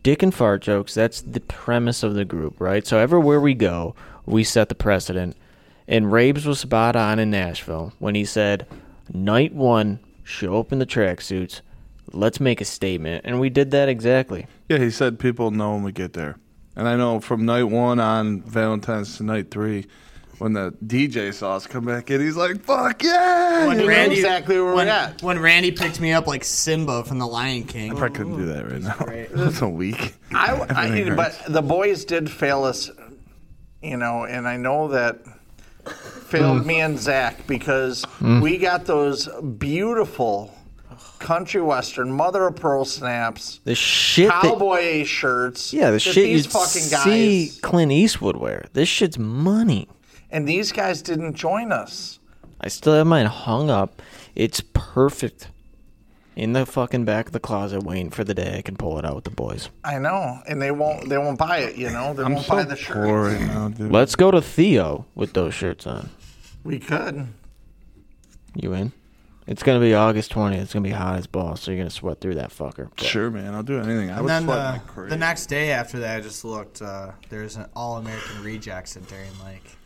Speaker 2: Dick and fart jokes, that's the premise of the group, right? So everywhere we go, we set the precedent. And Rabes was spot on in Nashville when he said, Night one, show up in the tracksuits, let's make a statement. And we did that exactly.
Speaker 1: Yeah, he said people know when we get there. And I know from night one on Valentine's to night three, when the DJ saw us come back in, he's like, fuck yeah!
Speaker 4: When
Speaker 1: You know?
Speaker 4: Randy- when,
Speaker 1: at.
Speaker 4: When Randy picked me up like Simba from The Lion King. I
Speaker 1: probably couldn't do that right *laughs* now. That's a week.
Speaker 3: I, I
Speaker 1: Everything
Speaker 3: but
Speaker 1: hurts.
Speaker 3: the boys did fail us, you know, and I know that failed me and Zach because
Speaker 8: Mm.
Speaker 3: we got those beautiful country western mother of pearl snaps,
Speaker 2: The shit that-
Speaker 3: cowboy shirts.
Speaker 2: Yeah, the
Speaker 3: that
Speaker 2: shit you
Speaker 3: these fucking guys
Speaker 2: see Clint Eastwood wear. This shit's money.
Speaker 3: and these guys didn't join us.
Speaker 2: I still have mine hung up. It's perfect. In the fucking back of the closet, waiting for the day I can pull it out with the boys.
Speaker 3: I know, and they won't. They won't buy it. You know, they won't buy the shirt.
Speaker 2: Let's go to Theo with those shirts on.
Speaker 3: We could.
Speaker 2: You in? It's gonna be August 20th. It's gonna be hot as balls, so you're gonna sweat through that fucker.
Speaker 1: Sure, man. I'll do anything.
Speaker 4: And then
Speaker 1: uh,
Speaker 4: the, the next day after that, I just looked. Uh, there's an All American Rejects at Darien Lake.
Speaker 1: *laughs*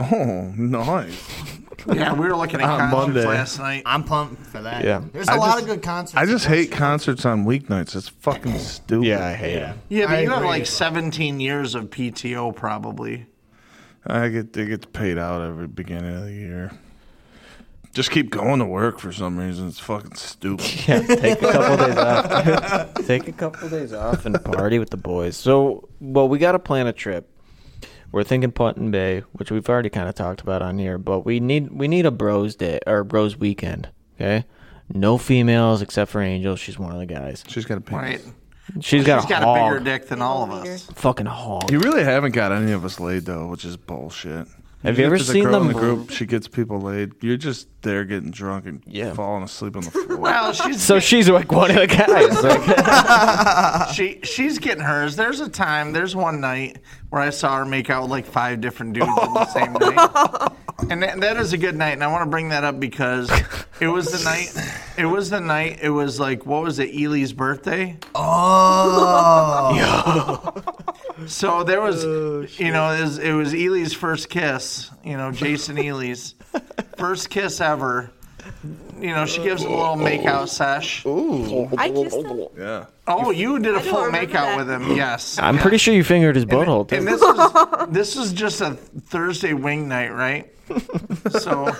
Speaker 1: Oh, nice.
Speaker 4: Yeah, we were
Speaker 2: *laughs*
Speaker 4: looking at
Speaker 1: on
Speaker 4: concerts
Speaker 1: Monday.
Speaker 4: last night. I'm pumped for that.
Speaker 1: Yeah.
Speaker 4: There's a
Speaker 1: I
Speaker 4: lot
Speaker 1: just-
Speaker 4: of good concerts.
Speaker 1: I just hate concerts on weeknights. It's fucking stupid. Yeah, I hate it.
Speaker 3: Yeah, but
Speaker 4: I
Speaker 3: you have
Speaker 4: agree.
Speaker 3: like 17 years of PTO probably.
Speaker 1: I get it gets paid out every beginning of the year. Just keep going to work for some reason. It's fucking stupid.
Speaker 2: Yeah, take a couple days off. *laughs* take a couple days off and party with the boys. So, well, we got to plan a trip. We're thinking Punton Bay, which we've already kind of talked about on here, but we need we need a bros day or bros weekend. Okay, no females except for Angel. *laughs* She's one of the guys.
Speaker 1: She's got a penis.
Speaker 3: Right.
Speaker 2: She's got a hog.
Speaker 3: bigger dick than all of us.
Speaker 2: Fucking hog.
Speaker 1: You really haven't got any of us laid though, which is bullshit.
Speaker 2: Have
Speaker 1: Even if
Speaker 2: you ever
Speaker 1: there's a
Speaker 2: seen
Speaker 1: girl in
Speaker 2: them-
Speaker 1: the group? She gets people laid. You're just there getting drunk and falling asleep
Speaker 3: *laughs*
Speaker 1: on the floor.
Speaker 3: Well, she's
Speaker 2: So she's like one of the guys. Like,
Speaker 3: she she's getting hers. There's a time, there's one night where I saw her make out with like five different dudes on the same night. And that, that is a good night, and I want to bring that up because it was the night. It was the night. It was like what was it? Ely's birthday. *laughs*
Speaker 4: Oh.
Speaker 3: So there was, you know, it was, it was Ely's first kiss. You know, Jason Ely's first kiss ever. You know, she gives him a little makeout sesh. Ooh.
Speaker 6: I kissed him.
Speaker 1: Yeah.
Speaker 3: Oh, you did a
Speaker 6: don't
Speaker 3: full
Speaker 6: remember
Speaker 3: makeout
Speaker 6: that.
Speaker 3: with him. Yes.
Speaker 2: *laughs* I'm pretty sure you fingered his butthole.
Speaker 3: And
Speaker 2: Too.
Speaker 3: this is this
Speaker 6: *laughs*
Speaker 3: is just a Thursday wing night, right? So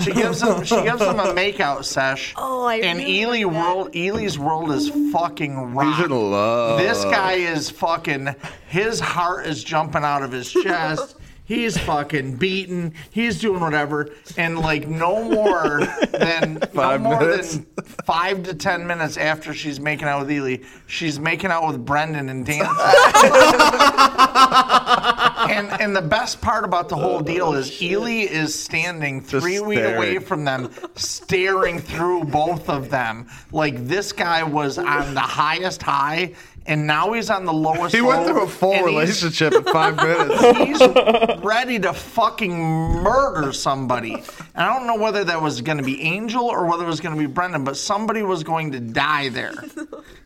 Speaker 3: she gives him she gives him a makeout sesh.
Speaker 6: Oh, I
Speaker 3: and
Speaker 6: really
Speaker 3: Ely world Ely's world is fucking rocked.
Speaker 1: He's in love.
Speaker 3: This guy is fucking. His heart is jumping out of
Speaker 1: *laughs*
Speaker 3: his chest. He's fucking beaten. He's doing whatever, and like no more
Speaker 1: *laughs*
Speaker 3: than
Speaker 1: Five
Speaker 3: no more
Speaker 1: minutes.
Speaker 3: than five to ten minutes after she's making out with Ely, she's making out with Brendan and dancing. and and the best part about the whole deal is Ely is standing three feet away
Speaker 1: Oh, staring.
Speaker 3: from them, staring through both of them. Like this guy was on the highest high, and now he's on the lowest.
Speaker 1: He went
Speaker 3: low,
Speaker 1: through a full
Speaker 3: and he's-
Speaker 1: relationship in five minutes.
Speaker 3: *laughs* He's ready to fucking murder somebody. And I don't know whether that was going to be Angel or whether it was going to be Brendan, but somebody was going to die there.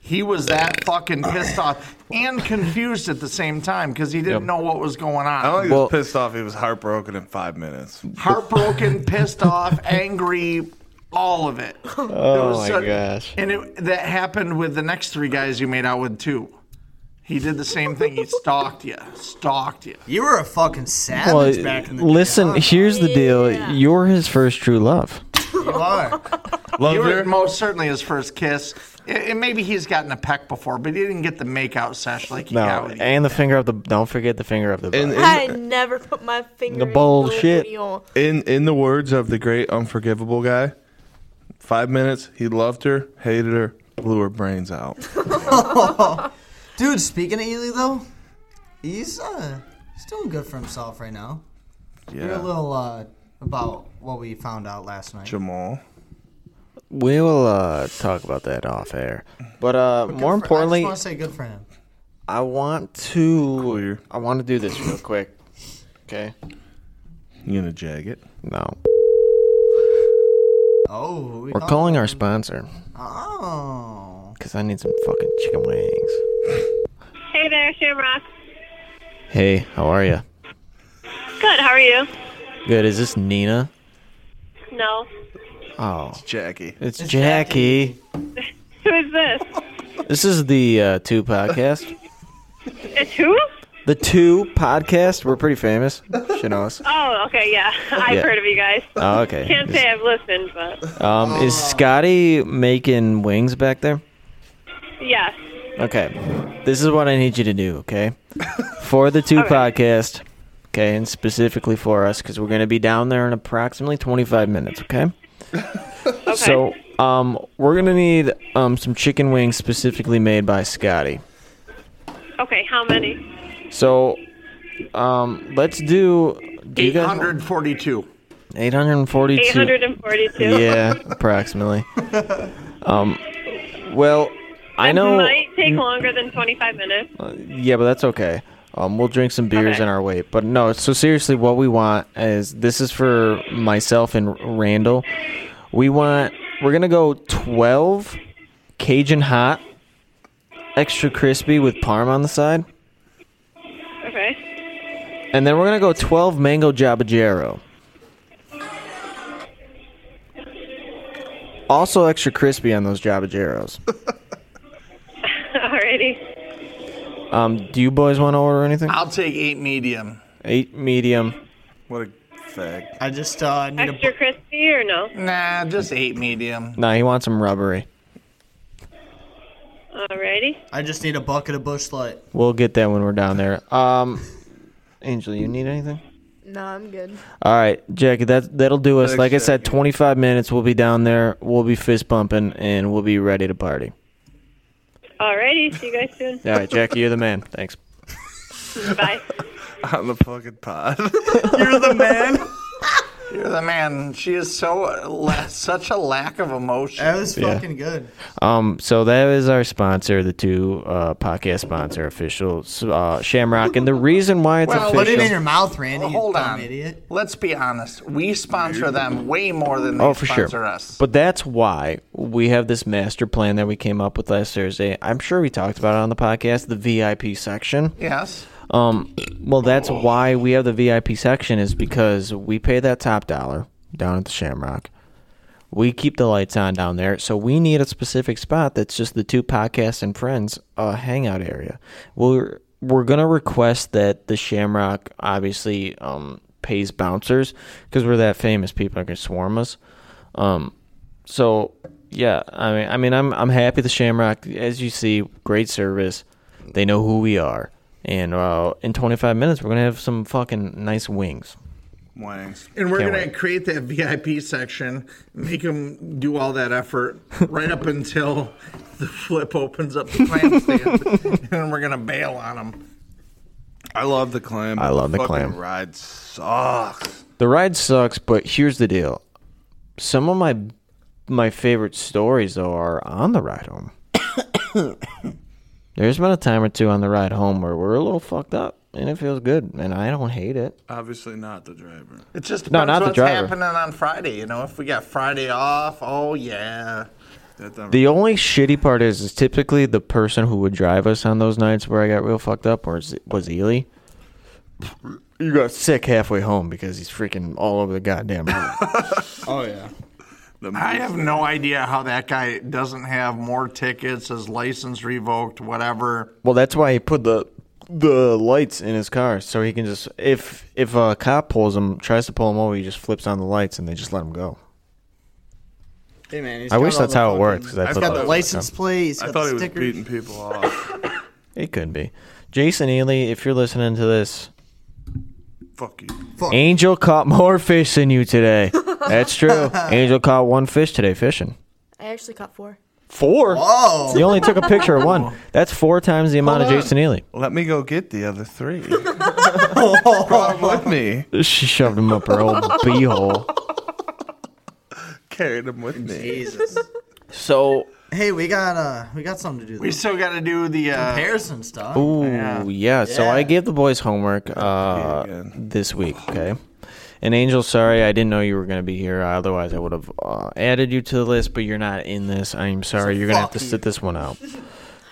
Speaker 3: He was that fucking pissed off and confused at the same time because he
Speaker 1: Yep.
Speaker 3: didn't
Speaker 1: Oh,
Speaker 3: know what was going
Speaker 1: I don't
Speaker 3: on.
Speaker 1: think he was pissed off. He was heartbroken in five minutes.
Speaker 3: Heartbroken, pissed off, angry, all of
Speaker 2: *laughs*
Speaker 3: it. Oh
Speaker 2: my gosh.
Speaker 3: And it, that happened with the next three guys you made out with too. He did the same thing. He stalked you. Stalked you.
Speaker 4: You were a fucking savage back in the
Speaker 2: listen, here's the deal. You're his first true love.
Speaker 4: You are.
Speaker 1: *laughs*
Speaker 3: you were most certainly his first kiss. And- and maybe he's gotten a peck before, but he didn't get the makeout sesh like he got
Speaker 2: No,
Speaker 3: with you.
Speaker 2: and the finger up the. Don't forget the finger up the. butt.
Speaker 6: I never put my finger in
Speaker 1: bullshit.
Speaker 6: oatmeal.
Speaker 1: In in the words of the great unforgivable guy, five minutes. He loved her, hated her, blew her brains out.
Speaker 4: Dude, speaking of Ely though, he's uh, he's doing good for himself right now.
Speaker 1: *laughs*
Speaker 4: You're
Speaker 1: Yeah.
Speaker 4: a little uh, about what we found out last night.
Speaker 1: Jamal.
Speaker 2: We will uh, talk about that off air. But uh,
Speaker 4: But good
Speaker 2: more
Speaker 4: for-
Speaker 2: importantly,
Speaker 4: I just want to say good for him.
Speaker 2: I want to. I want to do this real quick. Okay.
Speaker 1: You gonna jag it?
Speaker 2: No.
Speaker 4: Oh, we
Speaker 2: We're
Speaker 4: thought-
Speaker 2: calling our sponsor
Speaker 4: Oh.
Speaker 2: because I need some fucking chicken wings.
Speaker 8: Hey there, Shamrock.
Speaker 2: Hey, how are you?
Speaker 8: Good, how are you?
Speaker 2: Good. Is this Nina?
Speaker 8: No.
Speaker 2: Oh, it's
Speaker 1: Jackie.
Speaker 2: It's,
Speaker 8: It's
Speaker 2: Jackie.
Speaker 8: *laughs* Who is this?
Speaker 2: This is the uh, Two podcast.
Speaker 8: It's who?
Speaker 2: the Two podcast. We're pretty famous. She knows.
Speaker 8: *laughs* Oh, okay, yeah. I've
Speaker 2: Yeah.
Speaker 8: heard of you guys.
Speaker 2: Oh, okay.
Speaker 8: Can't say I've listened, but
Speaker 2: Um, is Scotty making wings back there?
Speaker 8: yeah.
Speaker 2: Okay. This is what I need you to do, okay? For the
Speaker 8: *laughs*
Speaker 2: two podcast, okay, and specifically for us, because we're going to be down there in approximately 25 minutes, okay? So, um, we're going to need um, some chicken wings specifically made by Scotty.
Speaker 8: Okay, how many?
Speaker 2: So, um, let's do. do you guys-
Speaker 3: 842.
Speaker 2: 842.
Speaker 8: 842.
Speaker 2: Yeah,
Speaker 8: *laughs*
Speaker 2: approximately. um, well, I
Speaker 8: That
Speaker 2: know.
Speaker 8: might take longer than 25 minutes.
Speaker 2: Yeah, but that's okay. Um, we'll drink some beers in our wait. But no, so seriously, what we want is this is for myself and Randall. We want we're gonna go twelve Cajun hot, extra crispy with parm on the side,
Speaker 8: Okay.
Speaker 2: and then we're gonna go twelve mango jabajero. Also extra crispy on those jabajeros.
Speaker 8: Alrighty.
Speaker 2: Um, do you boys want to order anything?
Speaker 3: I'll take eight medium.
Speaker 2: Eight medium.
Speaker 1: What a fag. *laughs*
Speaker 4: I just uh, I need
Speaker 8: Extra crispy or no?
Speaker 3: Nah, just eight medium.
Speaker 2: Nah, he wants some rubbery.
Speaker 8: Alrighty.
Speaker 4: I just need a bucket of bush light.
Speaker 2: We'll get that when we're down there. Um, Angel, you need anything?
Speaker 6: No, I'm good.
Speaker 2: All right, Jackie, that that'll do us.
Speaker 6: Thanks,
Speaker 2: like I said, 25 minutes. We'll be down there. We'll be fist bumping, and we'll be ready to party.
Speaker 8: Alrighty. See you guys soon.
Speaker 2: All right, Jackie, you're the man. Thanks.
Speaker 8: Bye.
Speaker 1: On the fucking pod.
Speaker 3: You're the man. You're the man. She is so uh, la- such a lack of emotion. That
Speaker 4: was
Speaker 2: Yeah.
Speaker 4: fucking good.
Speaker 2: Um, so that is our sponsor, the two uh, podcast sponsor, official uh, Shamrock, and the reason why it's
Speaker 3: Well,
Speaker 2: official.
Speaker 3: put it in your
Speaker 4: mouth, Randy.
Speaker 3: hold on, idiot. Let's be honest. We sponsor them way more than they
Speaker 2: Oh, for
Speaker 3: sponsor
Speaker 2: sure.
Speaker 3: us.
Speaker 2: But that's why we have this master plan that we came up with last Thursday. I'm sure we talked about it on the podcast, the VIP section.
Speaker 3: Yes.
Speaker 2: Um, well, that's why we have the VIP section is because we pay that top dollar down at the Shamrock. We keep the lights on down there, so we need a specific spot that's just the two podcasts and friends uh, hangout area. We're we're gonna request that the Shamrock obviously um, pays bouncers because we're that famous. People are gonna swarm us. Um, so yeah, I mean, I mean, I'm I'm happy the Shamrock, as you see, great service. They know who we are, and uh, in 25 minutes we're gonna have some fucking nice wings.
Speaker 1: *laughs* Wangs.
Speaker 3: And we're
Speaker 2: Can't
Speaker 3: going to create that VIP section, make them do all that effort right up until the flip opens up *laughs* the clam stand, and then we're going to bail on them.
Speaker 1: I love the clam.
Speaker 2: I
Speaker 1: but
Speaker 2: love the
Speaker 1: fucking
Speaker 2: clam.
Speaker 1: Ride sucks.
Speaker 2: The ride sucks, but here's the deal: some of my my favorite stories though are on the ride home. *coughs* There's been a time or two on the ride home where we're a little fucked up, and it feels good, and I don't hate it.
Speaker 1: Obviously not the driver.
Speaker 3: It just
Speaker 2: No,
Speaker 3: depends
Speaker 2: not the
Speaker 3: what's
Speaker 2: driver.
Speaker 3: happening on Friday. You know, if we got Friday off, oh yeah.
Speaker 2: The only shitty part is, is typically the person who would drive us on those nights where I got real fucked up was was Ely. You got sick halfway home because he's freaking all over the goddamn *laughs* road.
Speaker 3: Oh yeah. I have no idea how that guy doesn't have more tickets, his license revoked, whatever.
Speaker 2: well, that's why he put the the lights in his car so he can just if if a cop pulls him, tries to pull him over, he just flips on the lights and they just let him go.
Speaker 4: Hey man, he's
Speaker 2: I
Speaker 4: got
Speaker 2: wish
Speaker 4: all
Speaker 2: that's
Speaker 4: the
Speaker 2: how it
Speaker 4: fucking-
Speaker 2: worked, 'cause I
Speaker 4: He's
Speaker 2: thought
Speaker 4: got
Speaker 2: that
Speaker 4: the
Speaker 2: was
Speaker 4: license
Speaker 2: dumb.
Speaker 4: plate. He's
Speaker 1: I
Speaker 4: got
Speaker 1: thought
Speaker 4: the
Speaker 1: he was
Speaker 4: stickers.
Speaker 1: beating people *laughs* off.
Speaker 2: It could be. Jason Ely, if you're listening to this,
Speaker 1: Fuck you.
Speaker 2: Angel caught more fish than
Speaker 1: *laughs*
Speaker 2: you today. That's true. Angel caught one fish today fishing.
Speaker 6: I actually caught four.
Speaker 2: Four.
Speaker 6: Whoa.
Speaker 2: You only took a picture
Speaker 1: *laughs*
Speaker 2: of one. That's four times the amount
Speaker 1: Hold
Speaker 2: of
Speaker 1: on.
Speaker 2: Jason Ely.
Speaker 1: Let me go get the other *laughs* three. Brought 'em with *laughs* me.
Speaker 2: She shoved him up her old
Speaker 1: *laughs*
Speaker 2: beehole.
Speaker 1: Carried them with me.
Speaker 4: Jesus.
Speaker 2: So
Speaker 4: Hey, we got uh, we got something to do.
Speaker 3: We still got to do the uh,
Speaker 4: comparison stuff.
Speaker 2: Ooh, yeah. So I gave the boys homework uh, this week. Okay. And Angel, sorry, I didn't know you were going to be here. Otherwise, I would have uh, added you to the list, but you're not in this. I'm sorry. you're going to have to sit this one out.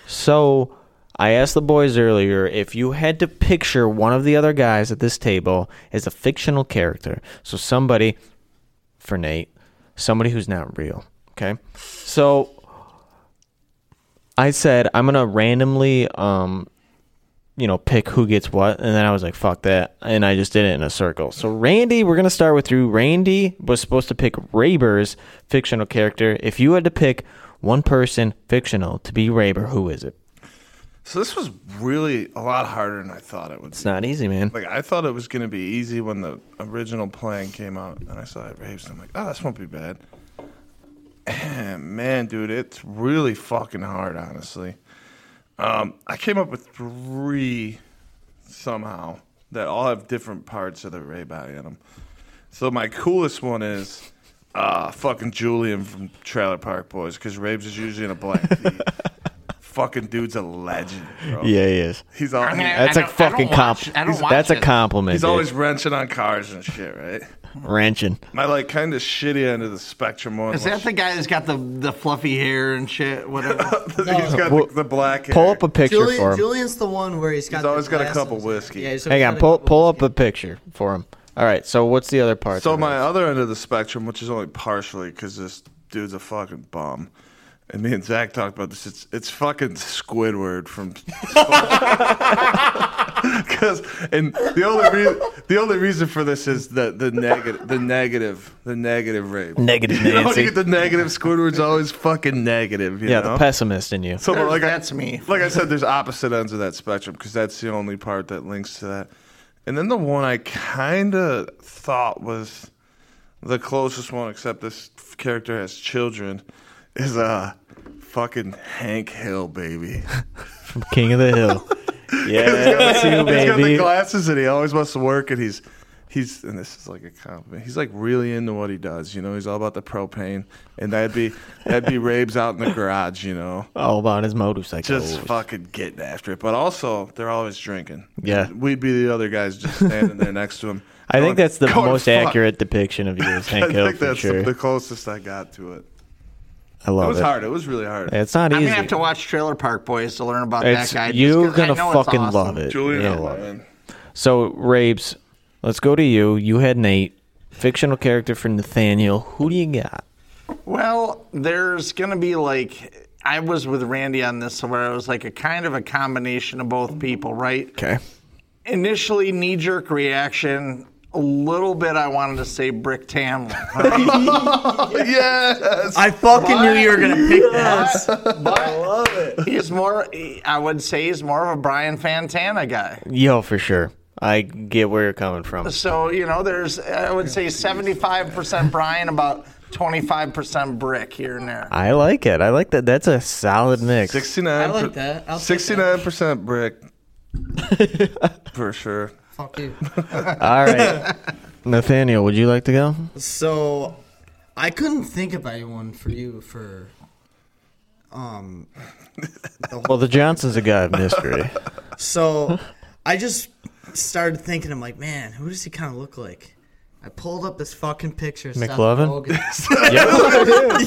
Speaker 2: So I asked the boys earlier if you had to picture one of the other guys at this table as a fictional character. So somebody, for Nate, somebody who's not real. Okay. So I said I'm gonna randomly, um, you know, pick who gets what, and then I was like, "Fuck that," and I just did it in a circle. So Randy, we're gonna start with you. Randy was supposed to pick Raber's fictional character. If you had to pick one person fictional to be Raber, who is it?
Speaker 1: So this was really a lot harder than I thought it would.
Speaker 2: It's not easy, man.
Speaker 1: Like I thought it was going to be easy when the original plan came out, and I saw it raves. I'm like, oh, this won't be bad. Man, dude, it's really fucking hard, honestly. Um, I came up with three somehow that all have different parts of the Ray body in them. So my coolest one is uh, fucking Julian from Trailer Park Boys because Raves is usually in a black tee. fucking dude's a legend. Bro.
Speaker 2: Yeah, he is.
Speaker 1: He's all.
Speaker 2: I mean, That's I a don't- I don't fucking watch- compl- I don't he's- watch that's a it. compliment,
Speaker 1: He's
Speaker 2: dude.
Speaker 1: always wrenching on cars and shit, right?
Speaker 2: Ranching.
Speaker 1: My like kind of shitty end of the spectrum one.
Speaker 3: Is that the guy that's got the, the fluffy hair and shit? *laughs* Whatever.
Speaker 1: *laughs* He's got the, the black.
Speaker 2: Pull up a picture
Speaker 4: Julian,
Speaker 2: for him.
Speaker 4: Julian's the one where he's got.
Speaker 1: He's
Speaker 4: the
Speaker 1: always got a
Speaker 4: glasses.
Speaker 1: couple whiskey.
Speaker 4: Yeah, he's
Speaker 2: Hang on, pull pull up a picture for him. All right. So what's the other part?
Speaker 1: So my other end of the spectrum, which is only partially because this dude's a fucking bum. And me and Zach talked about this. It's it's fucking Squidward from *laughs* because and the only reason the only reason for this is the the negative the negative the negative rape
Speaker 2: *laughs* Negative
Speaker 1: You know, when
Speaker 2: Nancy.
Speaker 1: you get the negative Squidward's always fucking negative. you
Speaker 2: yeah,
Speaker 1: know?
Speaker 2: the pessimist in you.
Speaker 1: So but like
Speaker 3: that's
Speaker 1: I,
Speaker 3: me.
Speaker 1: Like I said, there's opposite ends of that spectrum because that's the only part that links to that. And then the one I kind of thought was the closest one, except this f- character has children, is uh fucking Hank Hill,
Speaker 2: *laughs*
Speaker 1: baby.
Speaker 2: From King of the *laughs* Hill.
Speaker 1: He's got
Speaker 2: yeah,
Speaker 1: the-
Speaker 2: you,
Speaker 1: He's got the
Speaker 2: baby.
Speaker 1: glasses and he always wants to work and he's he's and this is like a compliment. He's like really into what he does, you know. He's all about the propane and that'd be that'd
Speaker 2: *laughs*
Speaker 1: be Rabe's out in the garage, you know.
Speaker 2: All about his motorcycle.
Speaker 1: Just fucking getting after it. But also they're always drinking.
Speaker 2: Yeah.
Speaker 1: We'd be the other guys just standing there next to him.
Speaker 2: *laughs* I think that's the
Speaker 1: Going,
Speaker 2: most
Speaker 1: "Fuck."
Speaker 2: accurate depiction of you
Speaker 1: *laughs*
Speaker 2: as
Speaker 1: I
Speaker 2: Hank Hill
Speaker 1: think
Speaker 2: for
Speaker 1: that's
Speaker 2: sure.
Speaker 1: the closest I got to it.
Speaker 2: I love
Speaker 1: it was hard. It was really hard.
Speaker 2: It's not
Speaker 3: I'm
Speaker 2: easy.
Speaker 3: gonna have to watch Trailer Park Boys to learn about
Speaker 2: It's-
Speaker 3: that guy. just
Speaker 2: You're
Speaker 3: 'cause I
Speaker 2: gonna
Speaker 3: know it's
Speaker 2: fucking
Speaker 3: awesome.
Speaker 2: love it.
Speaker 1: Julian,
Speaker 2: You're gonna
Speaker 1: yeah,
Speaker 2: love it.
Speaker 1: man.
Speaker 2: So, Rabes, let's go to you. You had Nate, fictional character for Nathaniel. Who do you got?
Speaker 3: Well, there's going to be like, I was with Randy on this, where it was like a kind of a combination of both people, right?
Speaker 2: Okay.
Speaker 3: Initially, knee jerk reaction, a little bit, I wanted to say Brick Tamlin.
Speaker 1: yes.
Speaker 4: I fucking knew you were gonna pick that.
Speaker 3: *laughs* But *laughs* I love it. He's more, I would say, he's more of a Brian Fantana guy.
Speaker 2: Yo, for sure. I get where you're coming from.
Speaker 3: So, you know, there's, I would say 75% Brian, about 25% Brick here and there.
Speaker 2: I like it. I like that. That's a solid mix.
Speaker 1: Sixty nine.
Speaker 4: I like that. I'll take that.
Speaker 1: Sixty nine percent
Speaker 2: *laughs*
Speaker 1: brick. For sure.
Speaker 4: Fuck you.
Speaker 2: All
Speaker 1: *laughs*
Speaker 2: right. Nathaniel, would you like to go?
Speaker 4: *laughs* So, I couldn't think of anyone for you for. Um.
Speaker 2: Well, the Johnson's a guy
Speaker 1: *laughs*
Speaker 2: of mystery.
Speaker 4: So, I just started thinking. I'm like, man, who does he kind of look like? I pulled up this fucking picture. of Seth
Speaker 1: *laughs*
Speaker 2: McLovin?
Speaker 4: Rogen.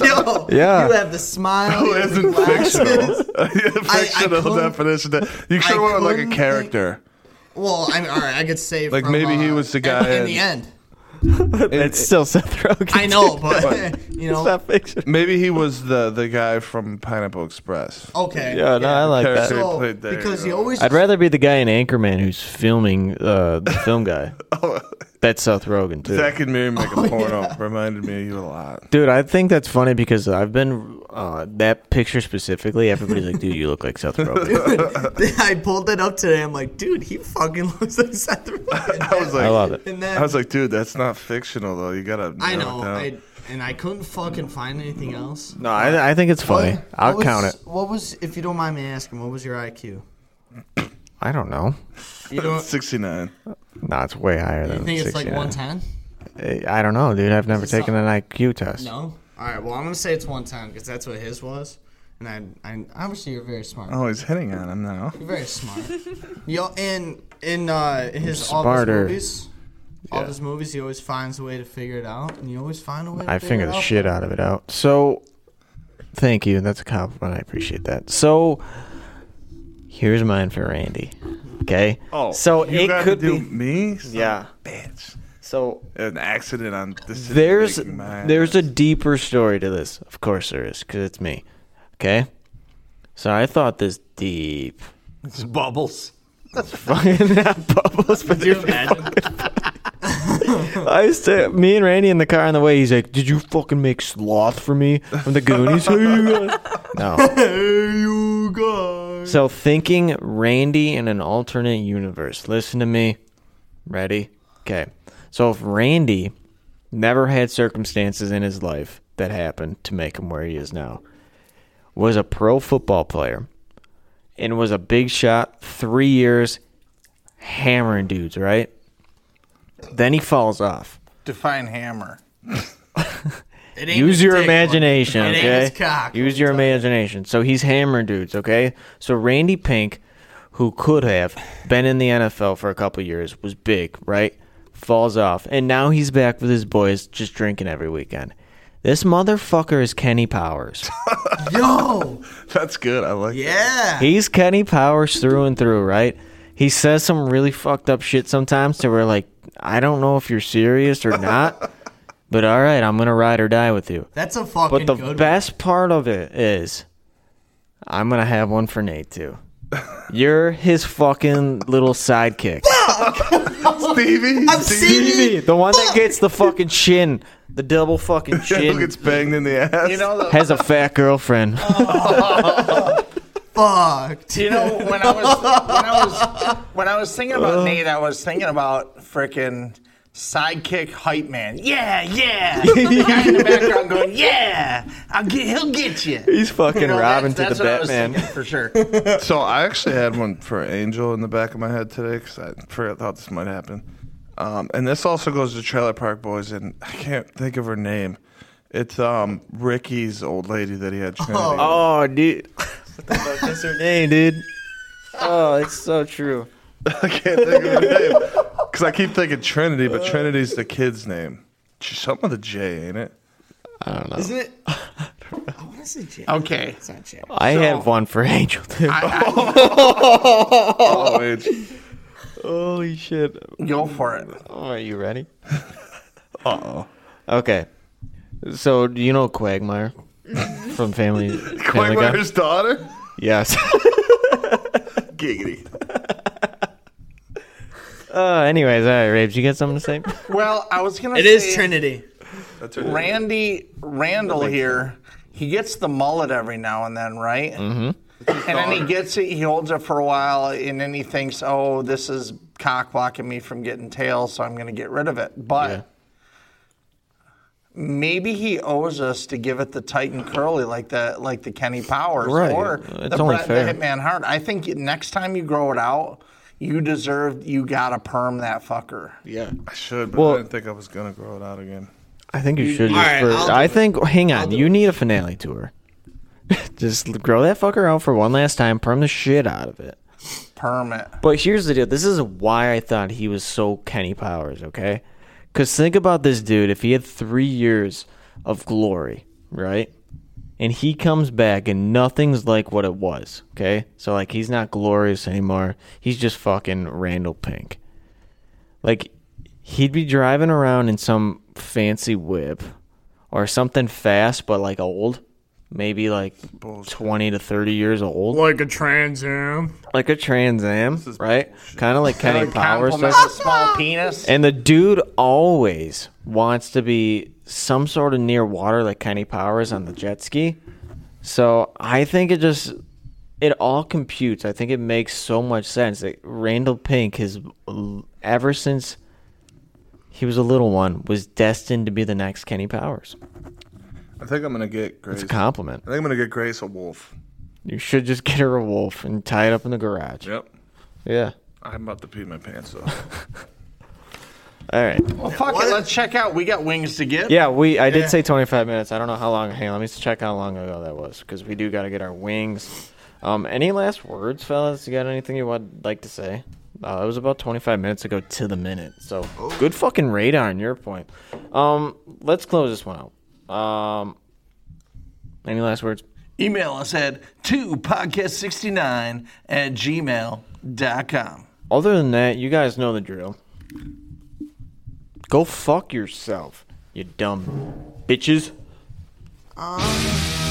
Speaker 4: *laughs* Yo,
Speaker 2: Yeah.
Speaker 4: you have the smile.
Speaker 1: Who
Speaker 4: you have the
Speaker 1: isn't
Speaker 4: glasses.
Speaker 1: fictional? *laughs*
Speaker 4: *laughs*
Speaker 1: fictional
Speaker 4: couldn't-
Speaker 1: definition. That you should have
Speaker 4: I
Speaker 1: wanted like a
Speaker 4: couldn't
Speaker 1: character.
Speaker 4: Well, I mean, all right, I could say
Speaker 1: Like,
Speaker 4: from,
Speaker 1: maybe he
Speaker 4: uh,
Speaker 1: was the guy
Speaker 4: in,
Speaker 1: in-
Speaker 4: the end.
Speaker 2: It's still Seth Rogen. *laughs*
Speaker 4: I know, but *laughs* you know,
Speaker 1: Maybe he was the the guy from Pineapple Express.
Speaker 4: okay.
Speaker 2: Yeah, no, I like that.
Speaker 1: Character he
Speaker 4: So,
Speaker 1: played there,
Speaker 4: because
Speaker 1: you
Speaker 4: you
Speaker 1: know.
Speaker 4: always
Speaker 2: I'd rather be the guy in Anchorman who's filming uh, the film guy. That's Seth Rogen too.
Speaker 1: Zach and Mary make a
Speaker 2: Oh,
Speaker 1: porno. Reminded me of you a lot.
Speaker 2: Dude, I think that's funny because I've been uh, that picture specifically. Everybody's like, "Dude, you look like Seth Rogen."
Speaker 4: *laughs* I pulled that up today. I'm like, dude, he fucking *laughs* looks
Speaker 1: *laughs*
Speaker 4: like Seth Rogen.
Speaker 1: I was like,
Speaker 2: I love it.
Speaker 4: And then
Speaker 1: I was like, dude, that's not fictional though. You gotta.
Speaker 4: I
Speaker 1: narrow
Speaker 4: know,
Speaker 1: it down.
Speaker 4: I, and I couldn't fucking find anything else.
Speaker 2: No, I, I think it's funny. I'll count it.
Speaker 4: What was, if you don't mind me asking, what was your IQ?
Speaker 2: I don't know.
Speaker 4: You don't.
Speaker 1: 69.
Speaker 2: No, it's way higher than.
Speaker 4: You think it's like
Speaker 2: 69. Eh,
Speaker 4: 110?
Speaker 2: I don't know, dude. I've never
Speaker 4: Is it
Speaker 2: taken an IQ test.
Speaker 4: No. All right. Well, I'm gonna say it's 110 because that's what his was. And I, I obviously you're very smart.
Speaker 1: Oh, he's hitting on him now.
Speaker 2: *laughs*
Speaker 4: You're very smart. Yo, in in uh, his
Speaker 2: smarter.
Speaker 4: office movies, All his movies, he always finds a way to figure it out, and you always find a way. To
Speaker 2: I
Speaker 4: figure
Speaker 2: figure
Speaker 4: it
Speaker 2: the
Speaker 4: out.
Speaker 2: shit out of it out. So, thank you. That's a compliment. I appreciate that. So, here's mine for Randy. Okay.
Speaker 1: Oh,
Speaker 2: so
Speaker 1: you
Speaker 2: it
Speaker 1: got to
Speaker 2: could
Speaker 1: do
Speaker 2: be
Speaker 1: me. Son of a
Speaker 2: Yeah.
Speaker 1: bitch.
Speaker 2: So
Speaker 1: an accident on this.
Speaker 2: there's there's a deeper story to this. Of course there is, because it's me. Okay. So I thought this deep.
Speaker 3: It's bubbles.
Speaker 2: That's fucking *laughs* not bubbles, but
Speaker 3: Could you imagine?
Speaker 2: I used to, me and Randy in the car on the way. He's like, "Did you fucking make sloth for me from the Goonies?" *laughs* Hey, you guys.
Speaker 3: *laughs*
Speaker 2: no.
Speaker 4: you go.
Speaker 2: So thinking Randy in an alternate universe. Listen to me. Ready? Okay. So if Randy never had circumstances in his life that happened to make him where he is now, was a pro football player, and was a big shot three years hammering dudes, right? Then he falls off.
Speaker 3: Define hammer. It ain't
Speaker 2: Use
Speaker 3: his
Speaker 2: your
Speaker 3: dick.
Speaker 2: imagination,
Speaker 3: It ain't
Speaker 2: okay?
Speaker 3: his cock.
Speaker 2: Use your imagination. So he's hammering dudes, okay? So Randy Pink, who could have been in the NFL for a couple years, was big, right? Falls off, and now he's back with his boys, just drinking every weekend. This motherfucker is Kenny
Speaker 3: *laughs*
Speaker 2: Powers.
Speaker 4: Yo,
Speaker 1: *laughs* that's good. I like.
Speaker 4: Yeah.
Speaker 2: He's Kenny Powers through and through, right? He says some really fucked up shit sometimes to where like I don't know if you're serious
Speaker 3: *laughs*
Speaker 2: or not, but all right, I'm gonna ride or die with you.
Speaker 4: That's a fucking
Speaker 2: But the
Speaker 4: good
Speaker 2: best part of it is, I'm gonna have one for Nate too. You're his fucking little sidekick,
Speaker 1: Stevie. Stevie.
Speaker 4: I've seen you.
Speaker 2: the one that gets the fucking shin, the
Speaker 3: *laughs*
Speaker 2: double fucking
Speaker 1: Who
Speaker 2: chin.
Speaker 1: gets banged in the ass?
Speaker 3: You know, the,
Speaker 2: Has a
Speaker 3: *laughs*
Speaker 2: fat girlfriend. *laughs*
Speaker 4: Fucked.
Speaker 3: You know, when I was when I was when I was thinking
Speaker 2: Uh-huh.
Speaker 3: about Nate, I was thinking about freaking sidekick hype man. Yeah,
Speaker 2: *laughs*
Speaker 3: yeah. the guy in the background going, yeah, I'll get, he'll get you.
Speaker 2: He's fucking
Speaker 3: You know,
Speaker 2: Robin
Speaker 3: that's-
Speaker 2: to the
Speaker 3: that's what I was
Speaker 2: Batman.
Speaker 3: thinking, for sure.
Speaker 1: so I actually had one for Angel in the back of my head today because I forgot- thought this might happen. Um, and this also goes to Trailer Park Boys, and I can't think of her name. It's um, Ricky's old lady that he had. Trinity.
Speaker 2: *laughs* Oh, dude. What the fuck is her name, dude? Oh, it's so true. Oh.
Speaker 1: I can't think of her name because I keep thinking Trinity, but Trinity's the kid's name. She's something with a J, ain't it?
Speaker 2: I don't know.
Speaker 4: Isn't it? I want to say Jim.
Speaker 3: Okay.
Speaker 4: It's not Jim.
Speaker 2: I
Speaker 3: So-
Speaker 2: have one for Angel too.
Speaker 1: Oh, it's-
Speaker 2: Holy shit!
Speaker 3: Go for it.
Speaker 2: Oh, are you
Speaker 4: *laughs*
Speaker 2: ready?
Speaker 1: Uh-oh.
Speaker 2: Okay. So do you know
Speaker 4: *laughs*
Speaker 2: Quagmire from Family? Family Guy?
Speaker 1: Quagmire's daughter.
Speaker 4: *laughs*
Speaker 2: Yes.
Speaker 1: Giggity.
Speaker 2: *laughs* uh, anyways, all right, Rabes, you got something to say?
Speaker 3: Well, I was gonna.
Speaker 4: It
Speaker 3: say,
Speaker 4: is Trinity.
Speaker 1: That's her name.
Speaker 3: Randy Randall here. He gets the mullet every now and then, right?
Speaker 2: Mm-hmm.
Speaker 3: And then he gets it, he holds it for a while, and then he thinks, oh, this is cock blocking me from getting tails, so I'm going to get rid of it. But maybe he owes us to give it the Titan curly like the like the Kenny Powers
Speaker 2: Right.
Speaker 3: or
Speaker 2: It's
Speaker 3: the
Speaker 2: only
Speaker 3: Brett
Speaker 2: fair.
Speaker 3: the Hitman Hart. I think next time you grow it out, you deserve, you got to perm that fucker.
Speaker 2: Yeah.
Speaker 1: I should, but
Speaker 2: Well-
Speaker 1: I didn't think I was gonna grow it out again.
Speaker 2: I think you should.
Speaker 4: All
Speaker 2: just
Speaker 4: right,
Speaker 2: for-
Speaker 4: I'll do
Speaker 2: I
Speaker 4: it.
Speaker 2: think. Hang on, you need a finale tour. *laughs* just grow that fucker out for one last time. Perm the shit out of it.
Speaker 3: Perm it.
Speaker 2: But here's the deal. This is why I thought he was so Kenny Powers, okay? Because think about this dude. If he had three years of glory, right? And he comes back and nothing's like what it was, okay? So, like, he's not glorious anymore. He's just fucking Randall Pink. Like, he'd be driving around in some fancy whip or something fast, but like old. Maybe like 20 to 30 years old
Speaker 4: Like a Trans Am.
Speaker 2: like a Trans Am, right? Kind of like Kenny Powers.
Speaker 3: Compliment
Speaker 2: does.
Speaker 3: the small penis.
Speaker 2: And the dude always wants to be some sort of near water like Kenny Powers on the jet ski. So I think it just it all computes. I think it makes so much sense. Like Randall Pink has ever since he was a little one was destined to be the next Kenny Powers.
Speaker 1: I think I'm gonna get Grace.
Speaker 2: It's a compliment.
Speaker 1: I think I'm gonna get Grace a wolf.
Speaker 2: You should just get her a wolf and tie it up in the garage.
Speaker 1: Yep.
Speaker 2: Yeah.
Speaker 1: I'm about to pee my pants off.
Speaker 2: All right.
Speaker 3: Well, fuck it. Let's check out. We got wings to get.
Speaker 2: Yeah, we. I did say 25 minutes. I don't know how long. Hang on, let me just check how long ago that was because we do got to get our wings. Um, any last words, fellas? You got anything you would like to say? Uh, that was about 25 minutes ago to the minute. So good fucking radar on your point. Um, let's close this one out. Um, any last words?
Speaker 3: Email us at 2podcast69 at gmail.com.
Speaker 2: Other than that, you guys know the drill. Go fuck yourself, you dumb bitches.
Speaker 4: Um,